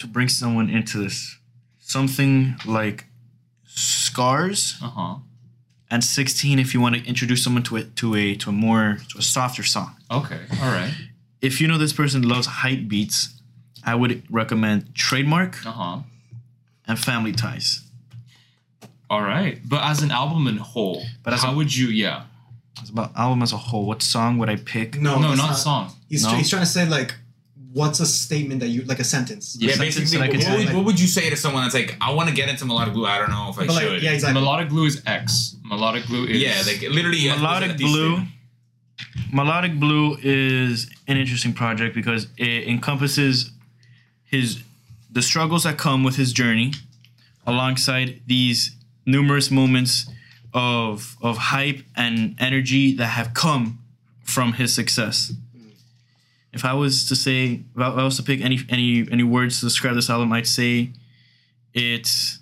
Speaker 5: to bring someone into this, something like Scars
Speaker 2: Uh huh.
Speaker 5: and 16, if you want to introduce someone to it to a to a more to a softer song.
Speaker 2: Okay. All right.
Speaker 5: If you know this person loves hype beats, I would recommend Trademark
Speaker 2: Uh huh.
Speaker 5: and Family Ties.
Speaker 2: All right. But as an album in whole,
Speaker 5: But as
Speaker 2: how would you? Yeah.
Speaker 5: It's about album as a whole. What song would I pick?
Speaker 2: No, not,
Speaker 8: it's
Speaker 2: song.
Speaker 8: He's,
Speaker 5: No.
Speaker 8: tr- he's trying to say like, what's a statement that you like a sentence?
Speaker 4: Yeah,
Speaker 5: sentence
Speaker 4: basically,
Speaker 5: that I
Speaker 4: what,
Speaker 5: could
Speaker 4: what
Speaker 5: say,
Speaker 4: would,
Speaker 8: like-
Speaker 4: what would you say to someone that's like, I want to get into Melodic Blue, I don't know if I
Speaker 8: But, like,
Speaker 4: should.
Speaker 8: yeah, exactly.
Speaker 2: Melodic Blue is X. Melodic Blue is
Speaker 4: yeah, like literally. uh,
Speaker 5: Melodic
Speaker 4: these- these
Speaker 5: Blue.
Speaker 4: statements.
Speaker 5: Melodic Blue is an interesting project because it encompasses his the struggles that come with his journey alongside these numerous moments of of hype and energy that have come from his success. If I was to say if I if I was to pick any any any words to describe this album, I'd say it's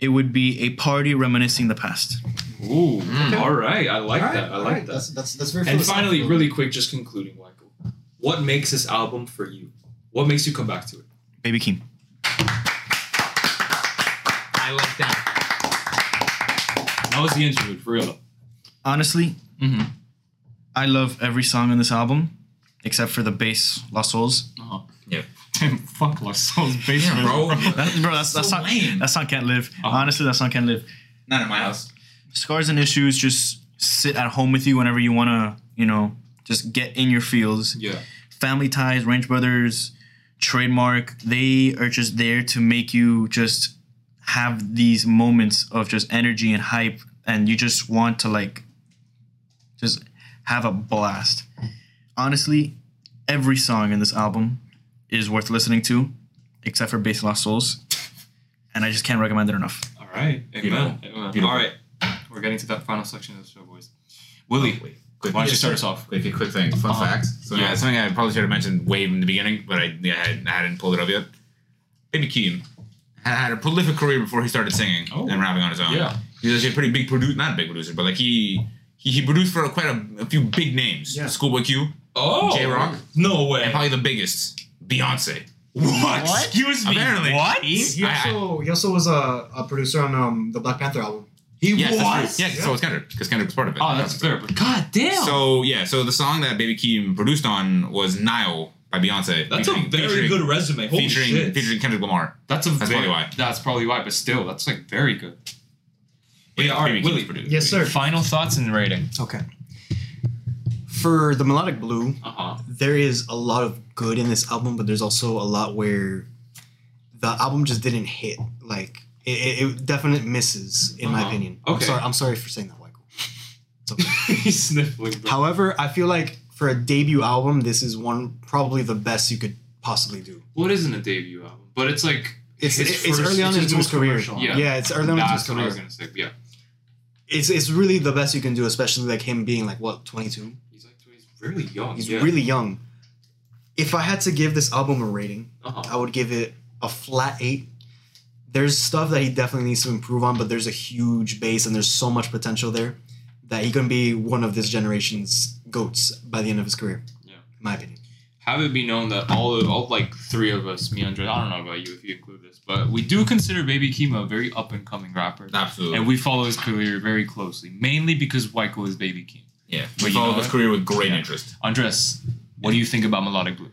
Speaker 5: it would be a party reminiscing the past.
Speaker 2: Ooh. All right. I like that. I like that.
Speaker 8: That's that's that's very.
Speaker 2: And finally,
Speaker 8: philosophical.
Speaker 2: really quick, just concluding, Michael. What makes this album for you? What makes you come back to it?
Speaker 5: Baby Keem.
Speaker 4: I like that.
Speaker 2: That was the interlude, for real.
Speaker 5: honestly,
Speaker 2: Mhm.
Speaker 5: I love every song on this album except for the bass "Lost Souls."
Speaker 2: Uh-huh. Yeah. Damn, fuck Lost Souls bass,
Speaker 4: Yeah,
Speaker 2: bro.
Speaker 4: bro.
Speaker 5: That, bro, that's, that
Speaker 4: So
Speaker 5: song.
Speaker 4: lame. Oh.
Speaker 5: That song can't live. Honestly, that song can't live.
Speaker 4: Not in my house.
Speaker 5: Scars and issues just sit at home with you whenever you wanna, you know, just get in your feels.
Speaker 2: Yeah.
Speaker 5: Family ties, Range Brothers, trademark. They are just there to make you just have these moments of just energy and hype, and you just want to like just have a blast. Honestly, every song in this album is worth listening to, except for Bass Lost Souls. And I just can't recommend it enough.
Speaker 2: All right. Amen. Amen. All right. We're getting to that final section of the show, boys. Willie,
Speaker 4: Wait,
Speaker 2: why
Speaker 4: quick,
Speaker 2: don't you start us off?
Speaker 4: quick, quick thing. Fun
Speaker 2: Uh-huh.
Speaker 4: facts. So Uh, yeah,
Speaker 2: Yeah.
Speaker 4: something I probably should have mentioned way in the beginning, but I, yeah, I, hadn't, I hadn't pulled it up yet. Baby Keem had, had a prolific career before he started singing
Speaker 2: Oh.
Speaker 4: and rapping on his own.
Speaker 2: Yeah.
Speaker 4: he was actually a pretty big producer, not a big producer, but like he he, he produced for quite a, a few big names.
Speaker 8: Yeah.
Speaker 4: Schoolboy Q,
Speaker 2: Oh.
Speaker 4: J-Rock?
Speaker 2: No way.
Speaker 4: and probably the biggest, Beyonce.
Speaker 2: What? Excuse me.
Speaker 4: Apparently.
Speaker 2: What?
Speaker 8: He also he also was a, a producer on um the Black Panther album.
Speaker 2: He
Speaker 4: Yes,
Speaker 2: was?
Speaker 4: that's right. Yeah, so it's Kendrick because Kendrick was part of it.
Speaker 2: Oh, that's fair. But God damn.
Speaker 4: So yeah, so the song that Baby Keem produced on was "Nile" by Beyonce.
Speaker 2: that's a
Speaker 4: featuring-
Speaker 2: very
Speaker 4: featuring-
Speaker 2: good resume. Holy
Speaker 4: featuring
Speaker 2: shit.
Speaker 4: featuring Kendrick Lamar.
Speaker 2: that's a
Speaker 4: That's
Speaker 2: very,
Speaker 4: probably why.
Speaker 2: That's probably why, but still, that's like very good. But yeah, all right,
Speaker 4: Baby Keem's
Speaker 2: Willie.
Speaker 4: produced.
Speaker 8: Yes, sir.
Speaker 2: Final thoughts and rating.
Speaker 8: Okay. For the melodic blue,
Speaker 2: Uh huh.
Speaker 8: there is a lot of good in this album, but there's also a lot where the album just didn't hit. Like it, it, it definitely misses, in my
Speaker 2: Uh-huh.
Speaker 8: opinion. I'm
Speaker 2: Okay.
Speaker 8: sorry. I'm sorry for saying that, Michael. It's okay.
Speaker 2: He's sniffling. bro.
Speaker 8: However, I feel like for a debut album, this is one probably the best you could possibly do.
Speaker 2: What isn't a debut album? But it's like
Speaker 8: It's
Speaker 2: His
Speaker 8: it's, it's
Speaker 2: first-
Speaker 8: early on
Speaker 2: it's his
Speaker 8: into his
Speaker 2: most
Speaker 8: career.
Speaker 2: commercial. Yeah.
Speaker 8: it's early on into his
Speaker 2: that's what I was
Speaker 8: career.
Speaker 2: gonna say. Yeah.
Speaker 8: It's it's really the best you can do, especially like him being like what 22.
Speaker 2: He's like he's really young.
Speaker 8: He's
Speaker 2: yeah.
Speaker 8: really young. If I had to give this album a rating,
Speaker 2: Uh-huh.
Speaker 8: I would give it a flat eight. There's stuff that he definitely needs to improve on, but there's a huge base and there's so much potential there that he can be one of this generation's goats by the end of his career.
Speaker 2: Yeah.
Speaker 8: in my opinion.
Speaker 2: Have it be known that all of all like three of us, me, Andre, I don't know about you if you include this, but we do consider Baby Keem a very up and coming rapper,
Speaker 4: Absolutely.
Speaker 2: and we follow his career very closely, mainly because Wyco is Baby Keem.
Speaker 4: yeah,
Speaker 2: But
Speaker 4: we
Speaker 2: you
Speaker 4: followed
Speaker 2: know
Speaker 4: his
Speaker 2: what?
Speaker 4: career with great interest.
Speaker 2: Andres, what do you think about Melodic Blue?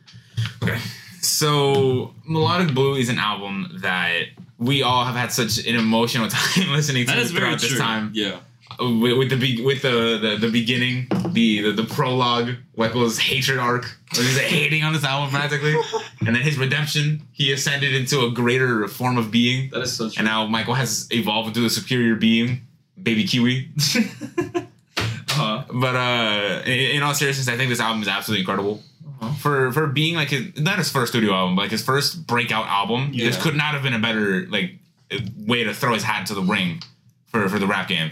Speaker 4: So Melodic Blue is an album that we all have had such an emotional time listening to throughout this time.
Speaker 2: Yeah.
Speaker 4: with, with the be- with the, the the beginning, the the, the prologue, Weckle's hatred arc, was just hating on this album practically, and then his redemption. He ascended into a greater form of being,
Speaker 2: That is so
Speaker 4: and now Michael has evolved into a superior being, Baby Kiwi.
Speaker 2: uh-huh.
Speaker 4: But uh, in, in all seriousness, I think this album is absolutely incredible. For for being like his, not his first studio album, but like his first breakout album, this
Speaker 2: Yeah.
Speaker 4: could not have been a better like way to throw his hat into the ring for, for the rap game.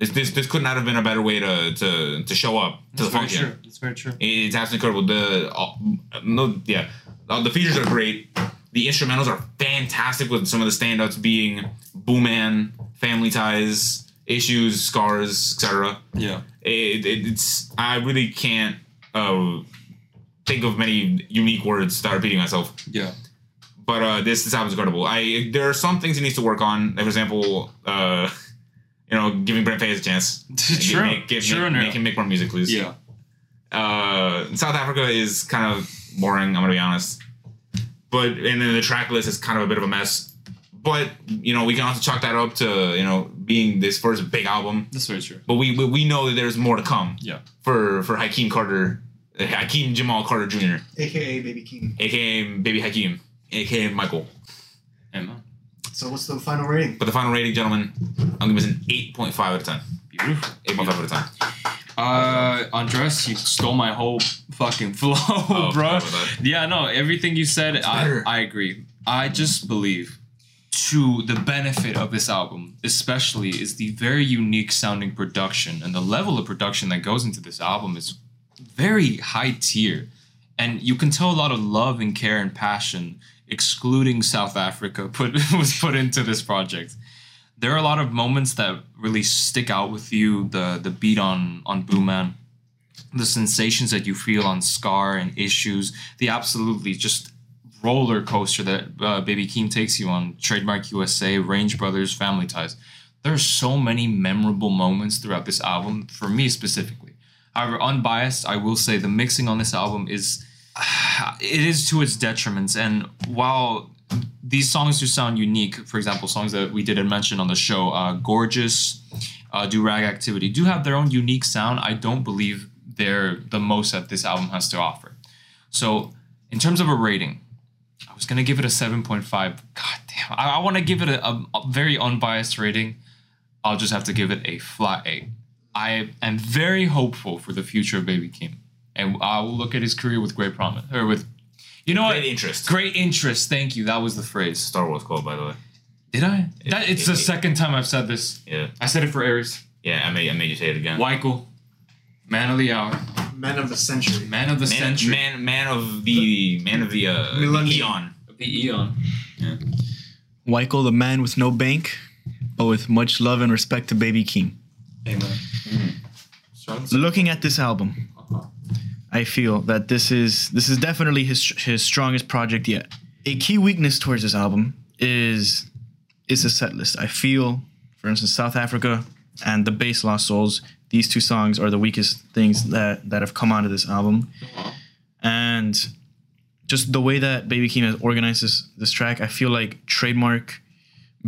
Speaker 4: This, this this could not have been a better way to to, to show up to the
Speaker 2: very
Speaker 4: funk game.
Speaker 2: true. It's very true.
Speaker 4: It's absolutely incredible. The all, no, yeah, Uh, the features are great. The instrumentals are fantastic, with some of the standouts being Boo Man, Family Ties, issues, scars, etc.
Speaker 2: Yeah.
Speaker 4: It, it, it's I really can't uh, think of many unique words without repeating myself.
Speaker 2: Yeah.
Speaker 4: But uh, this this album is incredible. I there are some things he needs to work on. Like for example, uh, you know, giving Brent Faye a chance.
Speaker 2: True.
Speaker 4: Make, give,
Speaker 2: True,
Speaker 4: make,
Speaker 2: no.
Speaker 4: make him make more music, please.
Speaker 2: Yeah.
Speaker 4: Uh, South Africa is kind of boring. I'm gonna be honest. But and then the track list is kind of a bit of a mess. But you know, we can also chalk that up to you know being this first big album.
Speaker 2: That's very true.
Speaker 4: But we we, we know that there's more to come
Speaker 2: Yeah.
Speaker 4: for for Hakeem Carter, eh, Hakeem Jamal Carter Jr.,
Speaker 3: AKA Baby King.
Speaker 4: aka Baby Hakeem, aka Michael.
Speaker 2: Emma.
Speaker 3: So what's the final rating?
Speaker 4: But the final rating, gentlemen, I'm giving this an 8.5 out of 10.
Speaker 2: Beautiful.
Speaker 4: 8.5 out of 10.
Speaker 2: Uh, Andres, you stole my whole fucking flow, Oh, bro.
Speaker 4: sorry about that.
Speaker 2: Yeah, no, everything you said, I,
Speaker 3: better.
Speaker 2: I agree. I just believe to the benefit of this album, especially, is the very unique sounding production and the level of production that goes into this album is very high tier. And you can tell a lot of love and care and passion, excluding South Africa, put was put into this project. There are a lot of moments that really stick out with you. The the beat on on Boo Man, the sensations that you feel on Scar and Issues, the absolutely just roller coaster that uh, Baby Keem takes you on, Trademark USA, Range Brothers, Family Ties. There are so many memorable moments throughout this album, for me specifically. However, unbiased, I will say the mixing on this album is it is to its detriments. And while these songs do sound unique, for example, songs that we didn't mention on the show, uh, Gorgeous, uh, Do Rag Activity, do have their own unique sound. I don't believe they're the most that this album has to offer. So, in terms of a rating, I was gonna give it a 7.5. God damn, I, I want to give it a, a- a very unbiased rating. I'll just have to give it a flat eight. I am very hopeful for the future of Baby Kim, and I will look at his career with great promise or with, you know what,
Speaker 4: Great interest.
Speaker 2: great interest. Thank you. That was the phrase.
Speaker 4: Star Wars quote, by the way.
Speaker 2: Did I? That, it's the
Speaker 4: it-
Speaker 2: second time I've said this.
Speaker 4: Yeah.
Speaker 2: I said it for Aries.
Speaker 4: Yeah, I made, I made you say it again.
Speaker 2: Weichel, man of the hour,
Speaker 3: Man of the century.
Speaker 2: man of the
Speaker 4: Man,
Speaker 2: century,
Speaker 4: man, man of the man of the uh,
Speaker 3: Millennium.
Speaker 4: eon.
Speaker 2: the eon.
Speaker 5: Weichel, the man with no bank, but with much love and respect to Baby Keem. Looking at this album, I feel that this is this is definitely his his strongest project yet. A key weakness towards this album is is the set list. I feel, for instance, South Africa and the bass Lost Souls. These two songs are the weakest things that that have come out of this album, and just the way that Baby Keem has organized this this track. I feel like trademark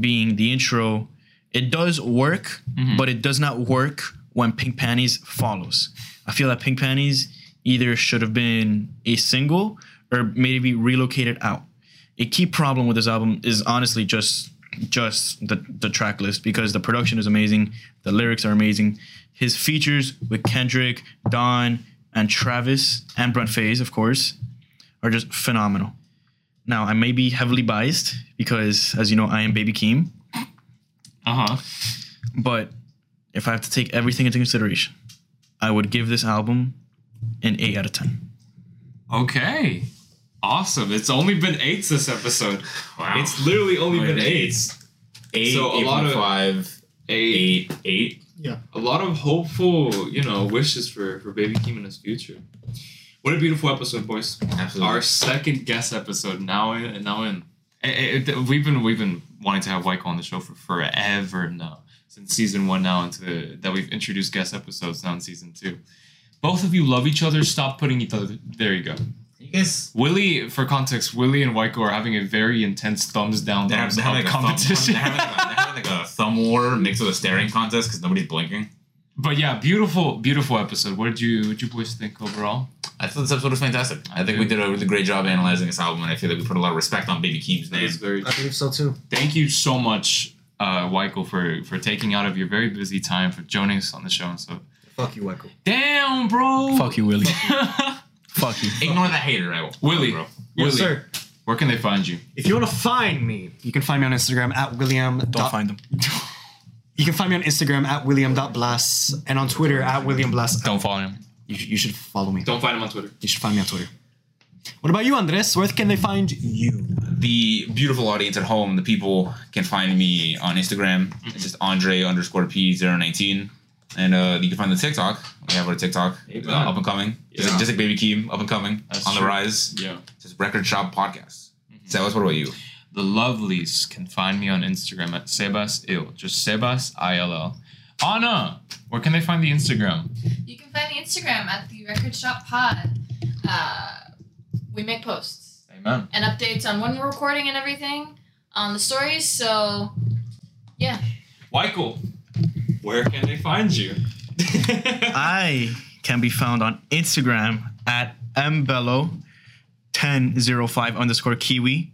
Speaker 5: being the intro, it does work, but it does not work when Pink Panties follows. I feel that Pink Panties either should have been a single or maybe relocated out. A key problem with this album is honestly just just the, the track list because the production is amazing, the lyrics are amazing. His features with Kendrick, Don, and Travis, and Brent Faze, of course, are just phenomenal. Now, I may be heavily biased because, as you know, I am Baby Keem,
Speaker 2: Uh huh.
Speaker 5: but if I have to take everything into consideration, I would give this album an 8 out of 10.
Speaker 2: Okay. Awesome. It's only been eights this episode.
Speaker 4: Wow.
Speaker 2: It's literally only
Speaker 4: Only
Speaker 2: been
Speaker 4: been
Speaker 2: eights.
Speaker 4: Eight,
Speaker 2: So a lot of-
Speaker 4: 8.5,
Speaker 2: Eight.
Speaker 4: eight, eight.
Speaker 2: A lot of hopeful, you know, wishes for, for Baby Keem in his future. What a beautiful episode, boys.
Speaker 4: Absolutely.
Speaker 2: Our second guest episode now in and now in. Eh, eh, eh, we've been we've been wanting to have Wyco on the show for forever now. Since season one now into that we've introduced guest episodes now in season two. Both of you love each other. Stop putting each other. There you go.
Speaker 4: You guys
Speaker 2: Willie, for context, Willie and Wyco are having a very intense thumbs down,
Speaker 4: they're,
Speaker 2: thumbs
Speaker 4: they're
Speaker 2: up
Speaker 4: having like a
Speaker 2: competition.
Speaker 4: competition. They're having, like a, they're having like a thumb war mixed with a staring contest because nobody's blinking.
Speaker 2: but yeah, beautiful, beautiful episode. What did you, what did you boys think overall?
Speaker 4: I thought this episode was fantastic. I think we did a really great job analyzing this album, and I feel that we put a lot of respect on Baby Keem's name.
Speaker 2: very.
Speaker 8: I believe so too.
Speaker 2: Thank you so much, uh, Weichel, for for taking out of your very busy time for joining us on the show. And so,
Speaker 8: Fuck you, Echo.
Speaker 2: damn, bro.
Speaker 5: Fuck you, Willie. Fuck you.
Speaker 4: Ignore that hater, I will.
Speaker 2: Willie.
Speaker 4: bro.
Speaker 2: Willie,
Speaker 8: Yes, sir.
Speaker 2: where can they find you?
Speaker 8: If you want to find me, you can find me on Instagram at William.
Speaker 5: Don't find them.
Speaker 8: You can find me on Instagram at William.Blas and on Twitter at William Blas.
Speaker 2: Don't follow him.
Speaker 8: You, sh- you should follow me.
Speaker 2: Don't find him on Twitter.
Speaker 8: You should find me on Twitter. What about you, Andres? Where can they find you?
Speaker 4: the beautiful audience at home, the people can find me on Instagram.
Speaker 2: Mm-hmm.
Speaker 4: It's just Andre underscore P019. And uh, you can find the TikTok. We have our TikTok uh,
Speaker 10: man.
Speaker 4: up and coming. Just,
Speaker 10: Yeah.
Speaker 4: like, just like Baby Keem, up and coming,
Speaker 2: That's
Speaker 4: on the
Speaker 2: true.
Speaker 4: rise.
Speaker 2: Yeah. Mm-hmm.
Speaker 4: Just Record Shop Podcast. So, what's what about you?
Speaker 2: The Lovelies can find me on Instagram at Sebas Ill. Just Sebas I L L. Anna, where can they find the Instagram?
Speaker 6: You can find the Instagram at the Record Shop Pod. Uh, we make posts
Speaker 2: Amen.
Speaker 6: and updates on when we're recording and everything on the stories. So
Speaker 2: Michael, where can they find you?
Speaker 5: I can be found on Instagram at mbello1005 underscore kiwi,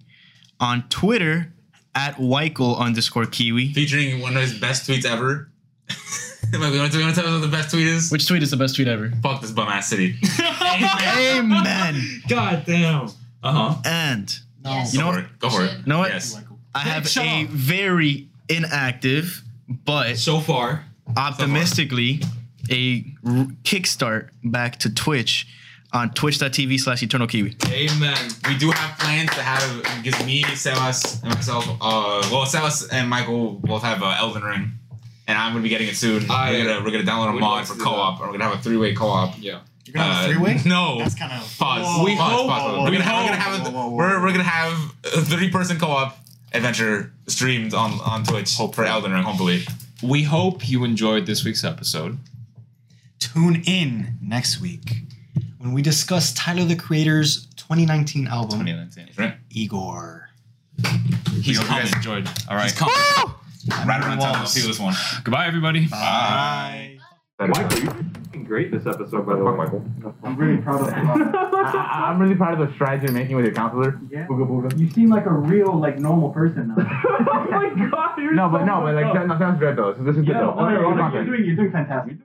Speaker 5: on Twitter at Weichel underscore kiwi.
Speaker 4: Featuring one of his best tweets ever. Michael, you want to tell us what the best tweet is?
Speaker 5: Which tweet is the best tweet ever?
Speaker 4: Fuck this bum ass city.
Speaker 5: Amen.
Speaker 4: God damn. Uh huh.
Speaker 5: And
Speaker 6: yes,
Speaker 5: You know
Speaker 4: Go for
Speaker 5: what?
Speaker 4: it. Go for it.
Speaker 5: You know what?
Speaker 4: Yes.
Speaker 5: I have a very inactive but
Speaker 10: So far,
Speaker 5: optimistically a r- kickstart back to Twitch on twitch.tv slash eternal kiwi.
Speaker 4: Amen. We do have plans to have because me, Sebas, and myself. Uh, well, Sebas and Michael both have uh, Elden Ring, and I'm gonna be getting it soon.
Speaker 10: I-
Speaker 4: we're, gonna, we're gonna download a
Speaker 10: We'd
Speaker 4: mod
Speaker 10: like to
Speaker 4: for
Speaker 10: do
Speaker 4: co-op, and we're gonna have a three-way co-op.
Speaker 10: yeah.
Speaker 8: You're gonna have a
Speaker 4: Uh,
Speaker 8: three-way?
Speaker 4: No.
Speaker 8: That's kind of
Speaker 4: Pause.
Speaker 8: Whoa.
Speaker 4: pause,
Speaker 13: hope-
Speaker 4: pause, pause.
Speaker 13: whoa,
Speaker 4: We're gonna
Speaker 13: whoa,
Speaker 4: have, we're gonna
Speaker 8: whoa,
Speaker 4: have a,
Speaker 8: whoa, whoa, whoa.
Speaker 4: We're, we're gonna have a three-person co-op adventure streamed on on Twitch for Elden Ring, hopefully.
Speaker 2: We hope you enjoyed this week's episode.
Speaker 8: Tune in next week when we discuss Tyler the Creator's 2019 album,
Speaker 4: Right?
Speaker 8: Igor.
Speaker 2: He's we hope you guys enjoyed. All right.
Speaker 4: Right around the time I'll see this one.
Speaker 2: Goodbye, everybody.
Speaker 8: Bye.
Speaker 10: Michael, you did great this episode, by the way. Michael.
Speaker 4: I'm really proud of. I, am really proud of the strides you're making with your counselor.
Speaker 14: Yeah.
Speaker 4: Booga booga.
Speaker 14: You seem like a real, like, normal person now.
Speaker 10: oh my god, you're
Speaker 4: No, but no, but like that, no, sounds great though. So this is good
Speaker 14: yeah,
Speaker 4: though.
Speaker 14: no,
Speaker 4: Okay,
Speaker 14: you're,
Speaker 4: good
Speaker 14: you're
Speaker 4: content.
Speaker 14: doing, you're doing fantastic.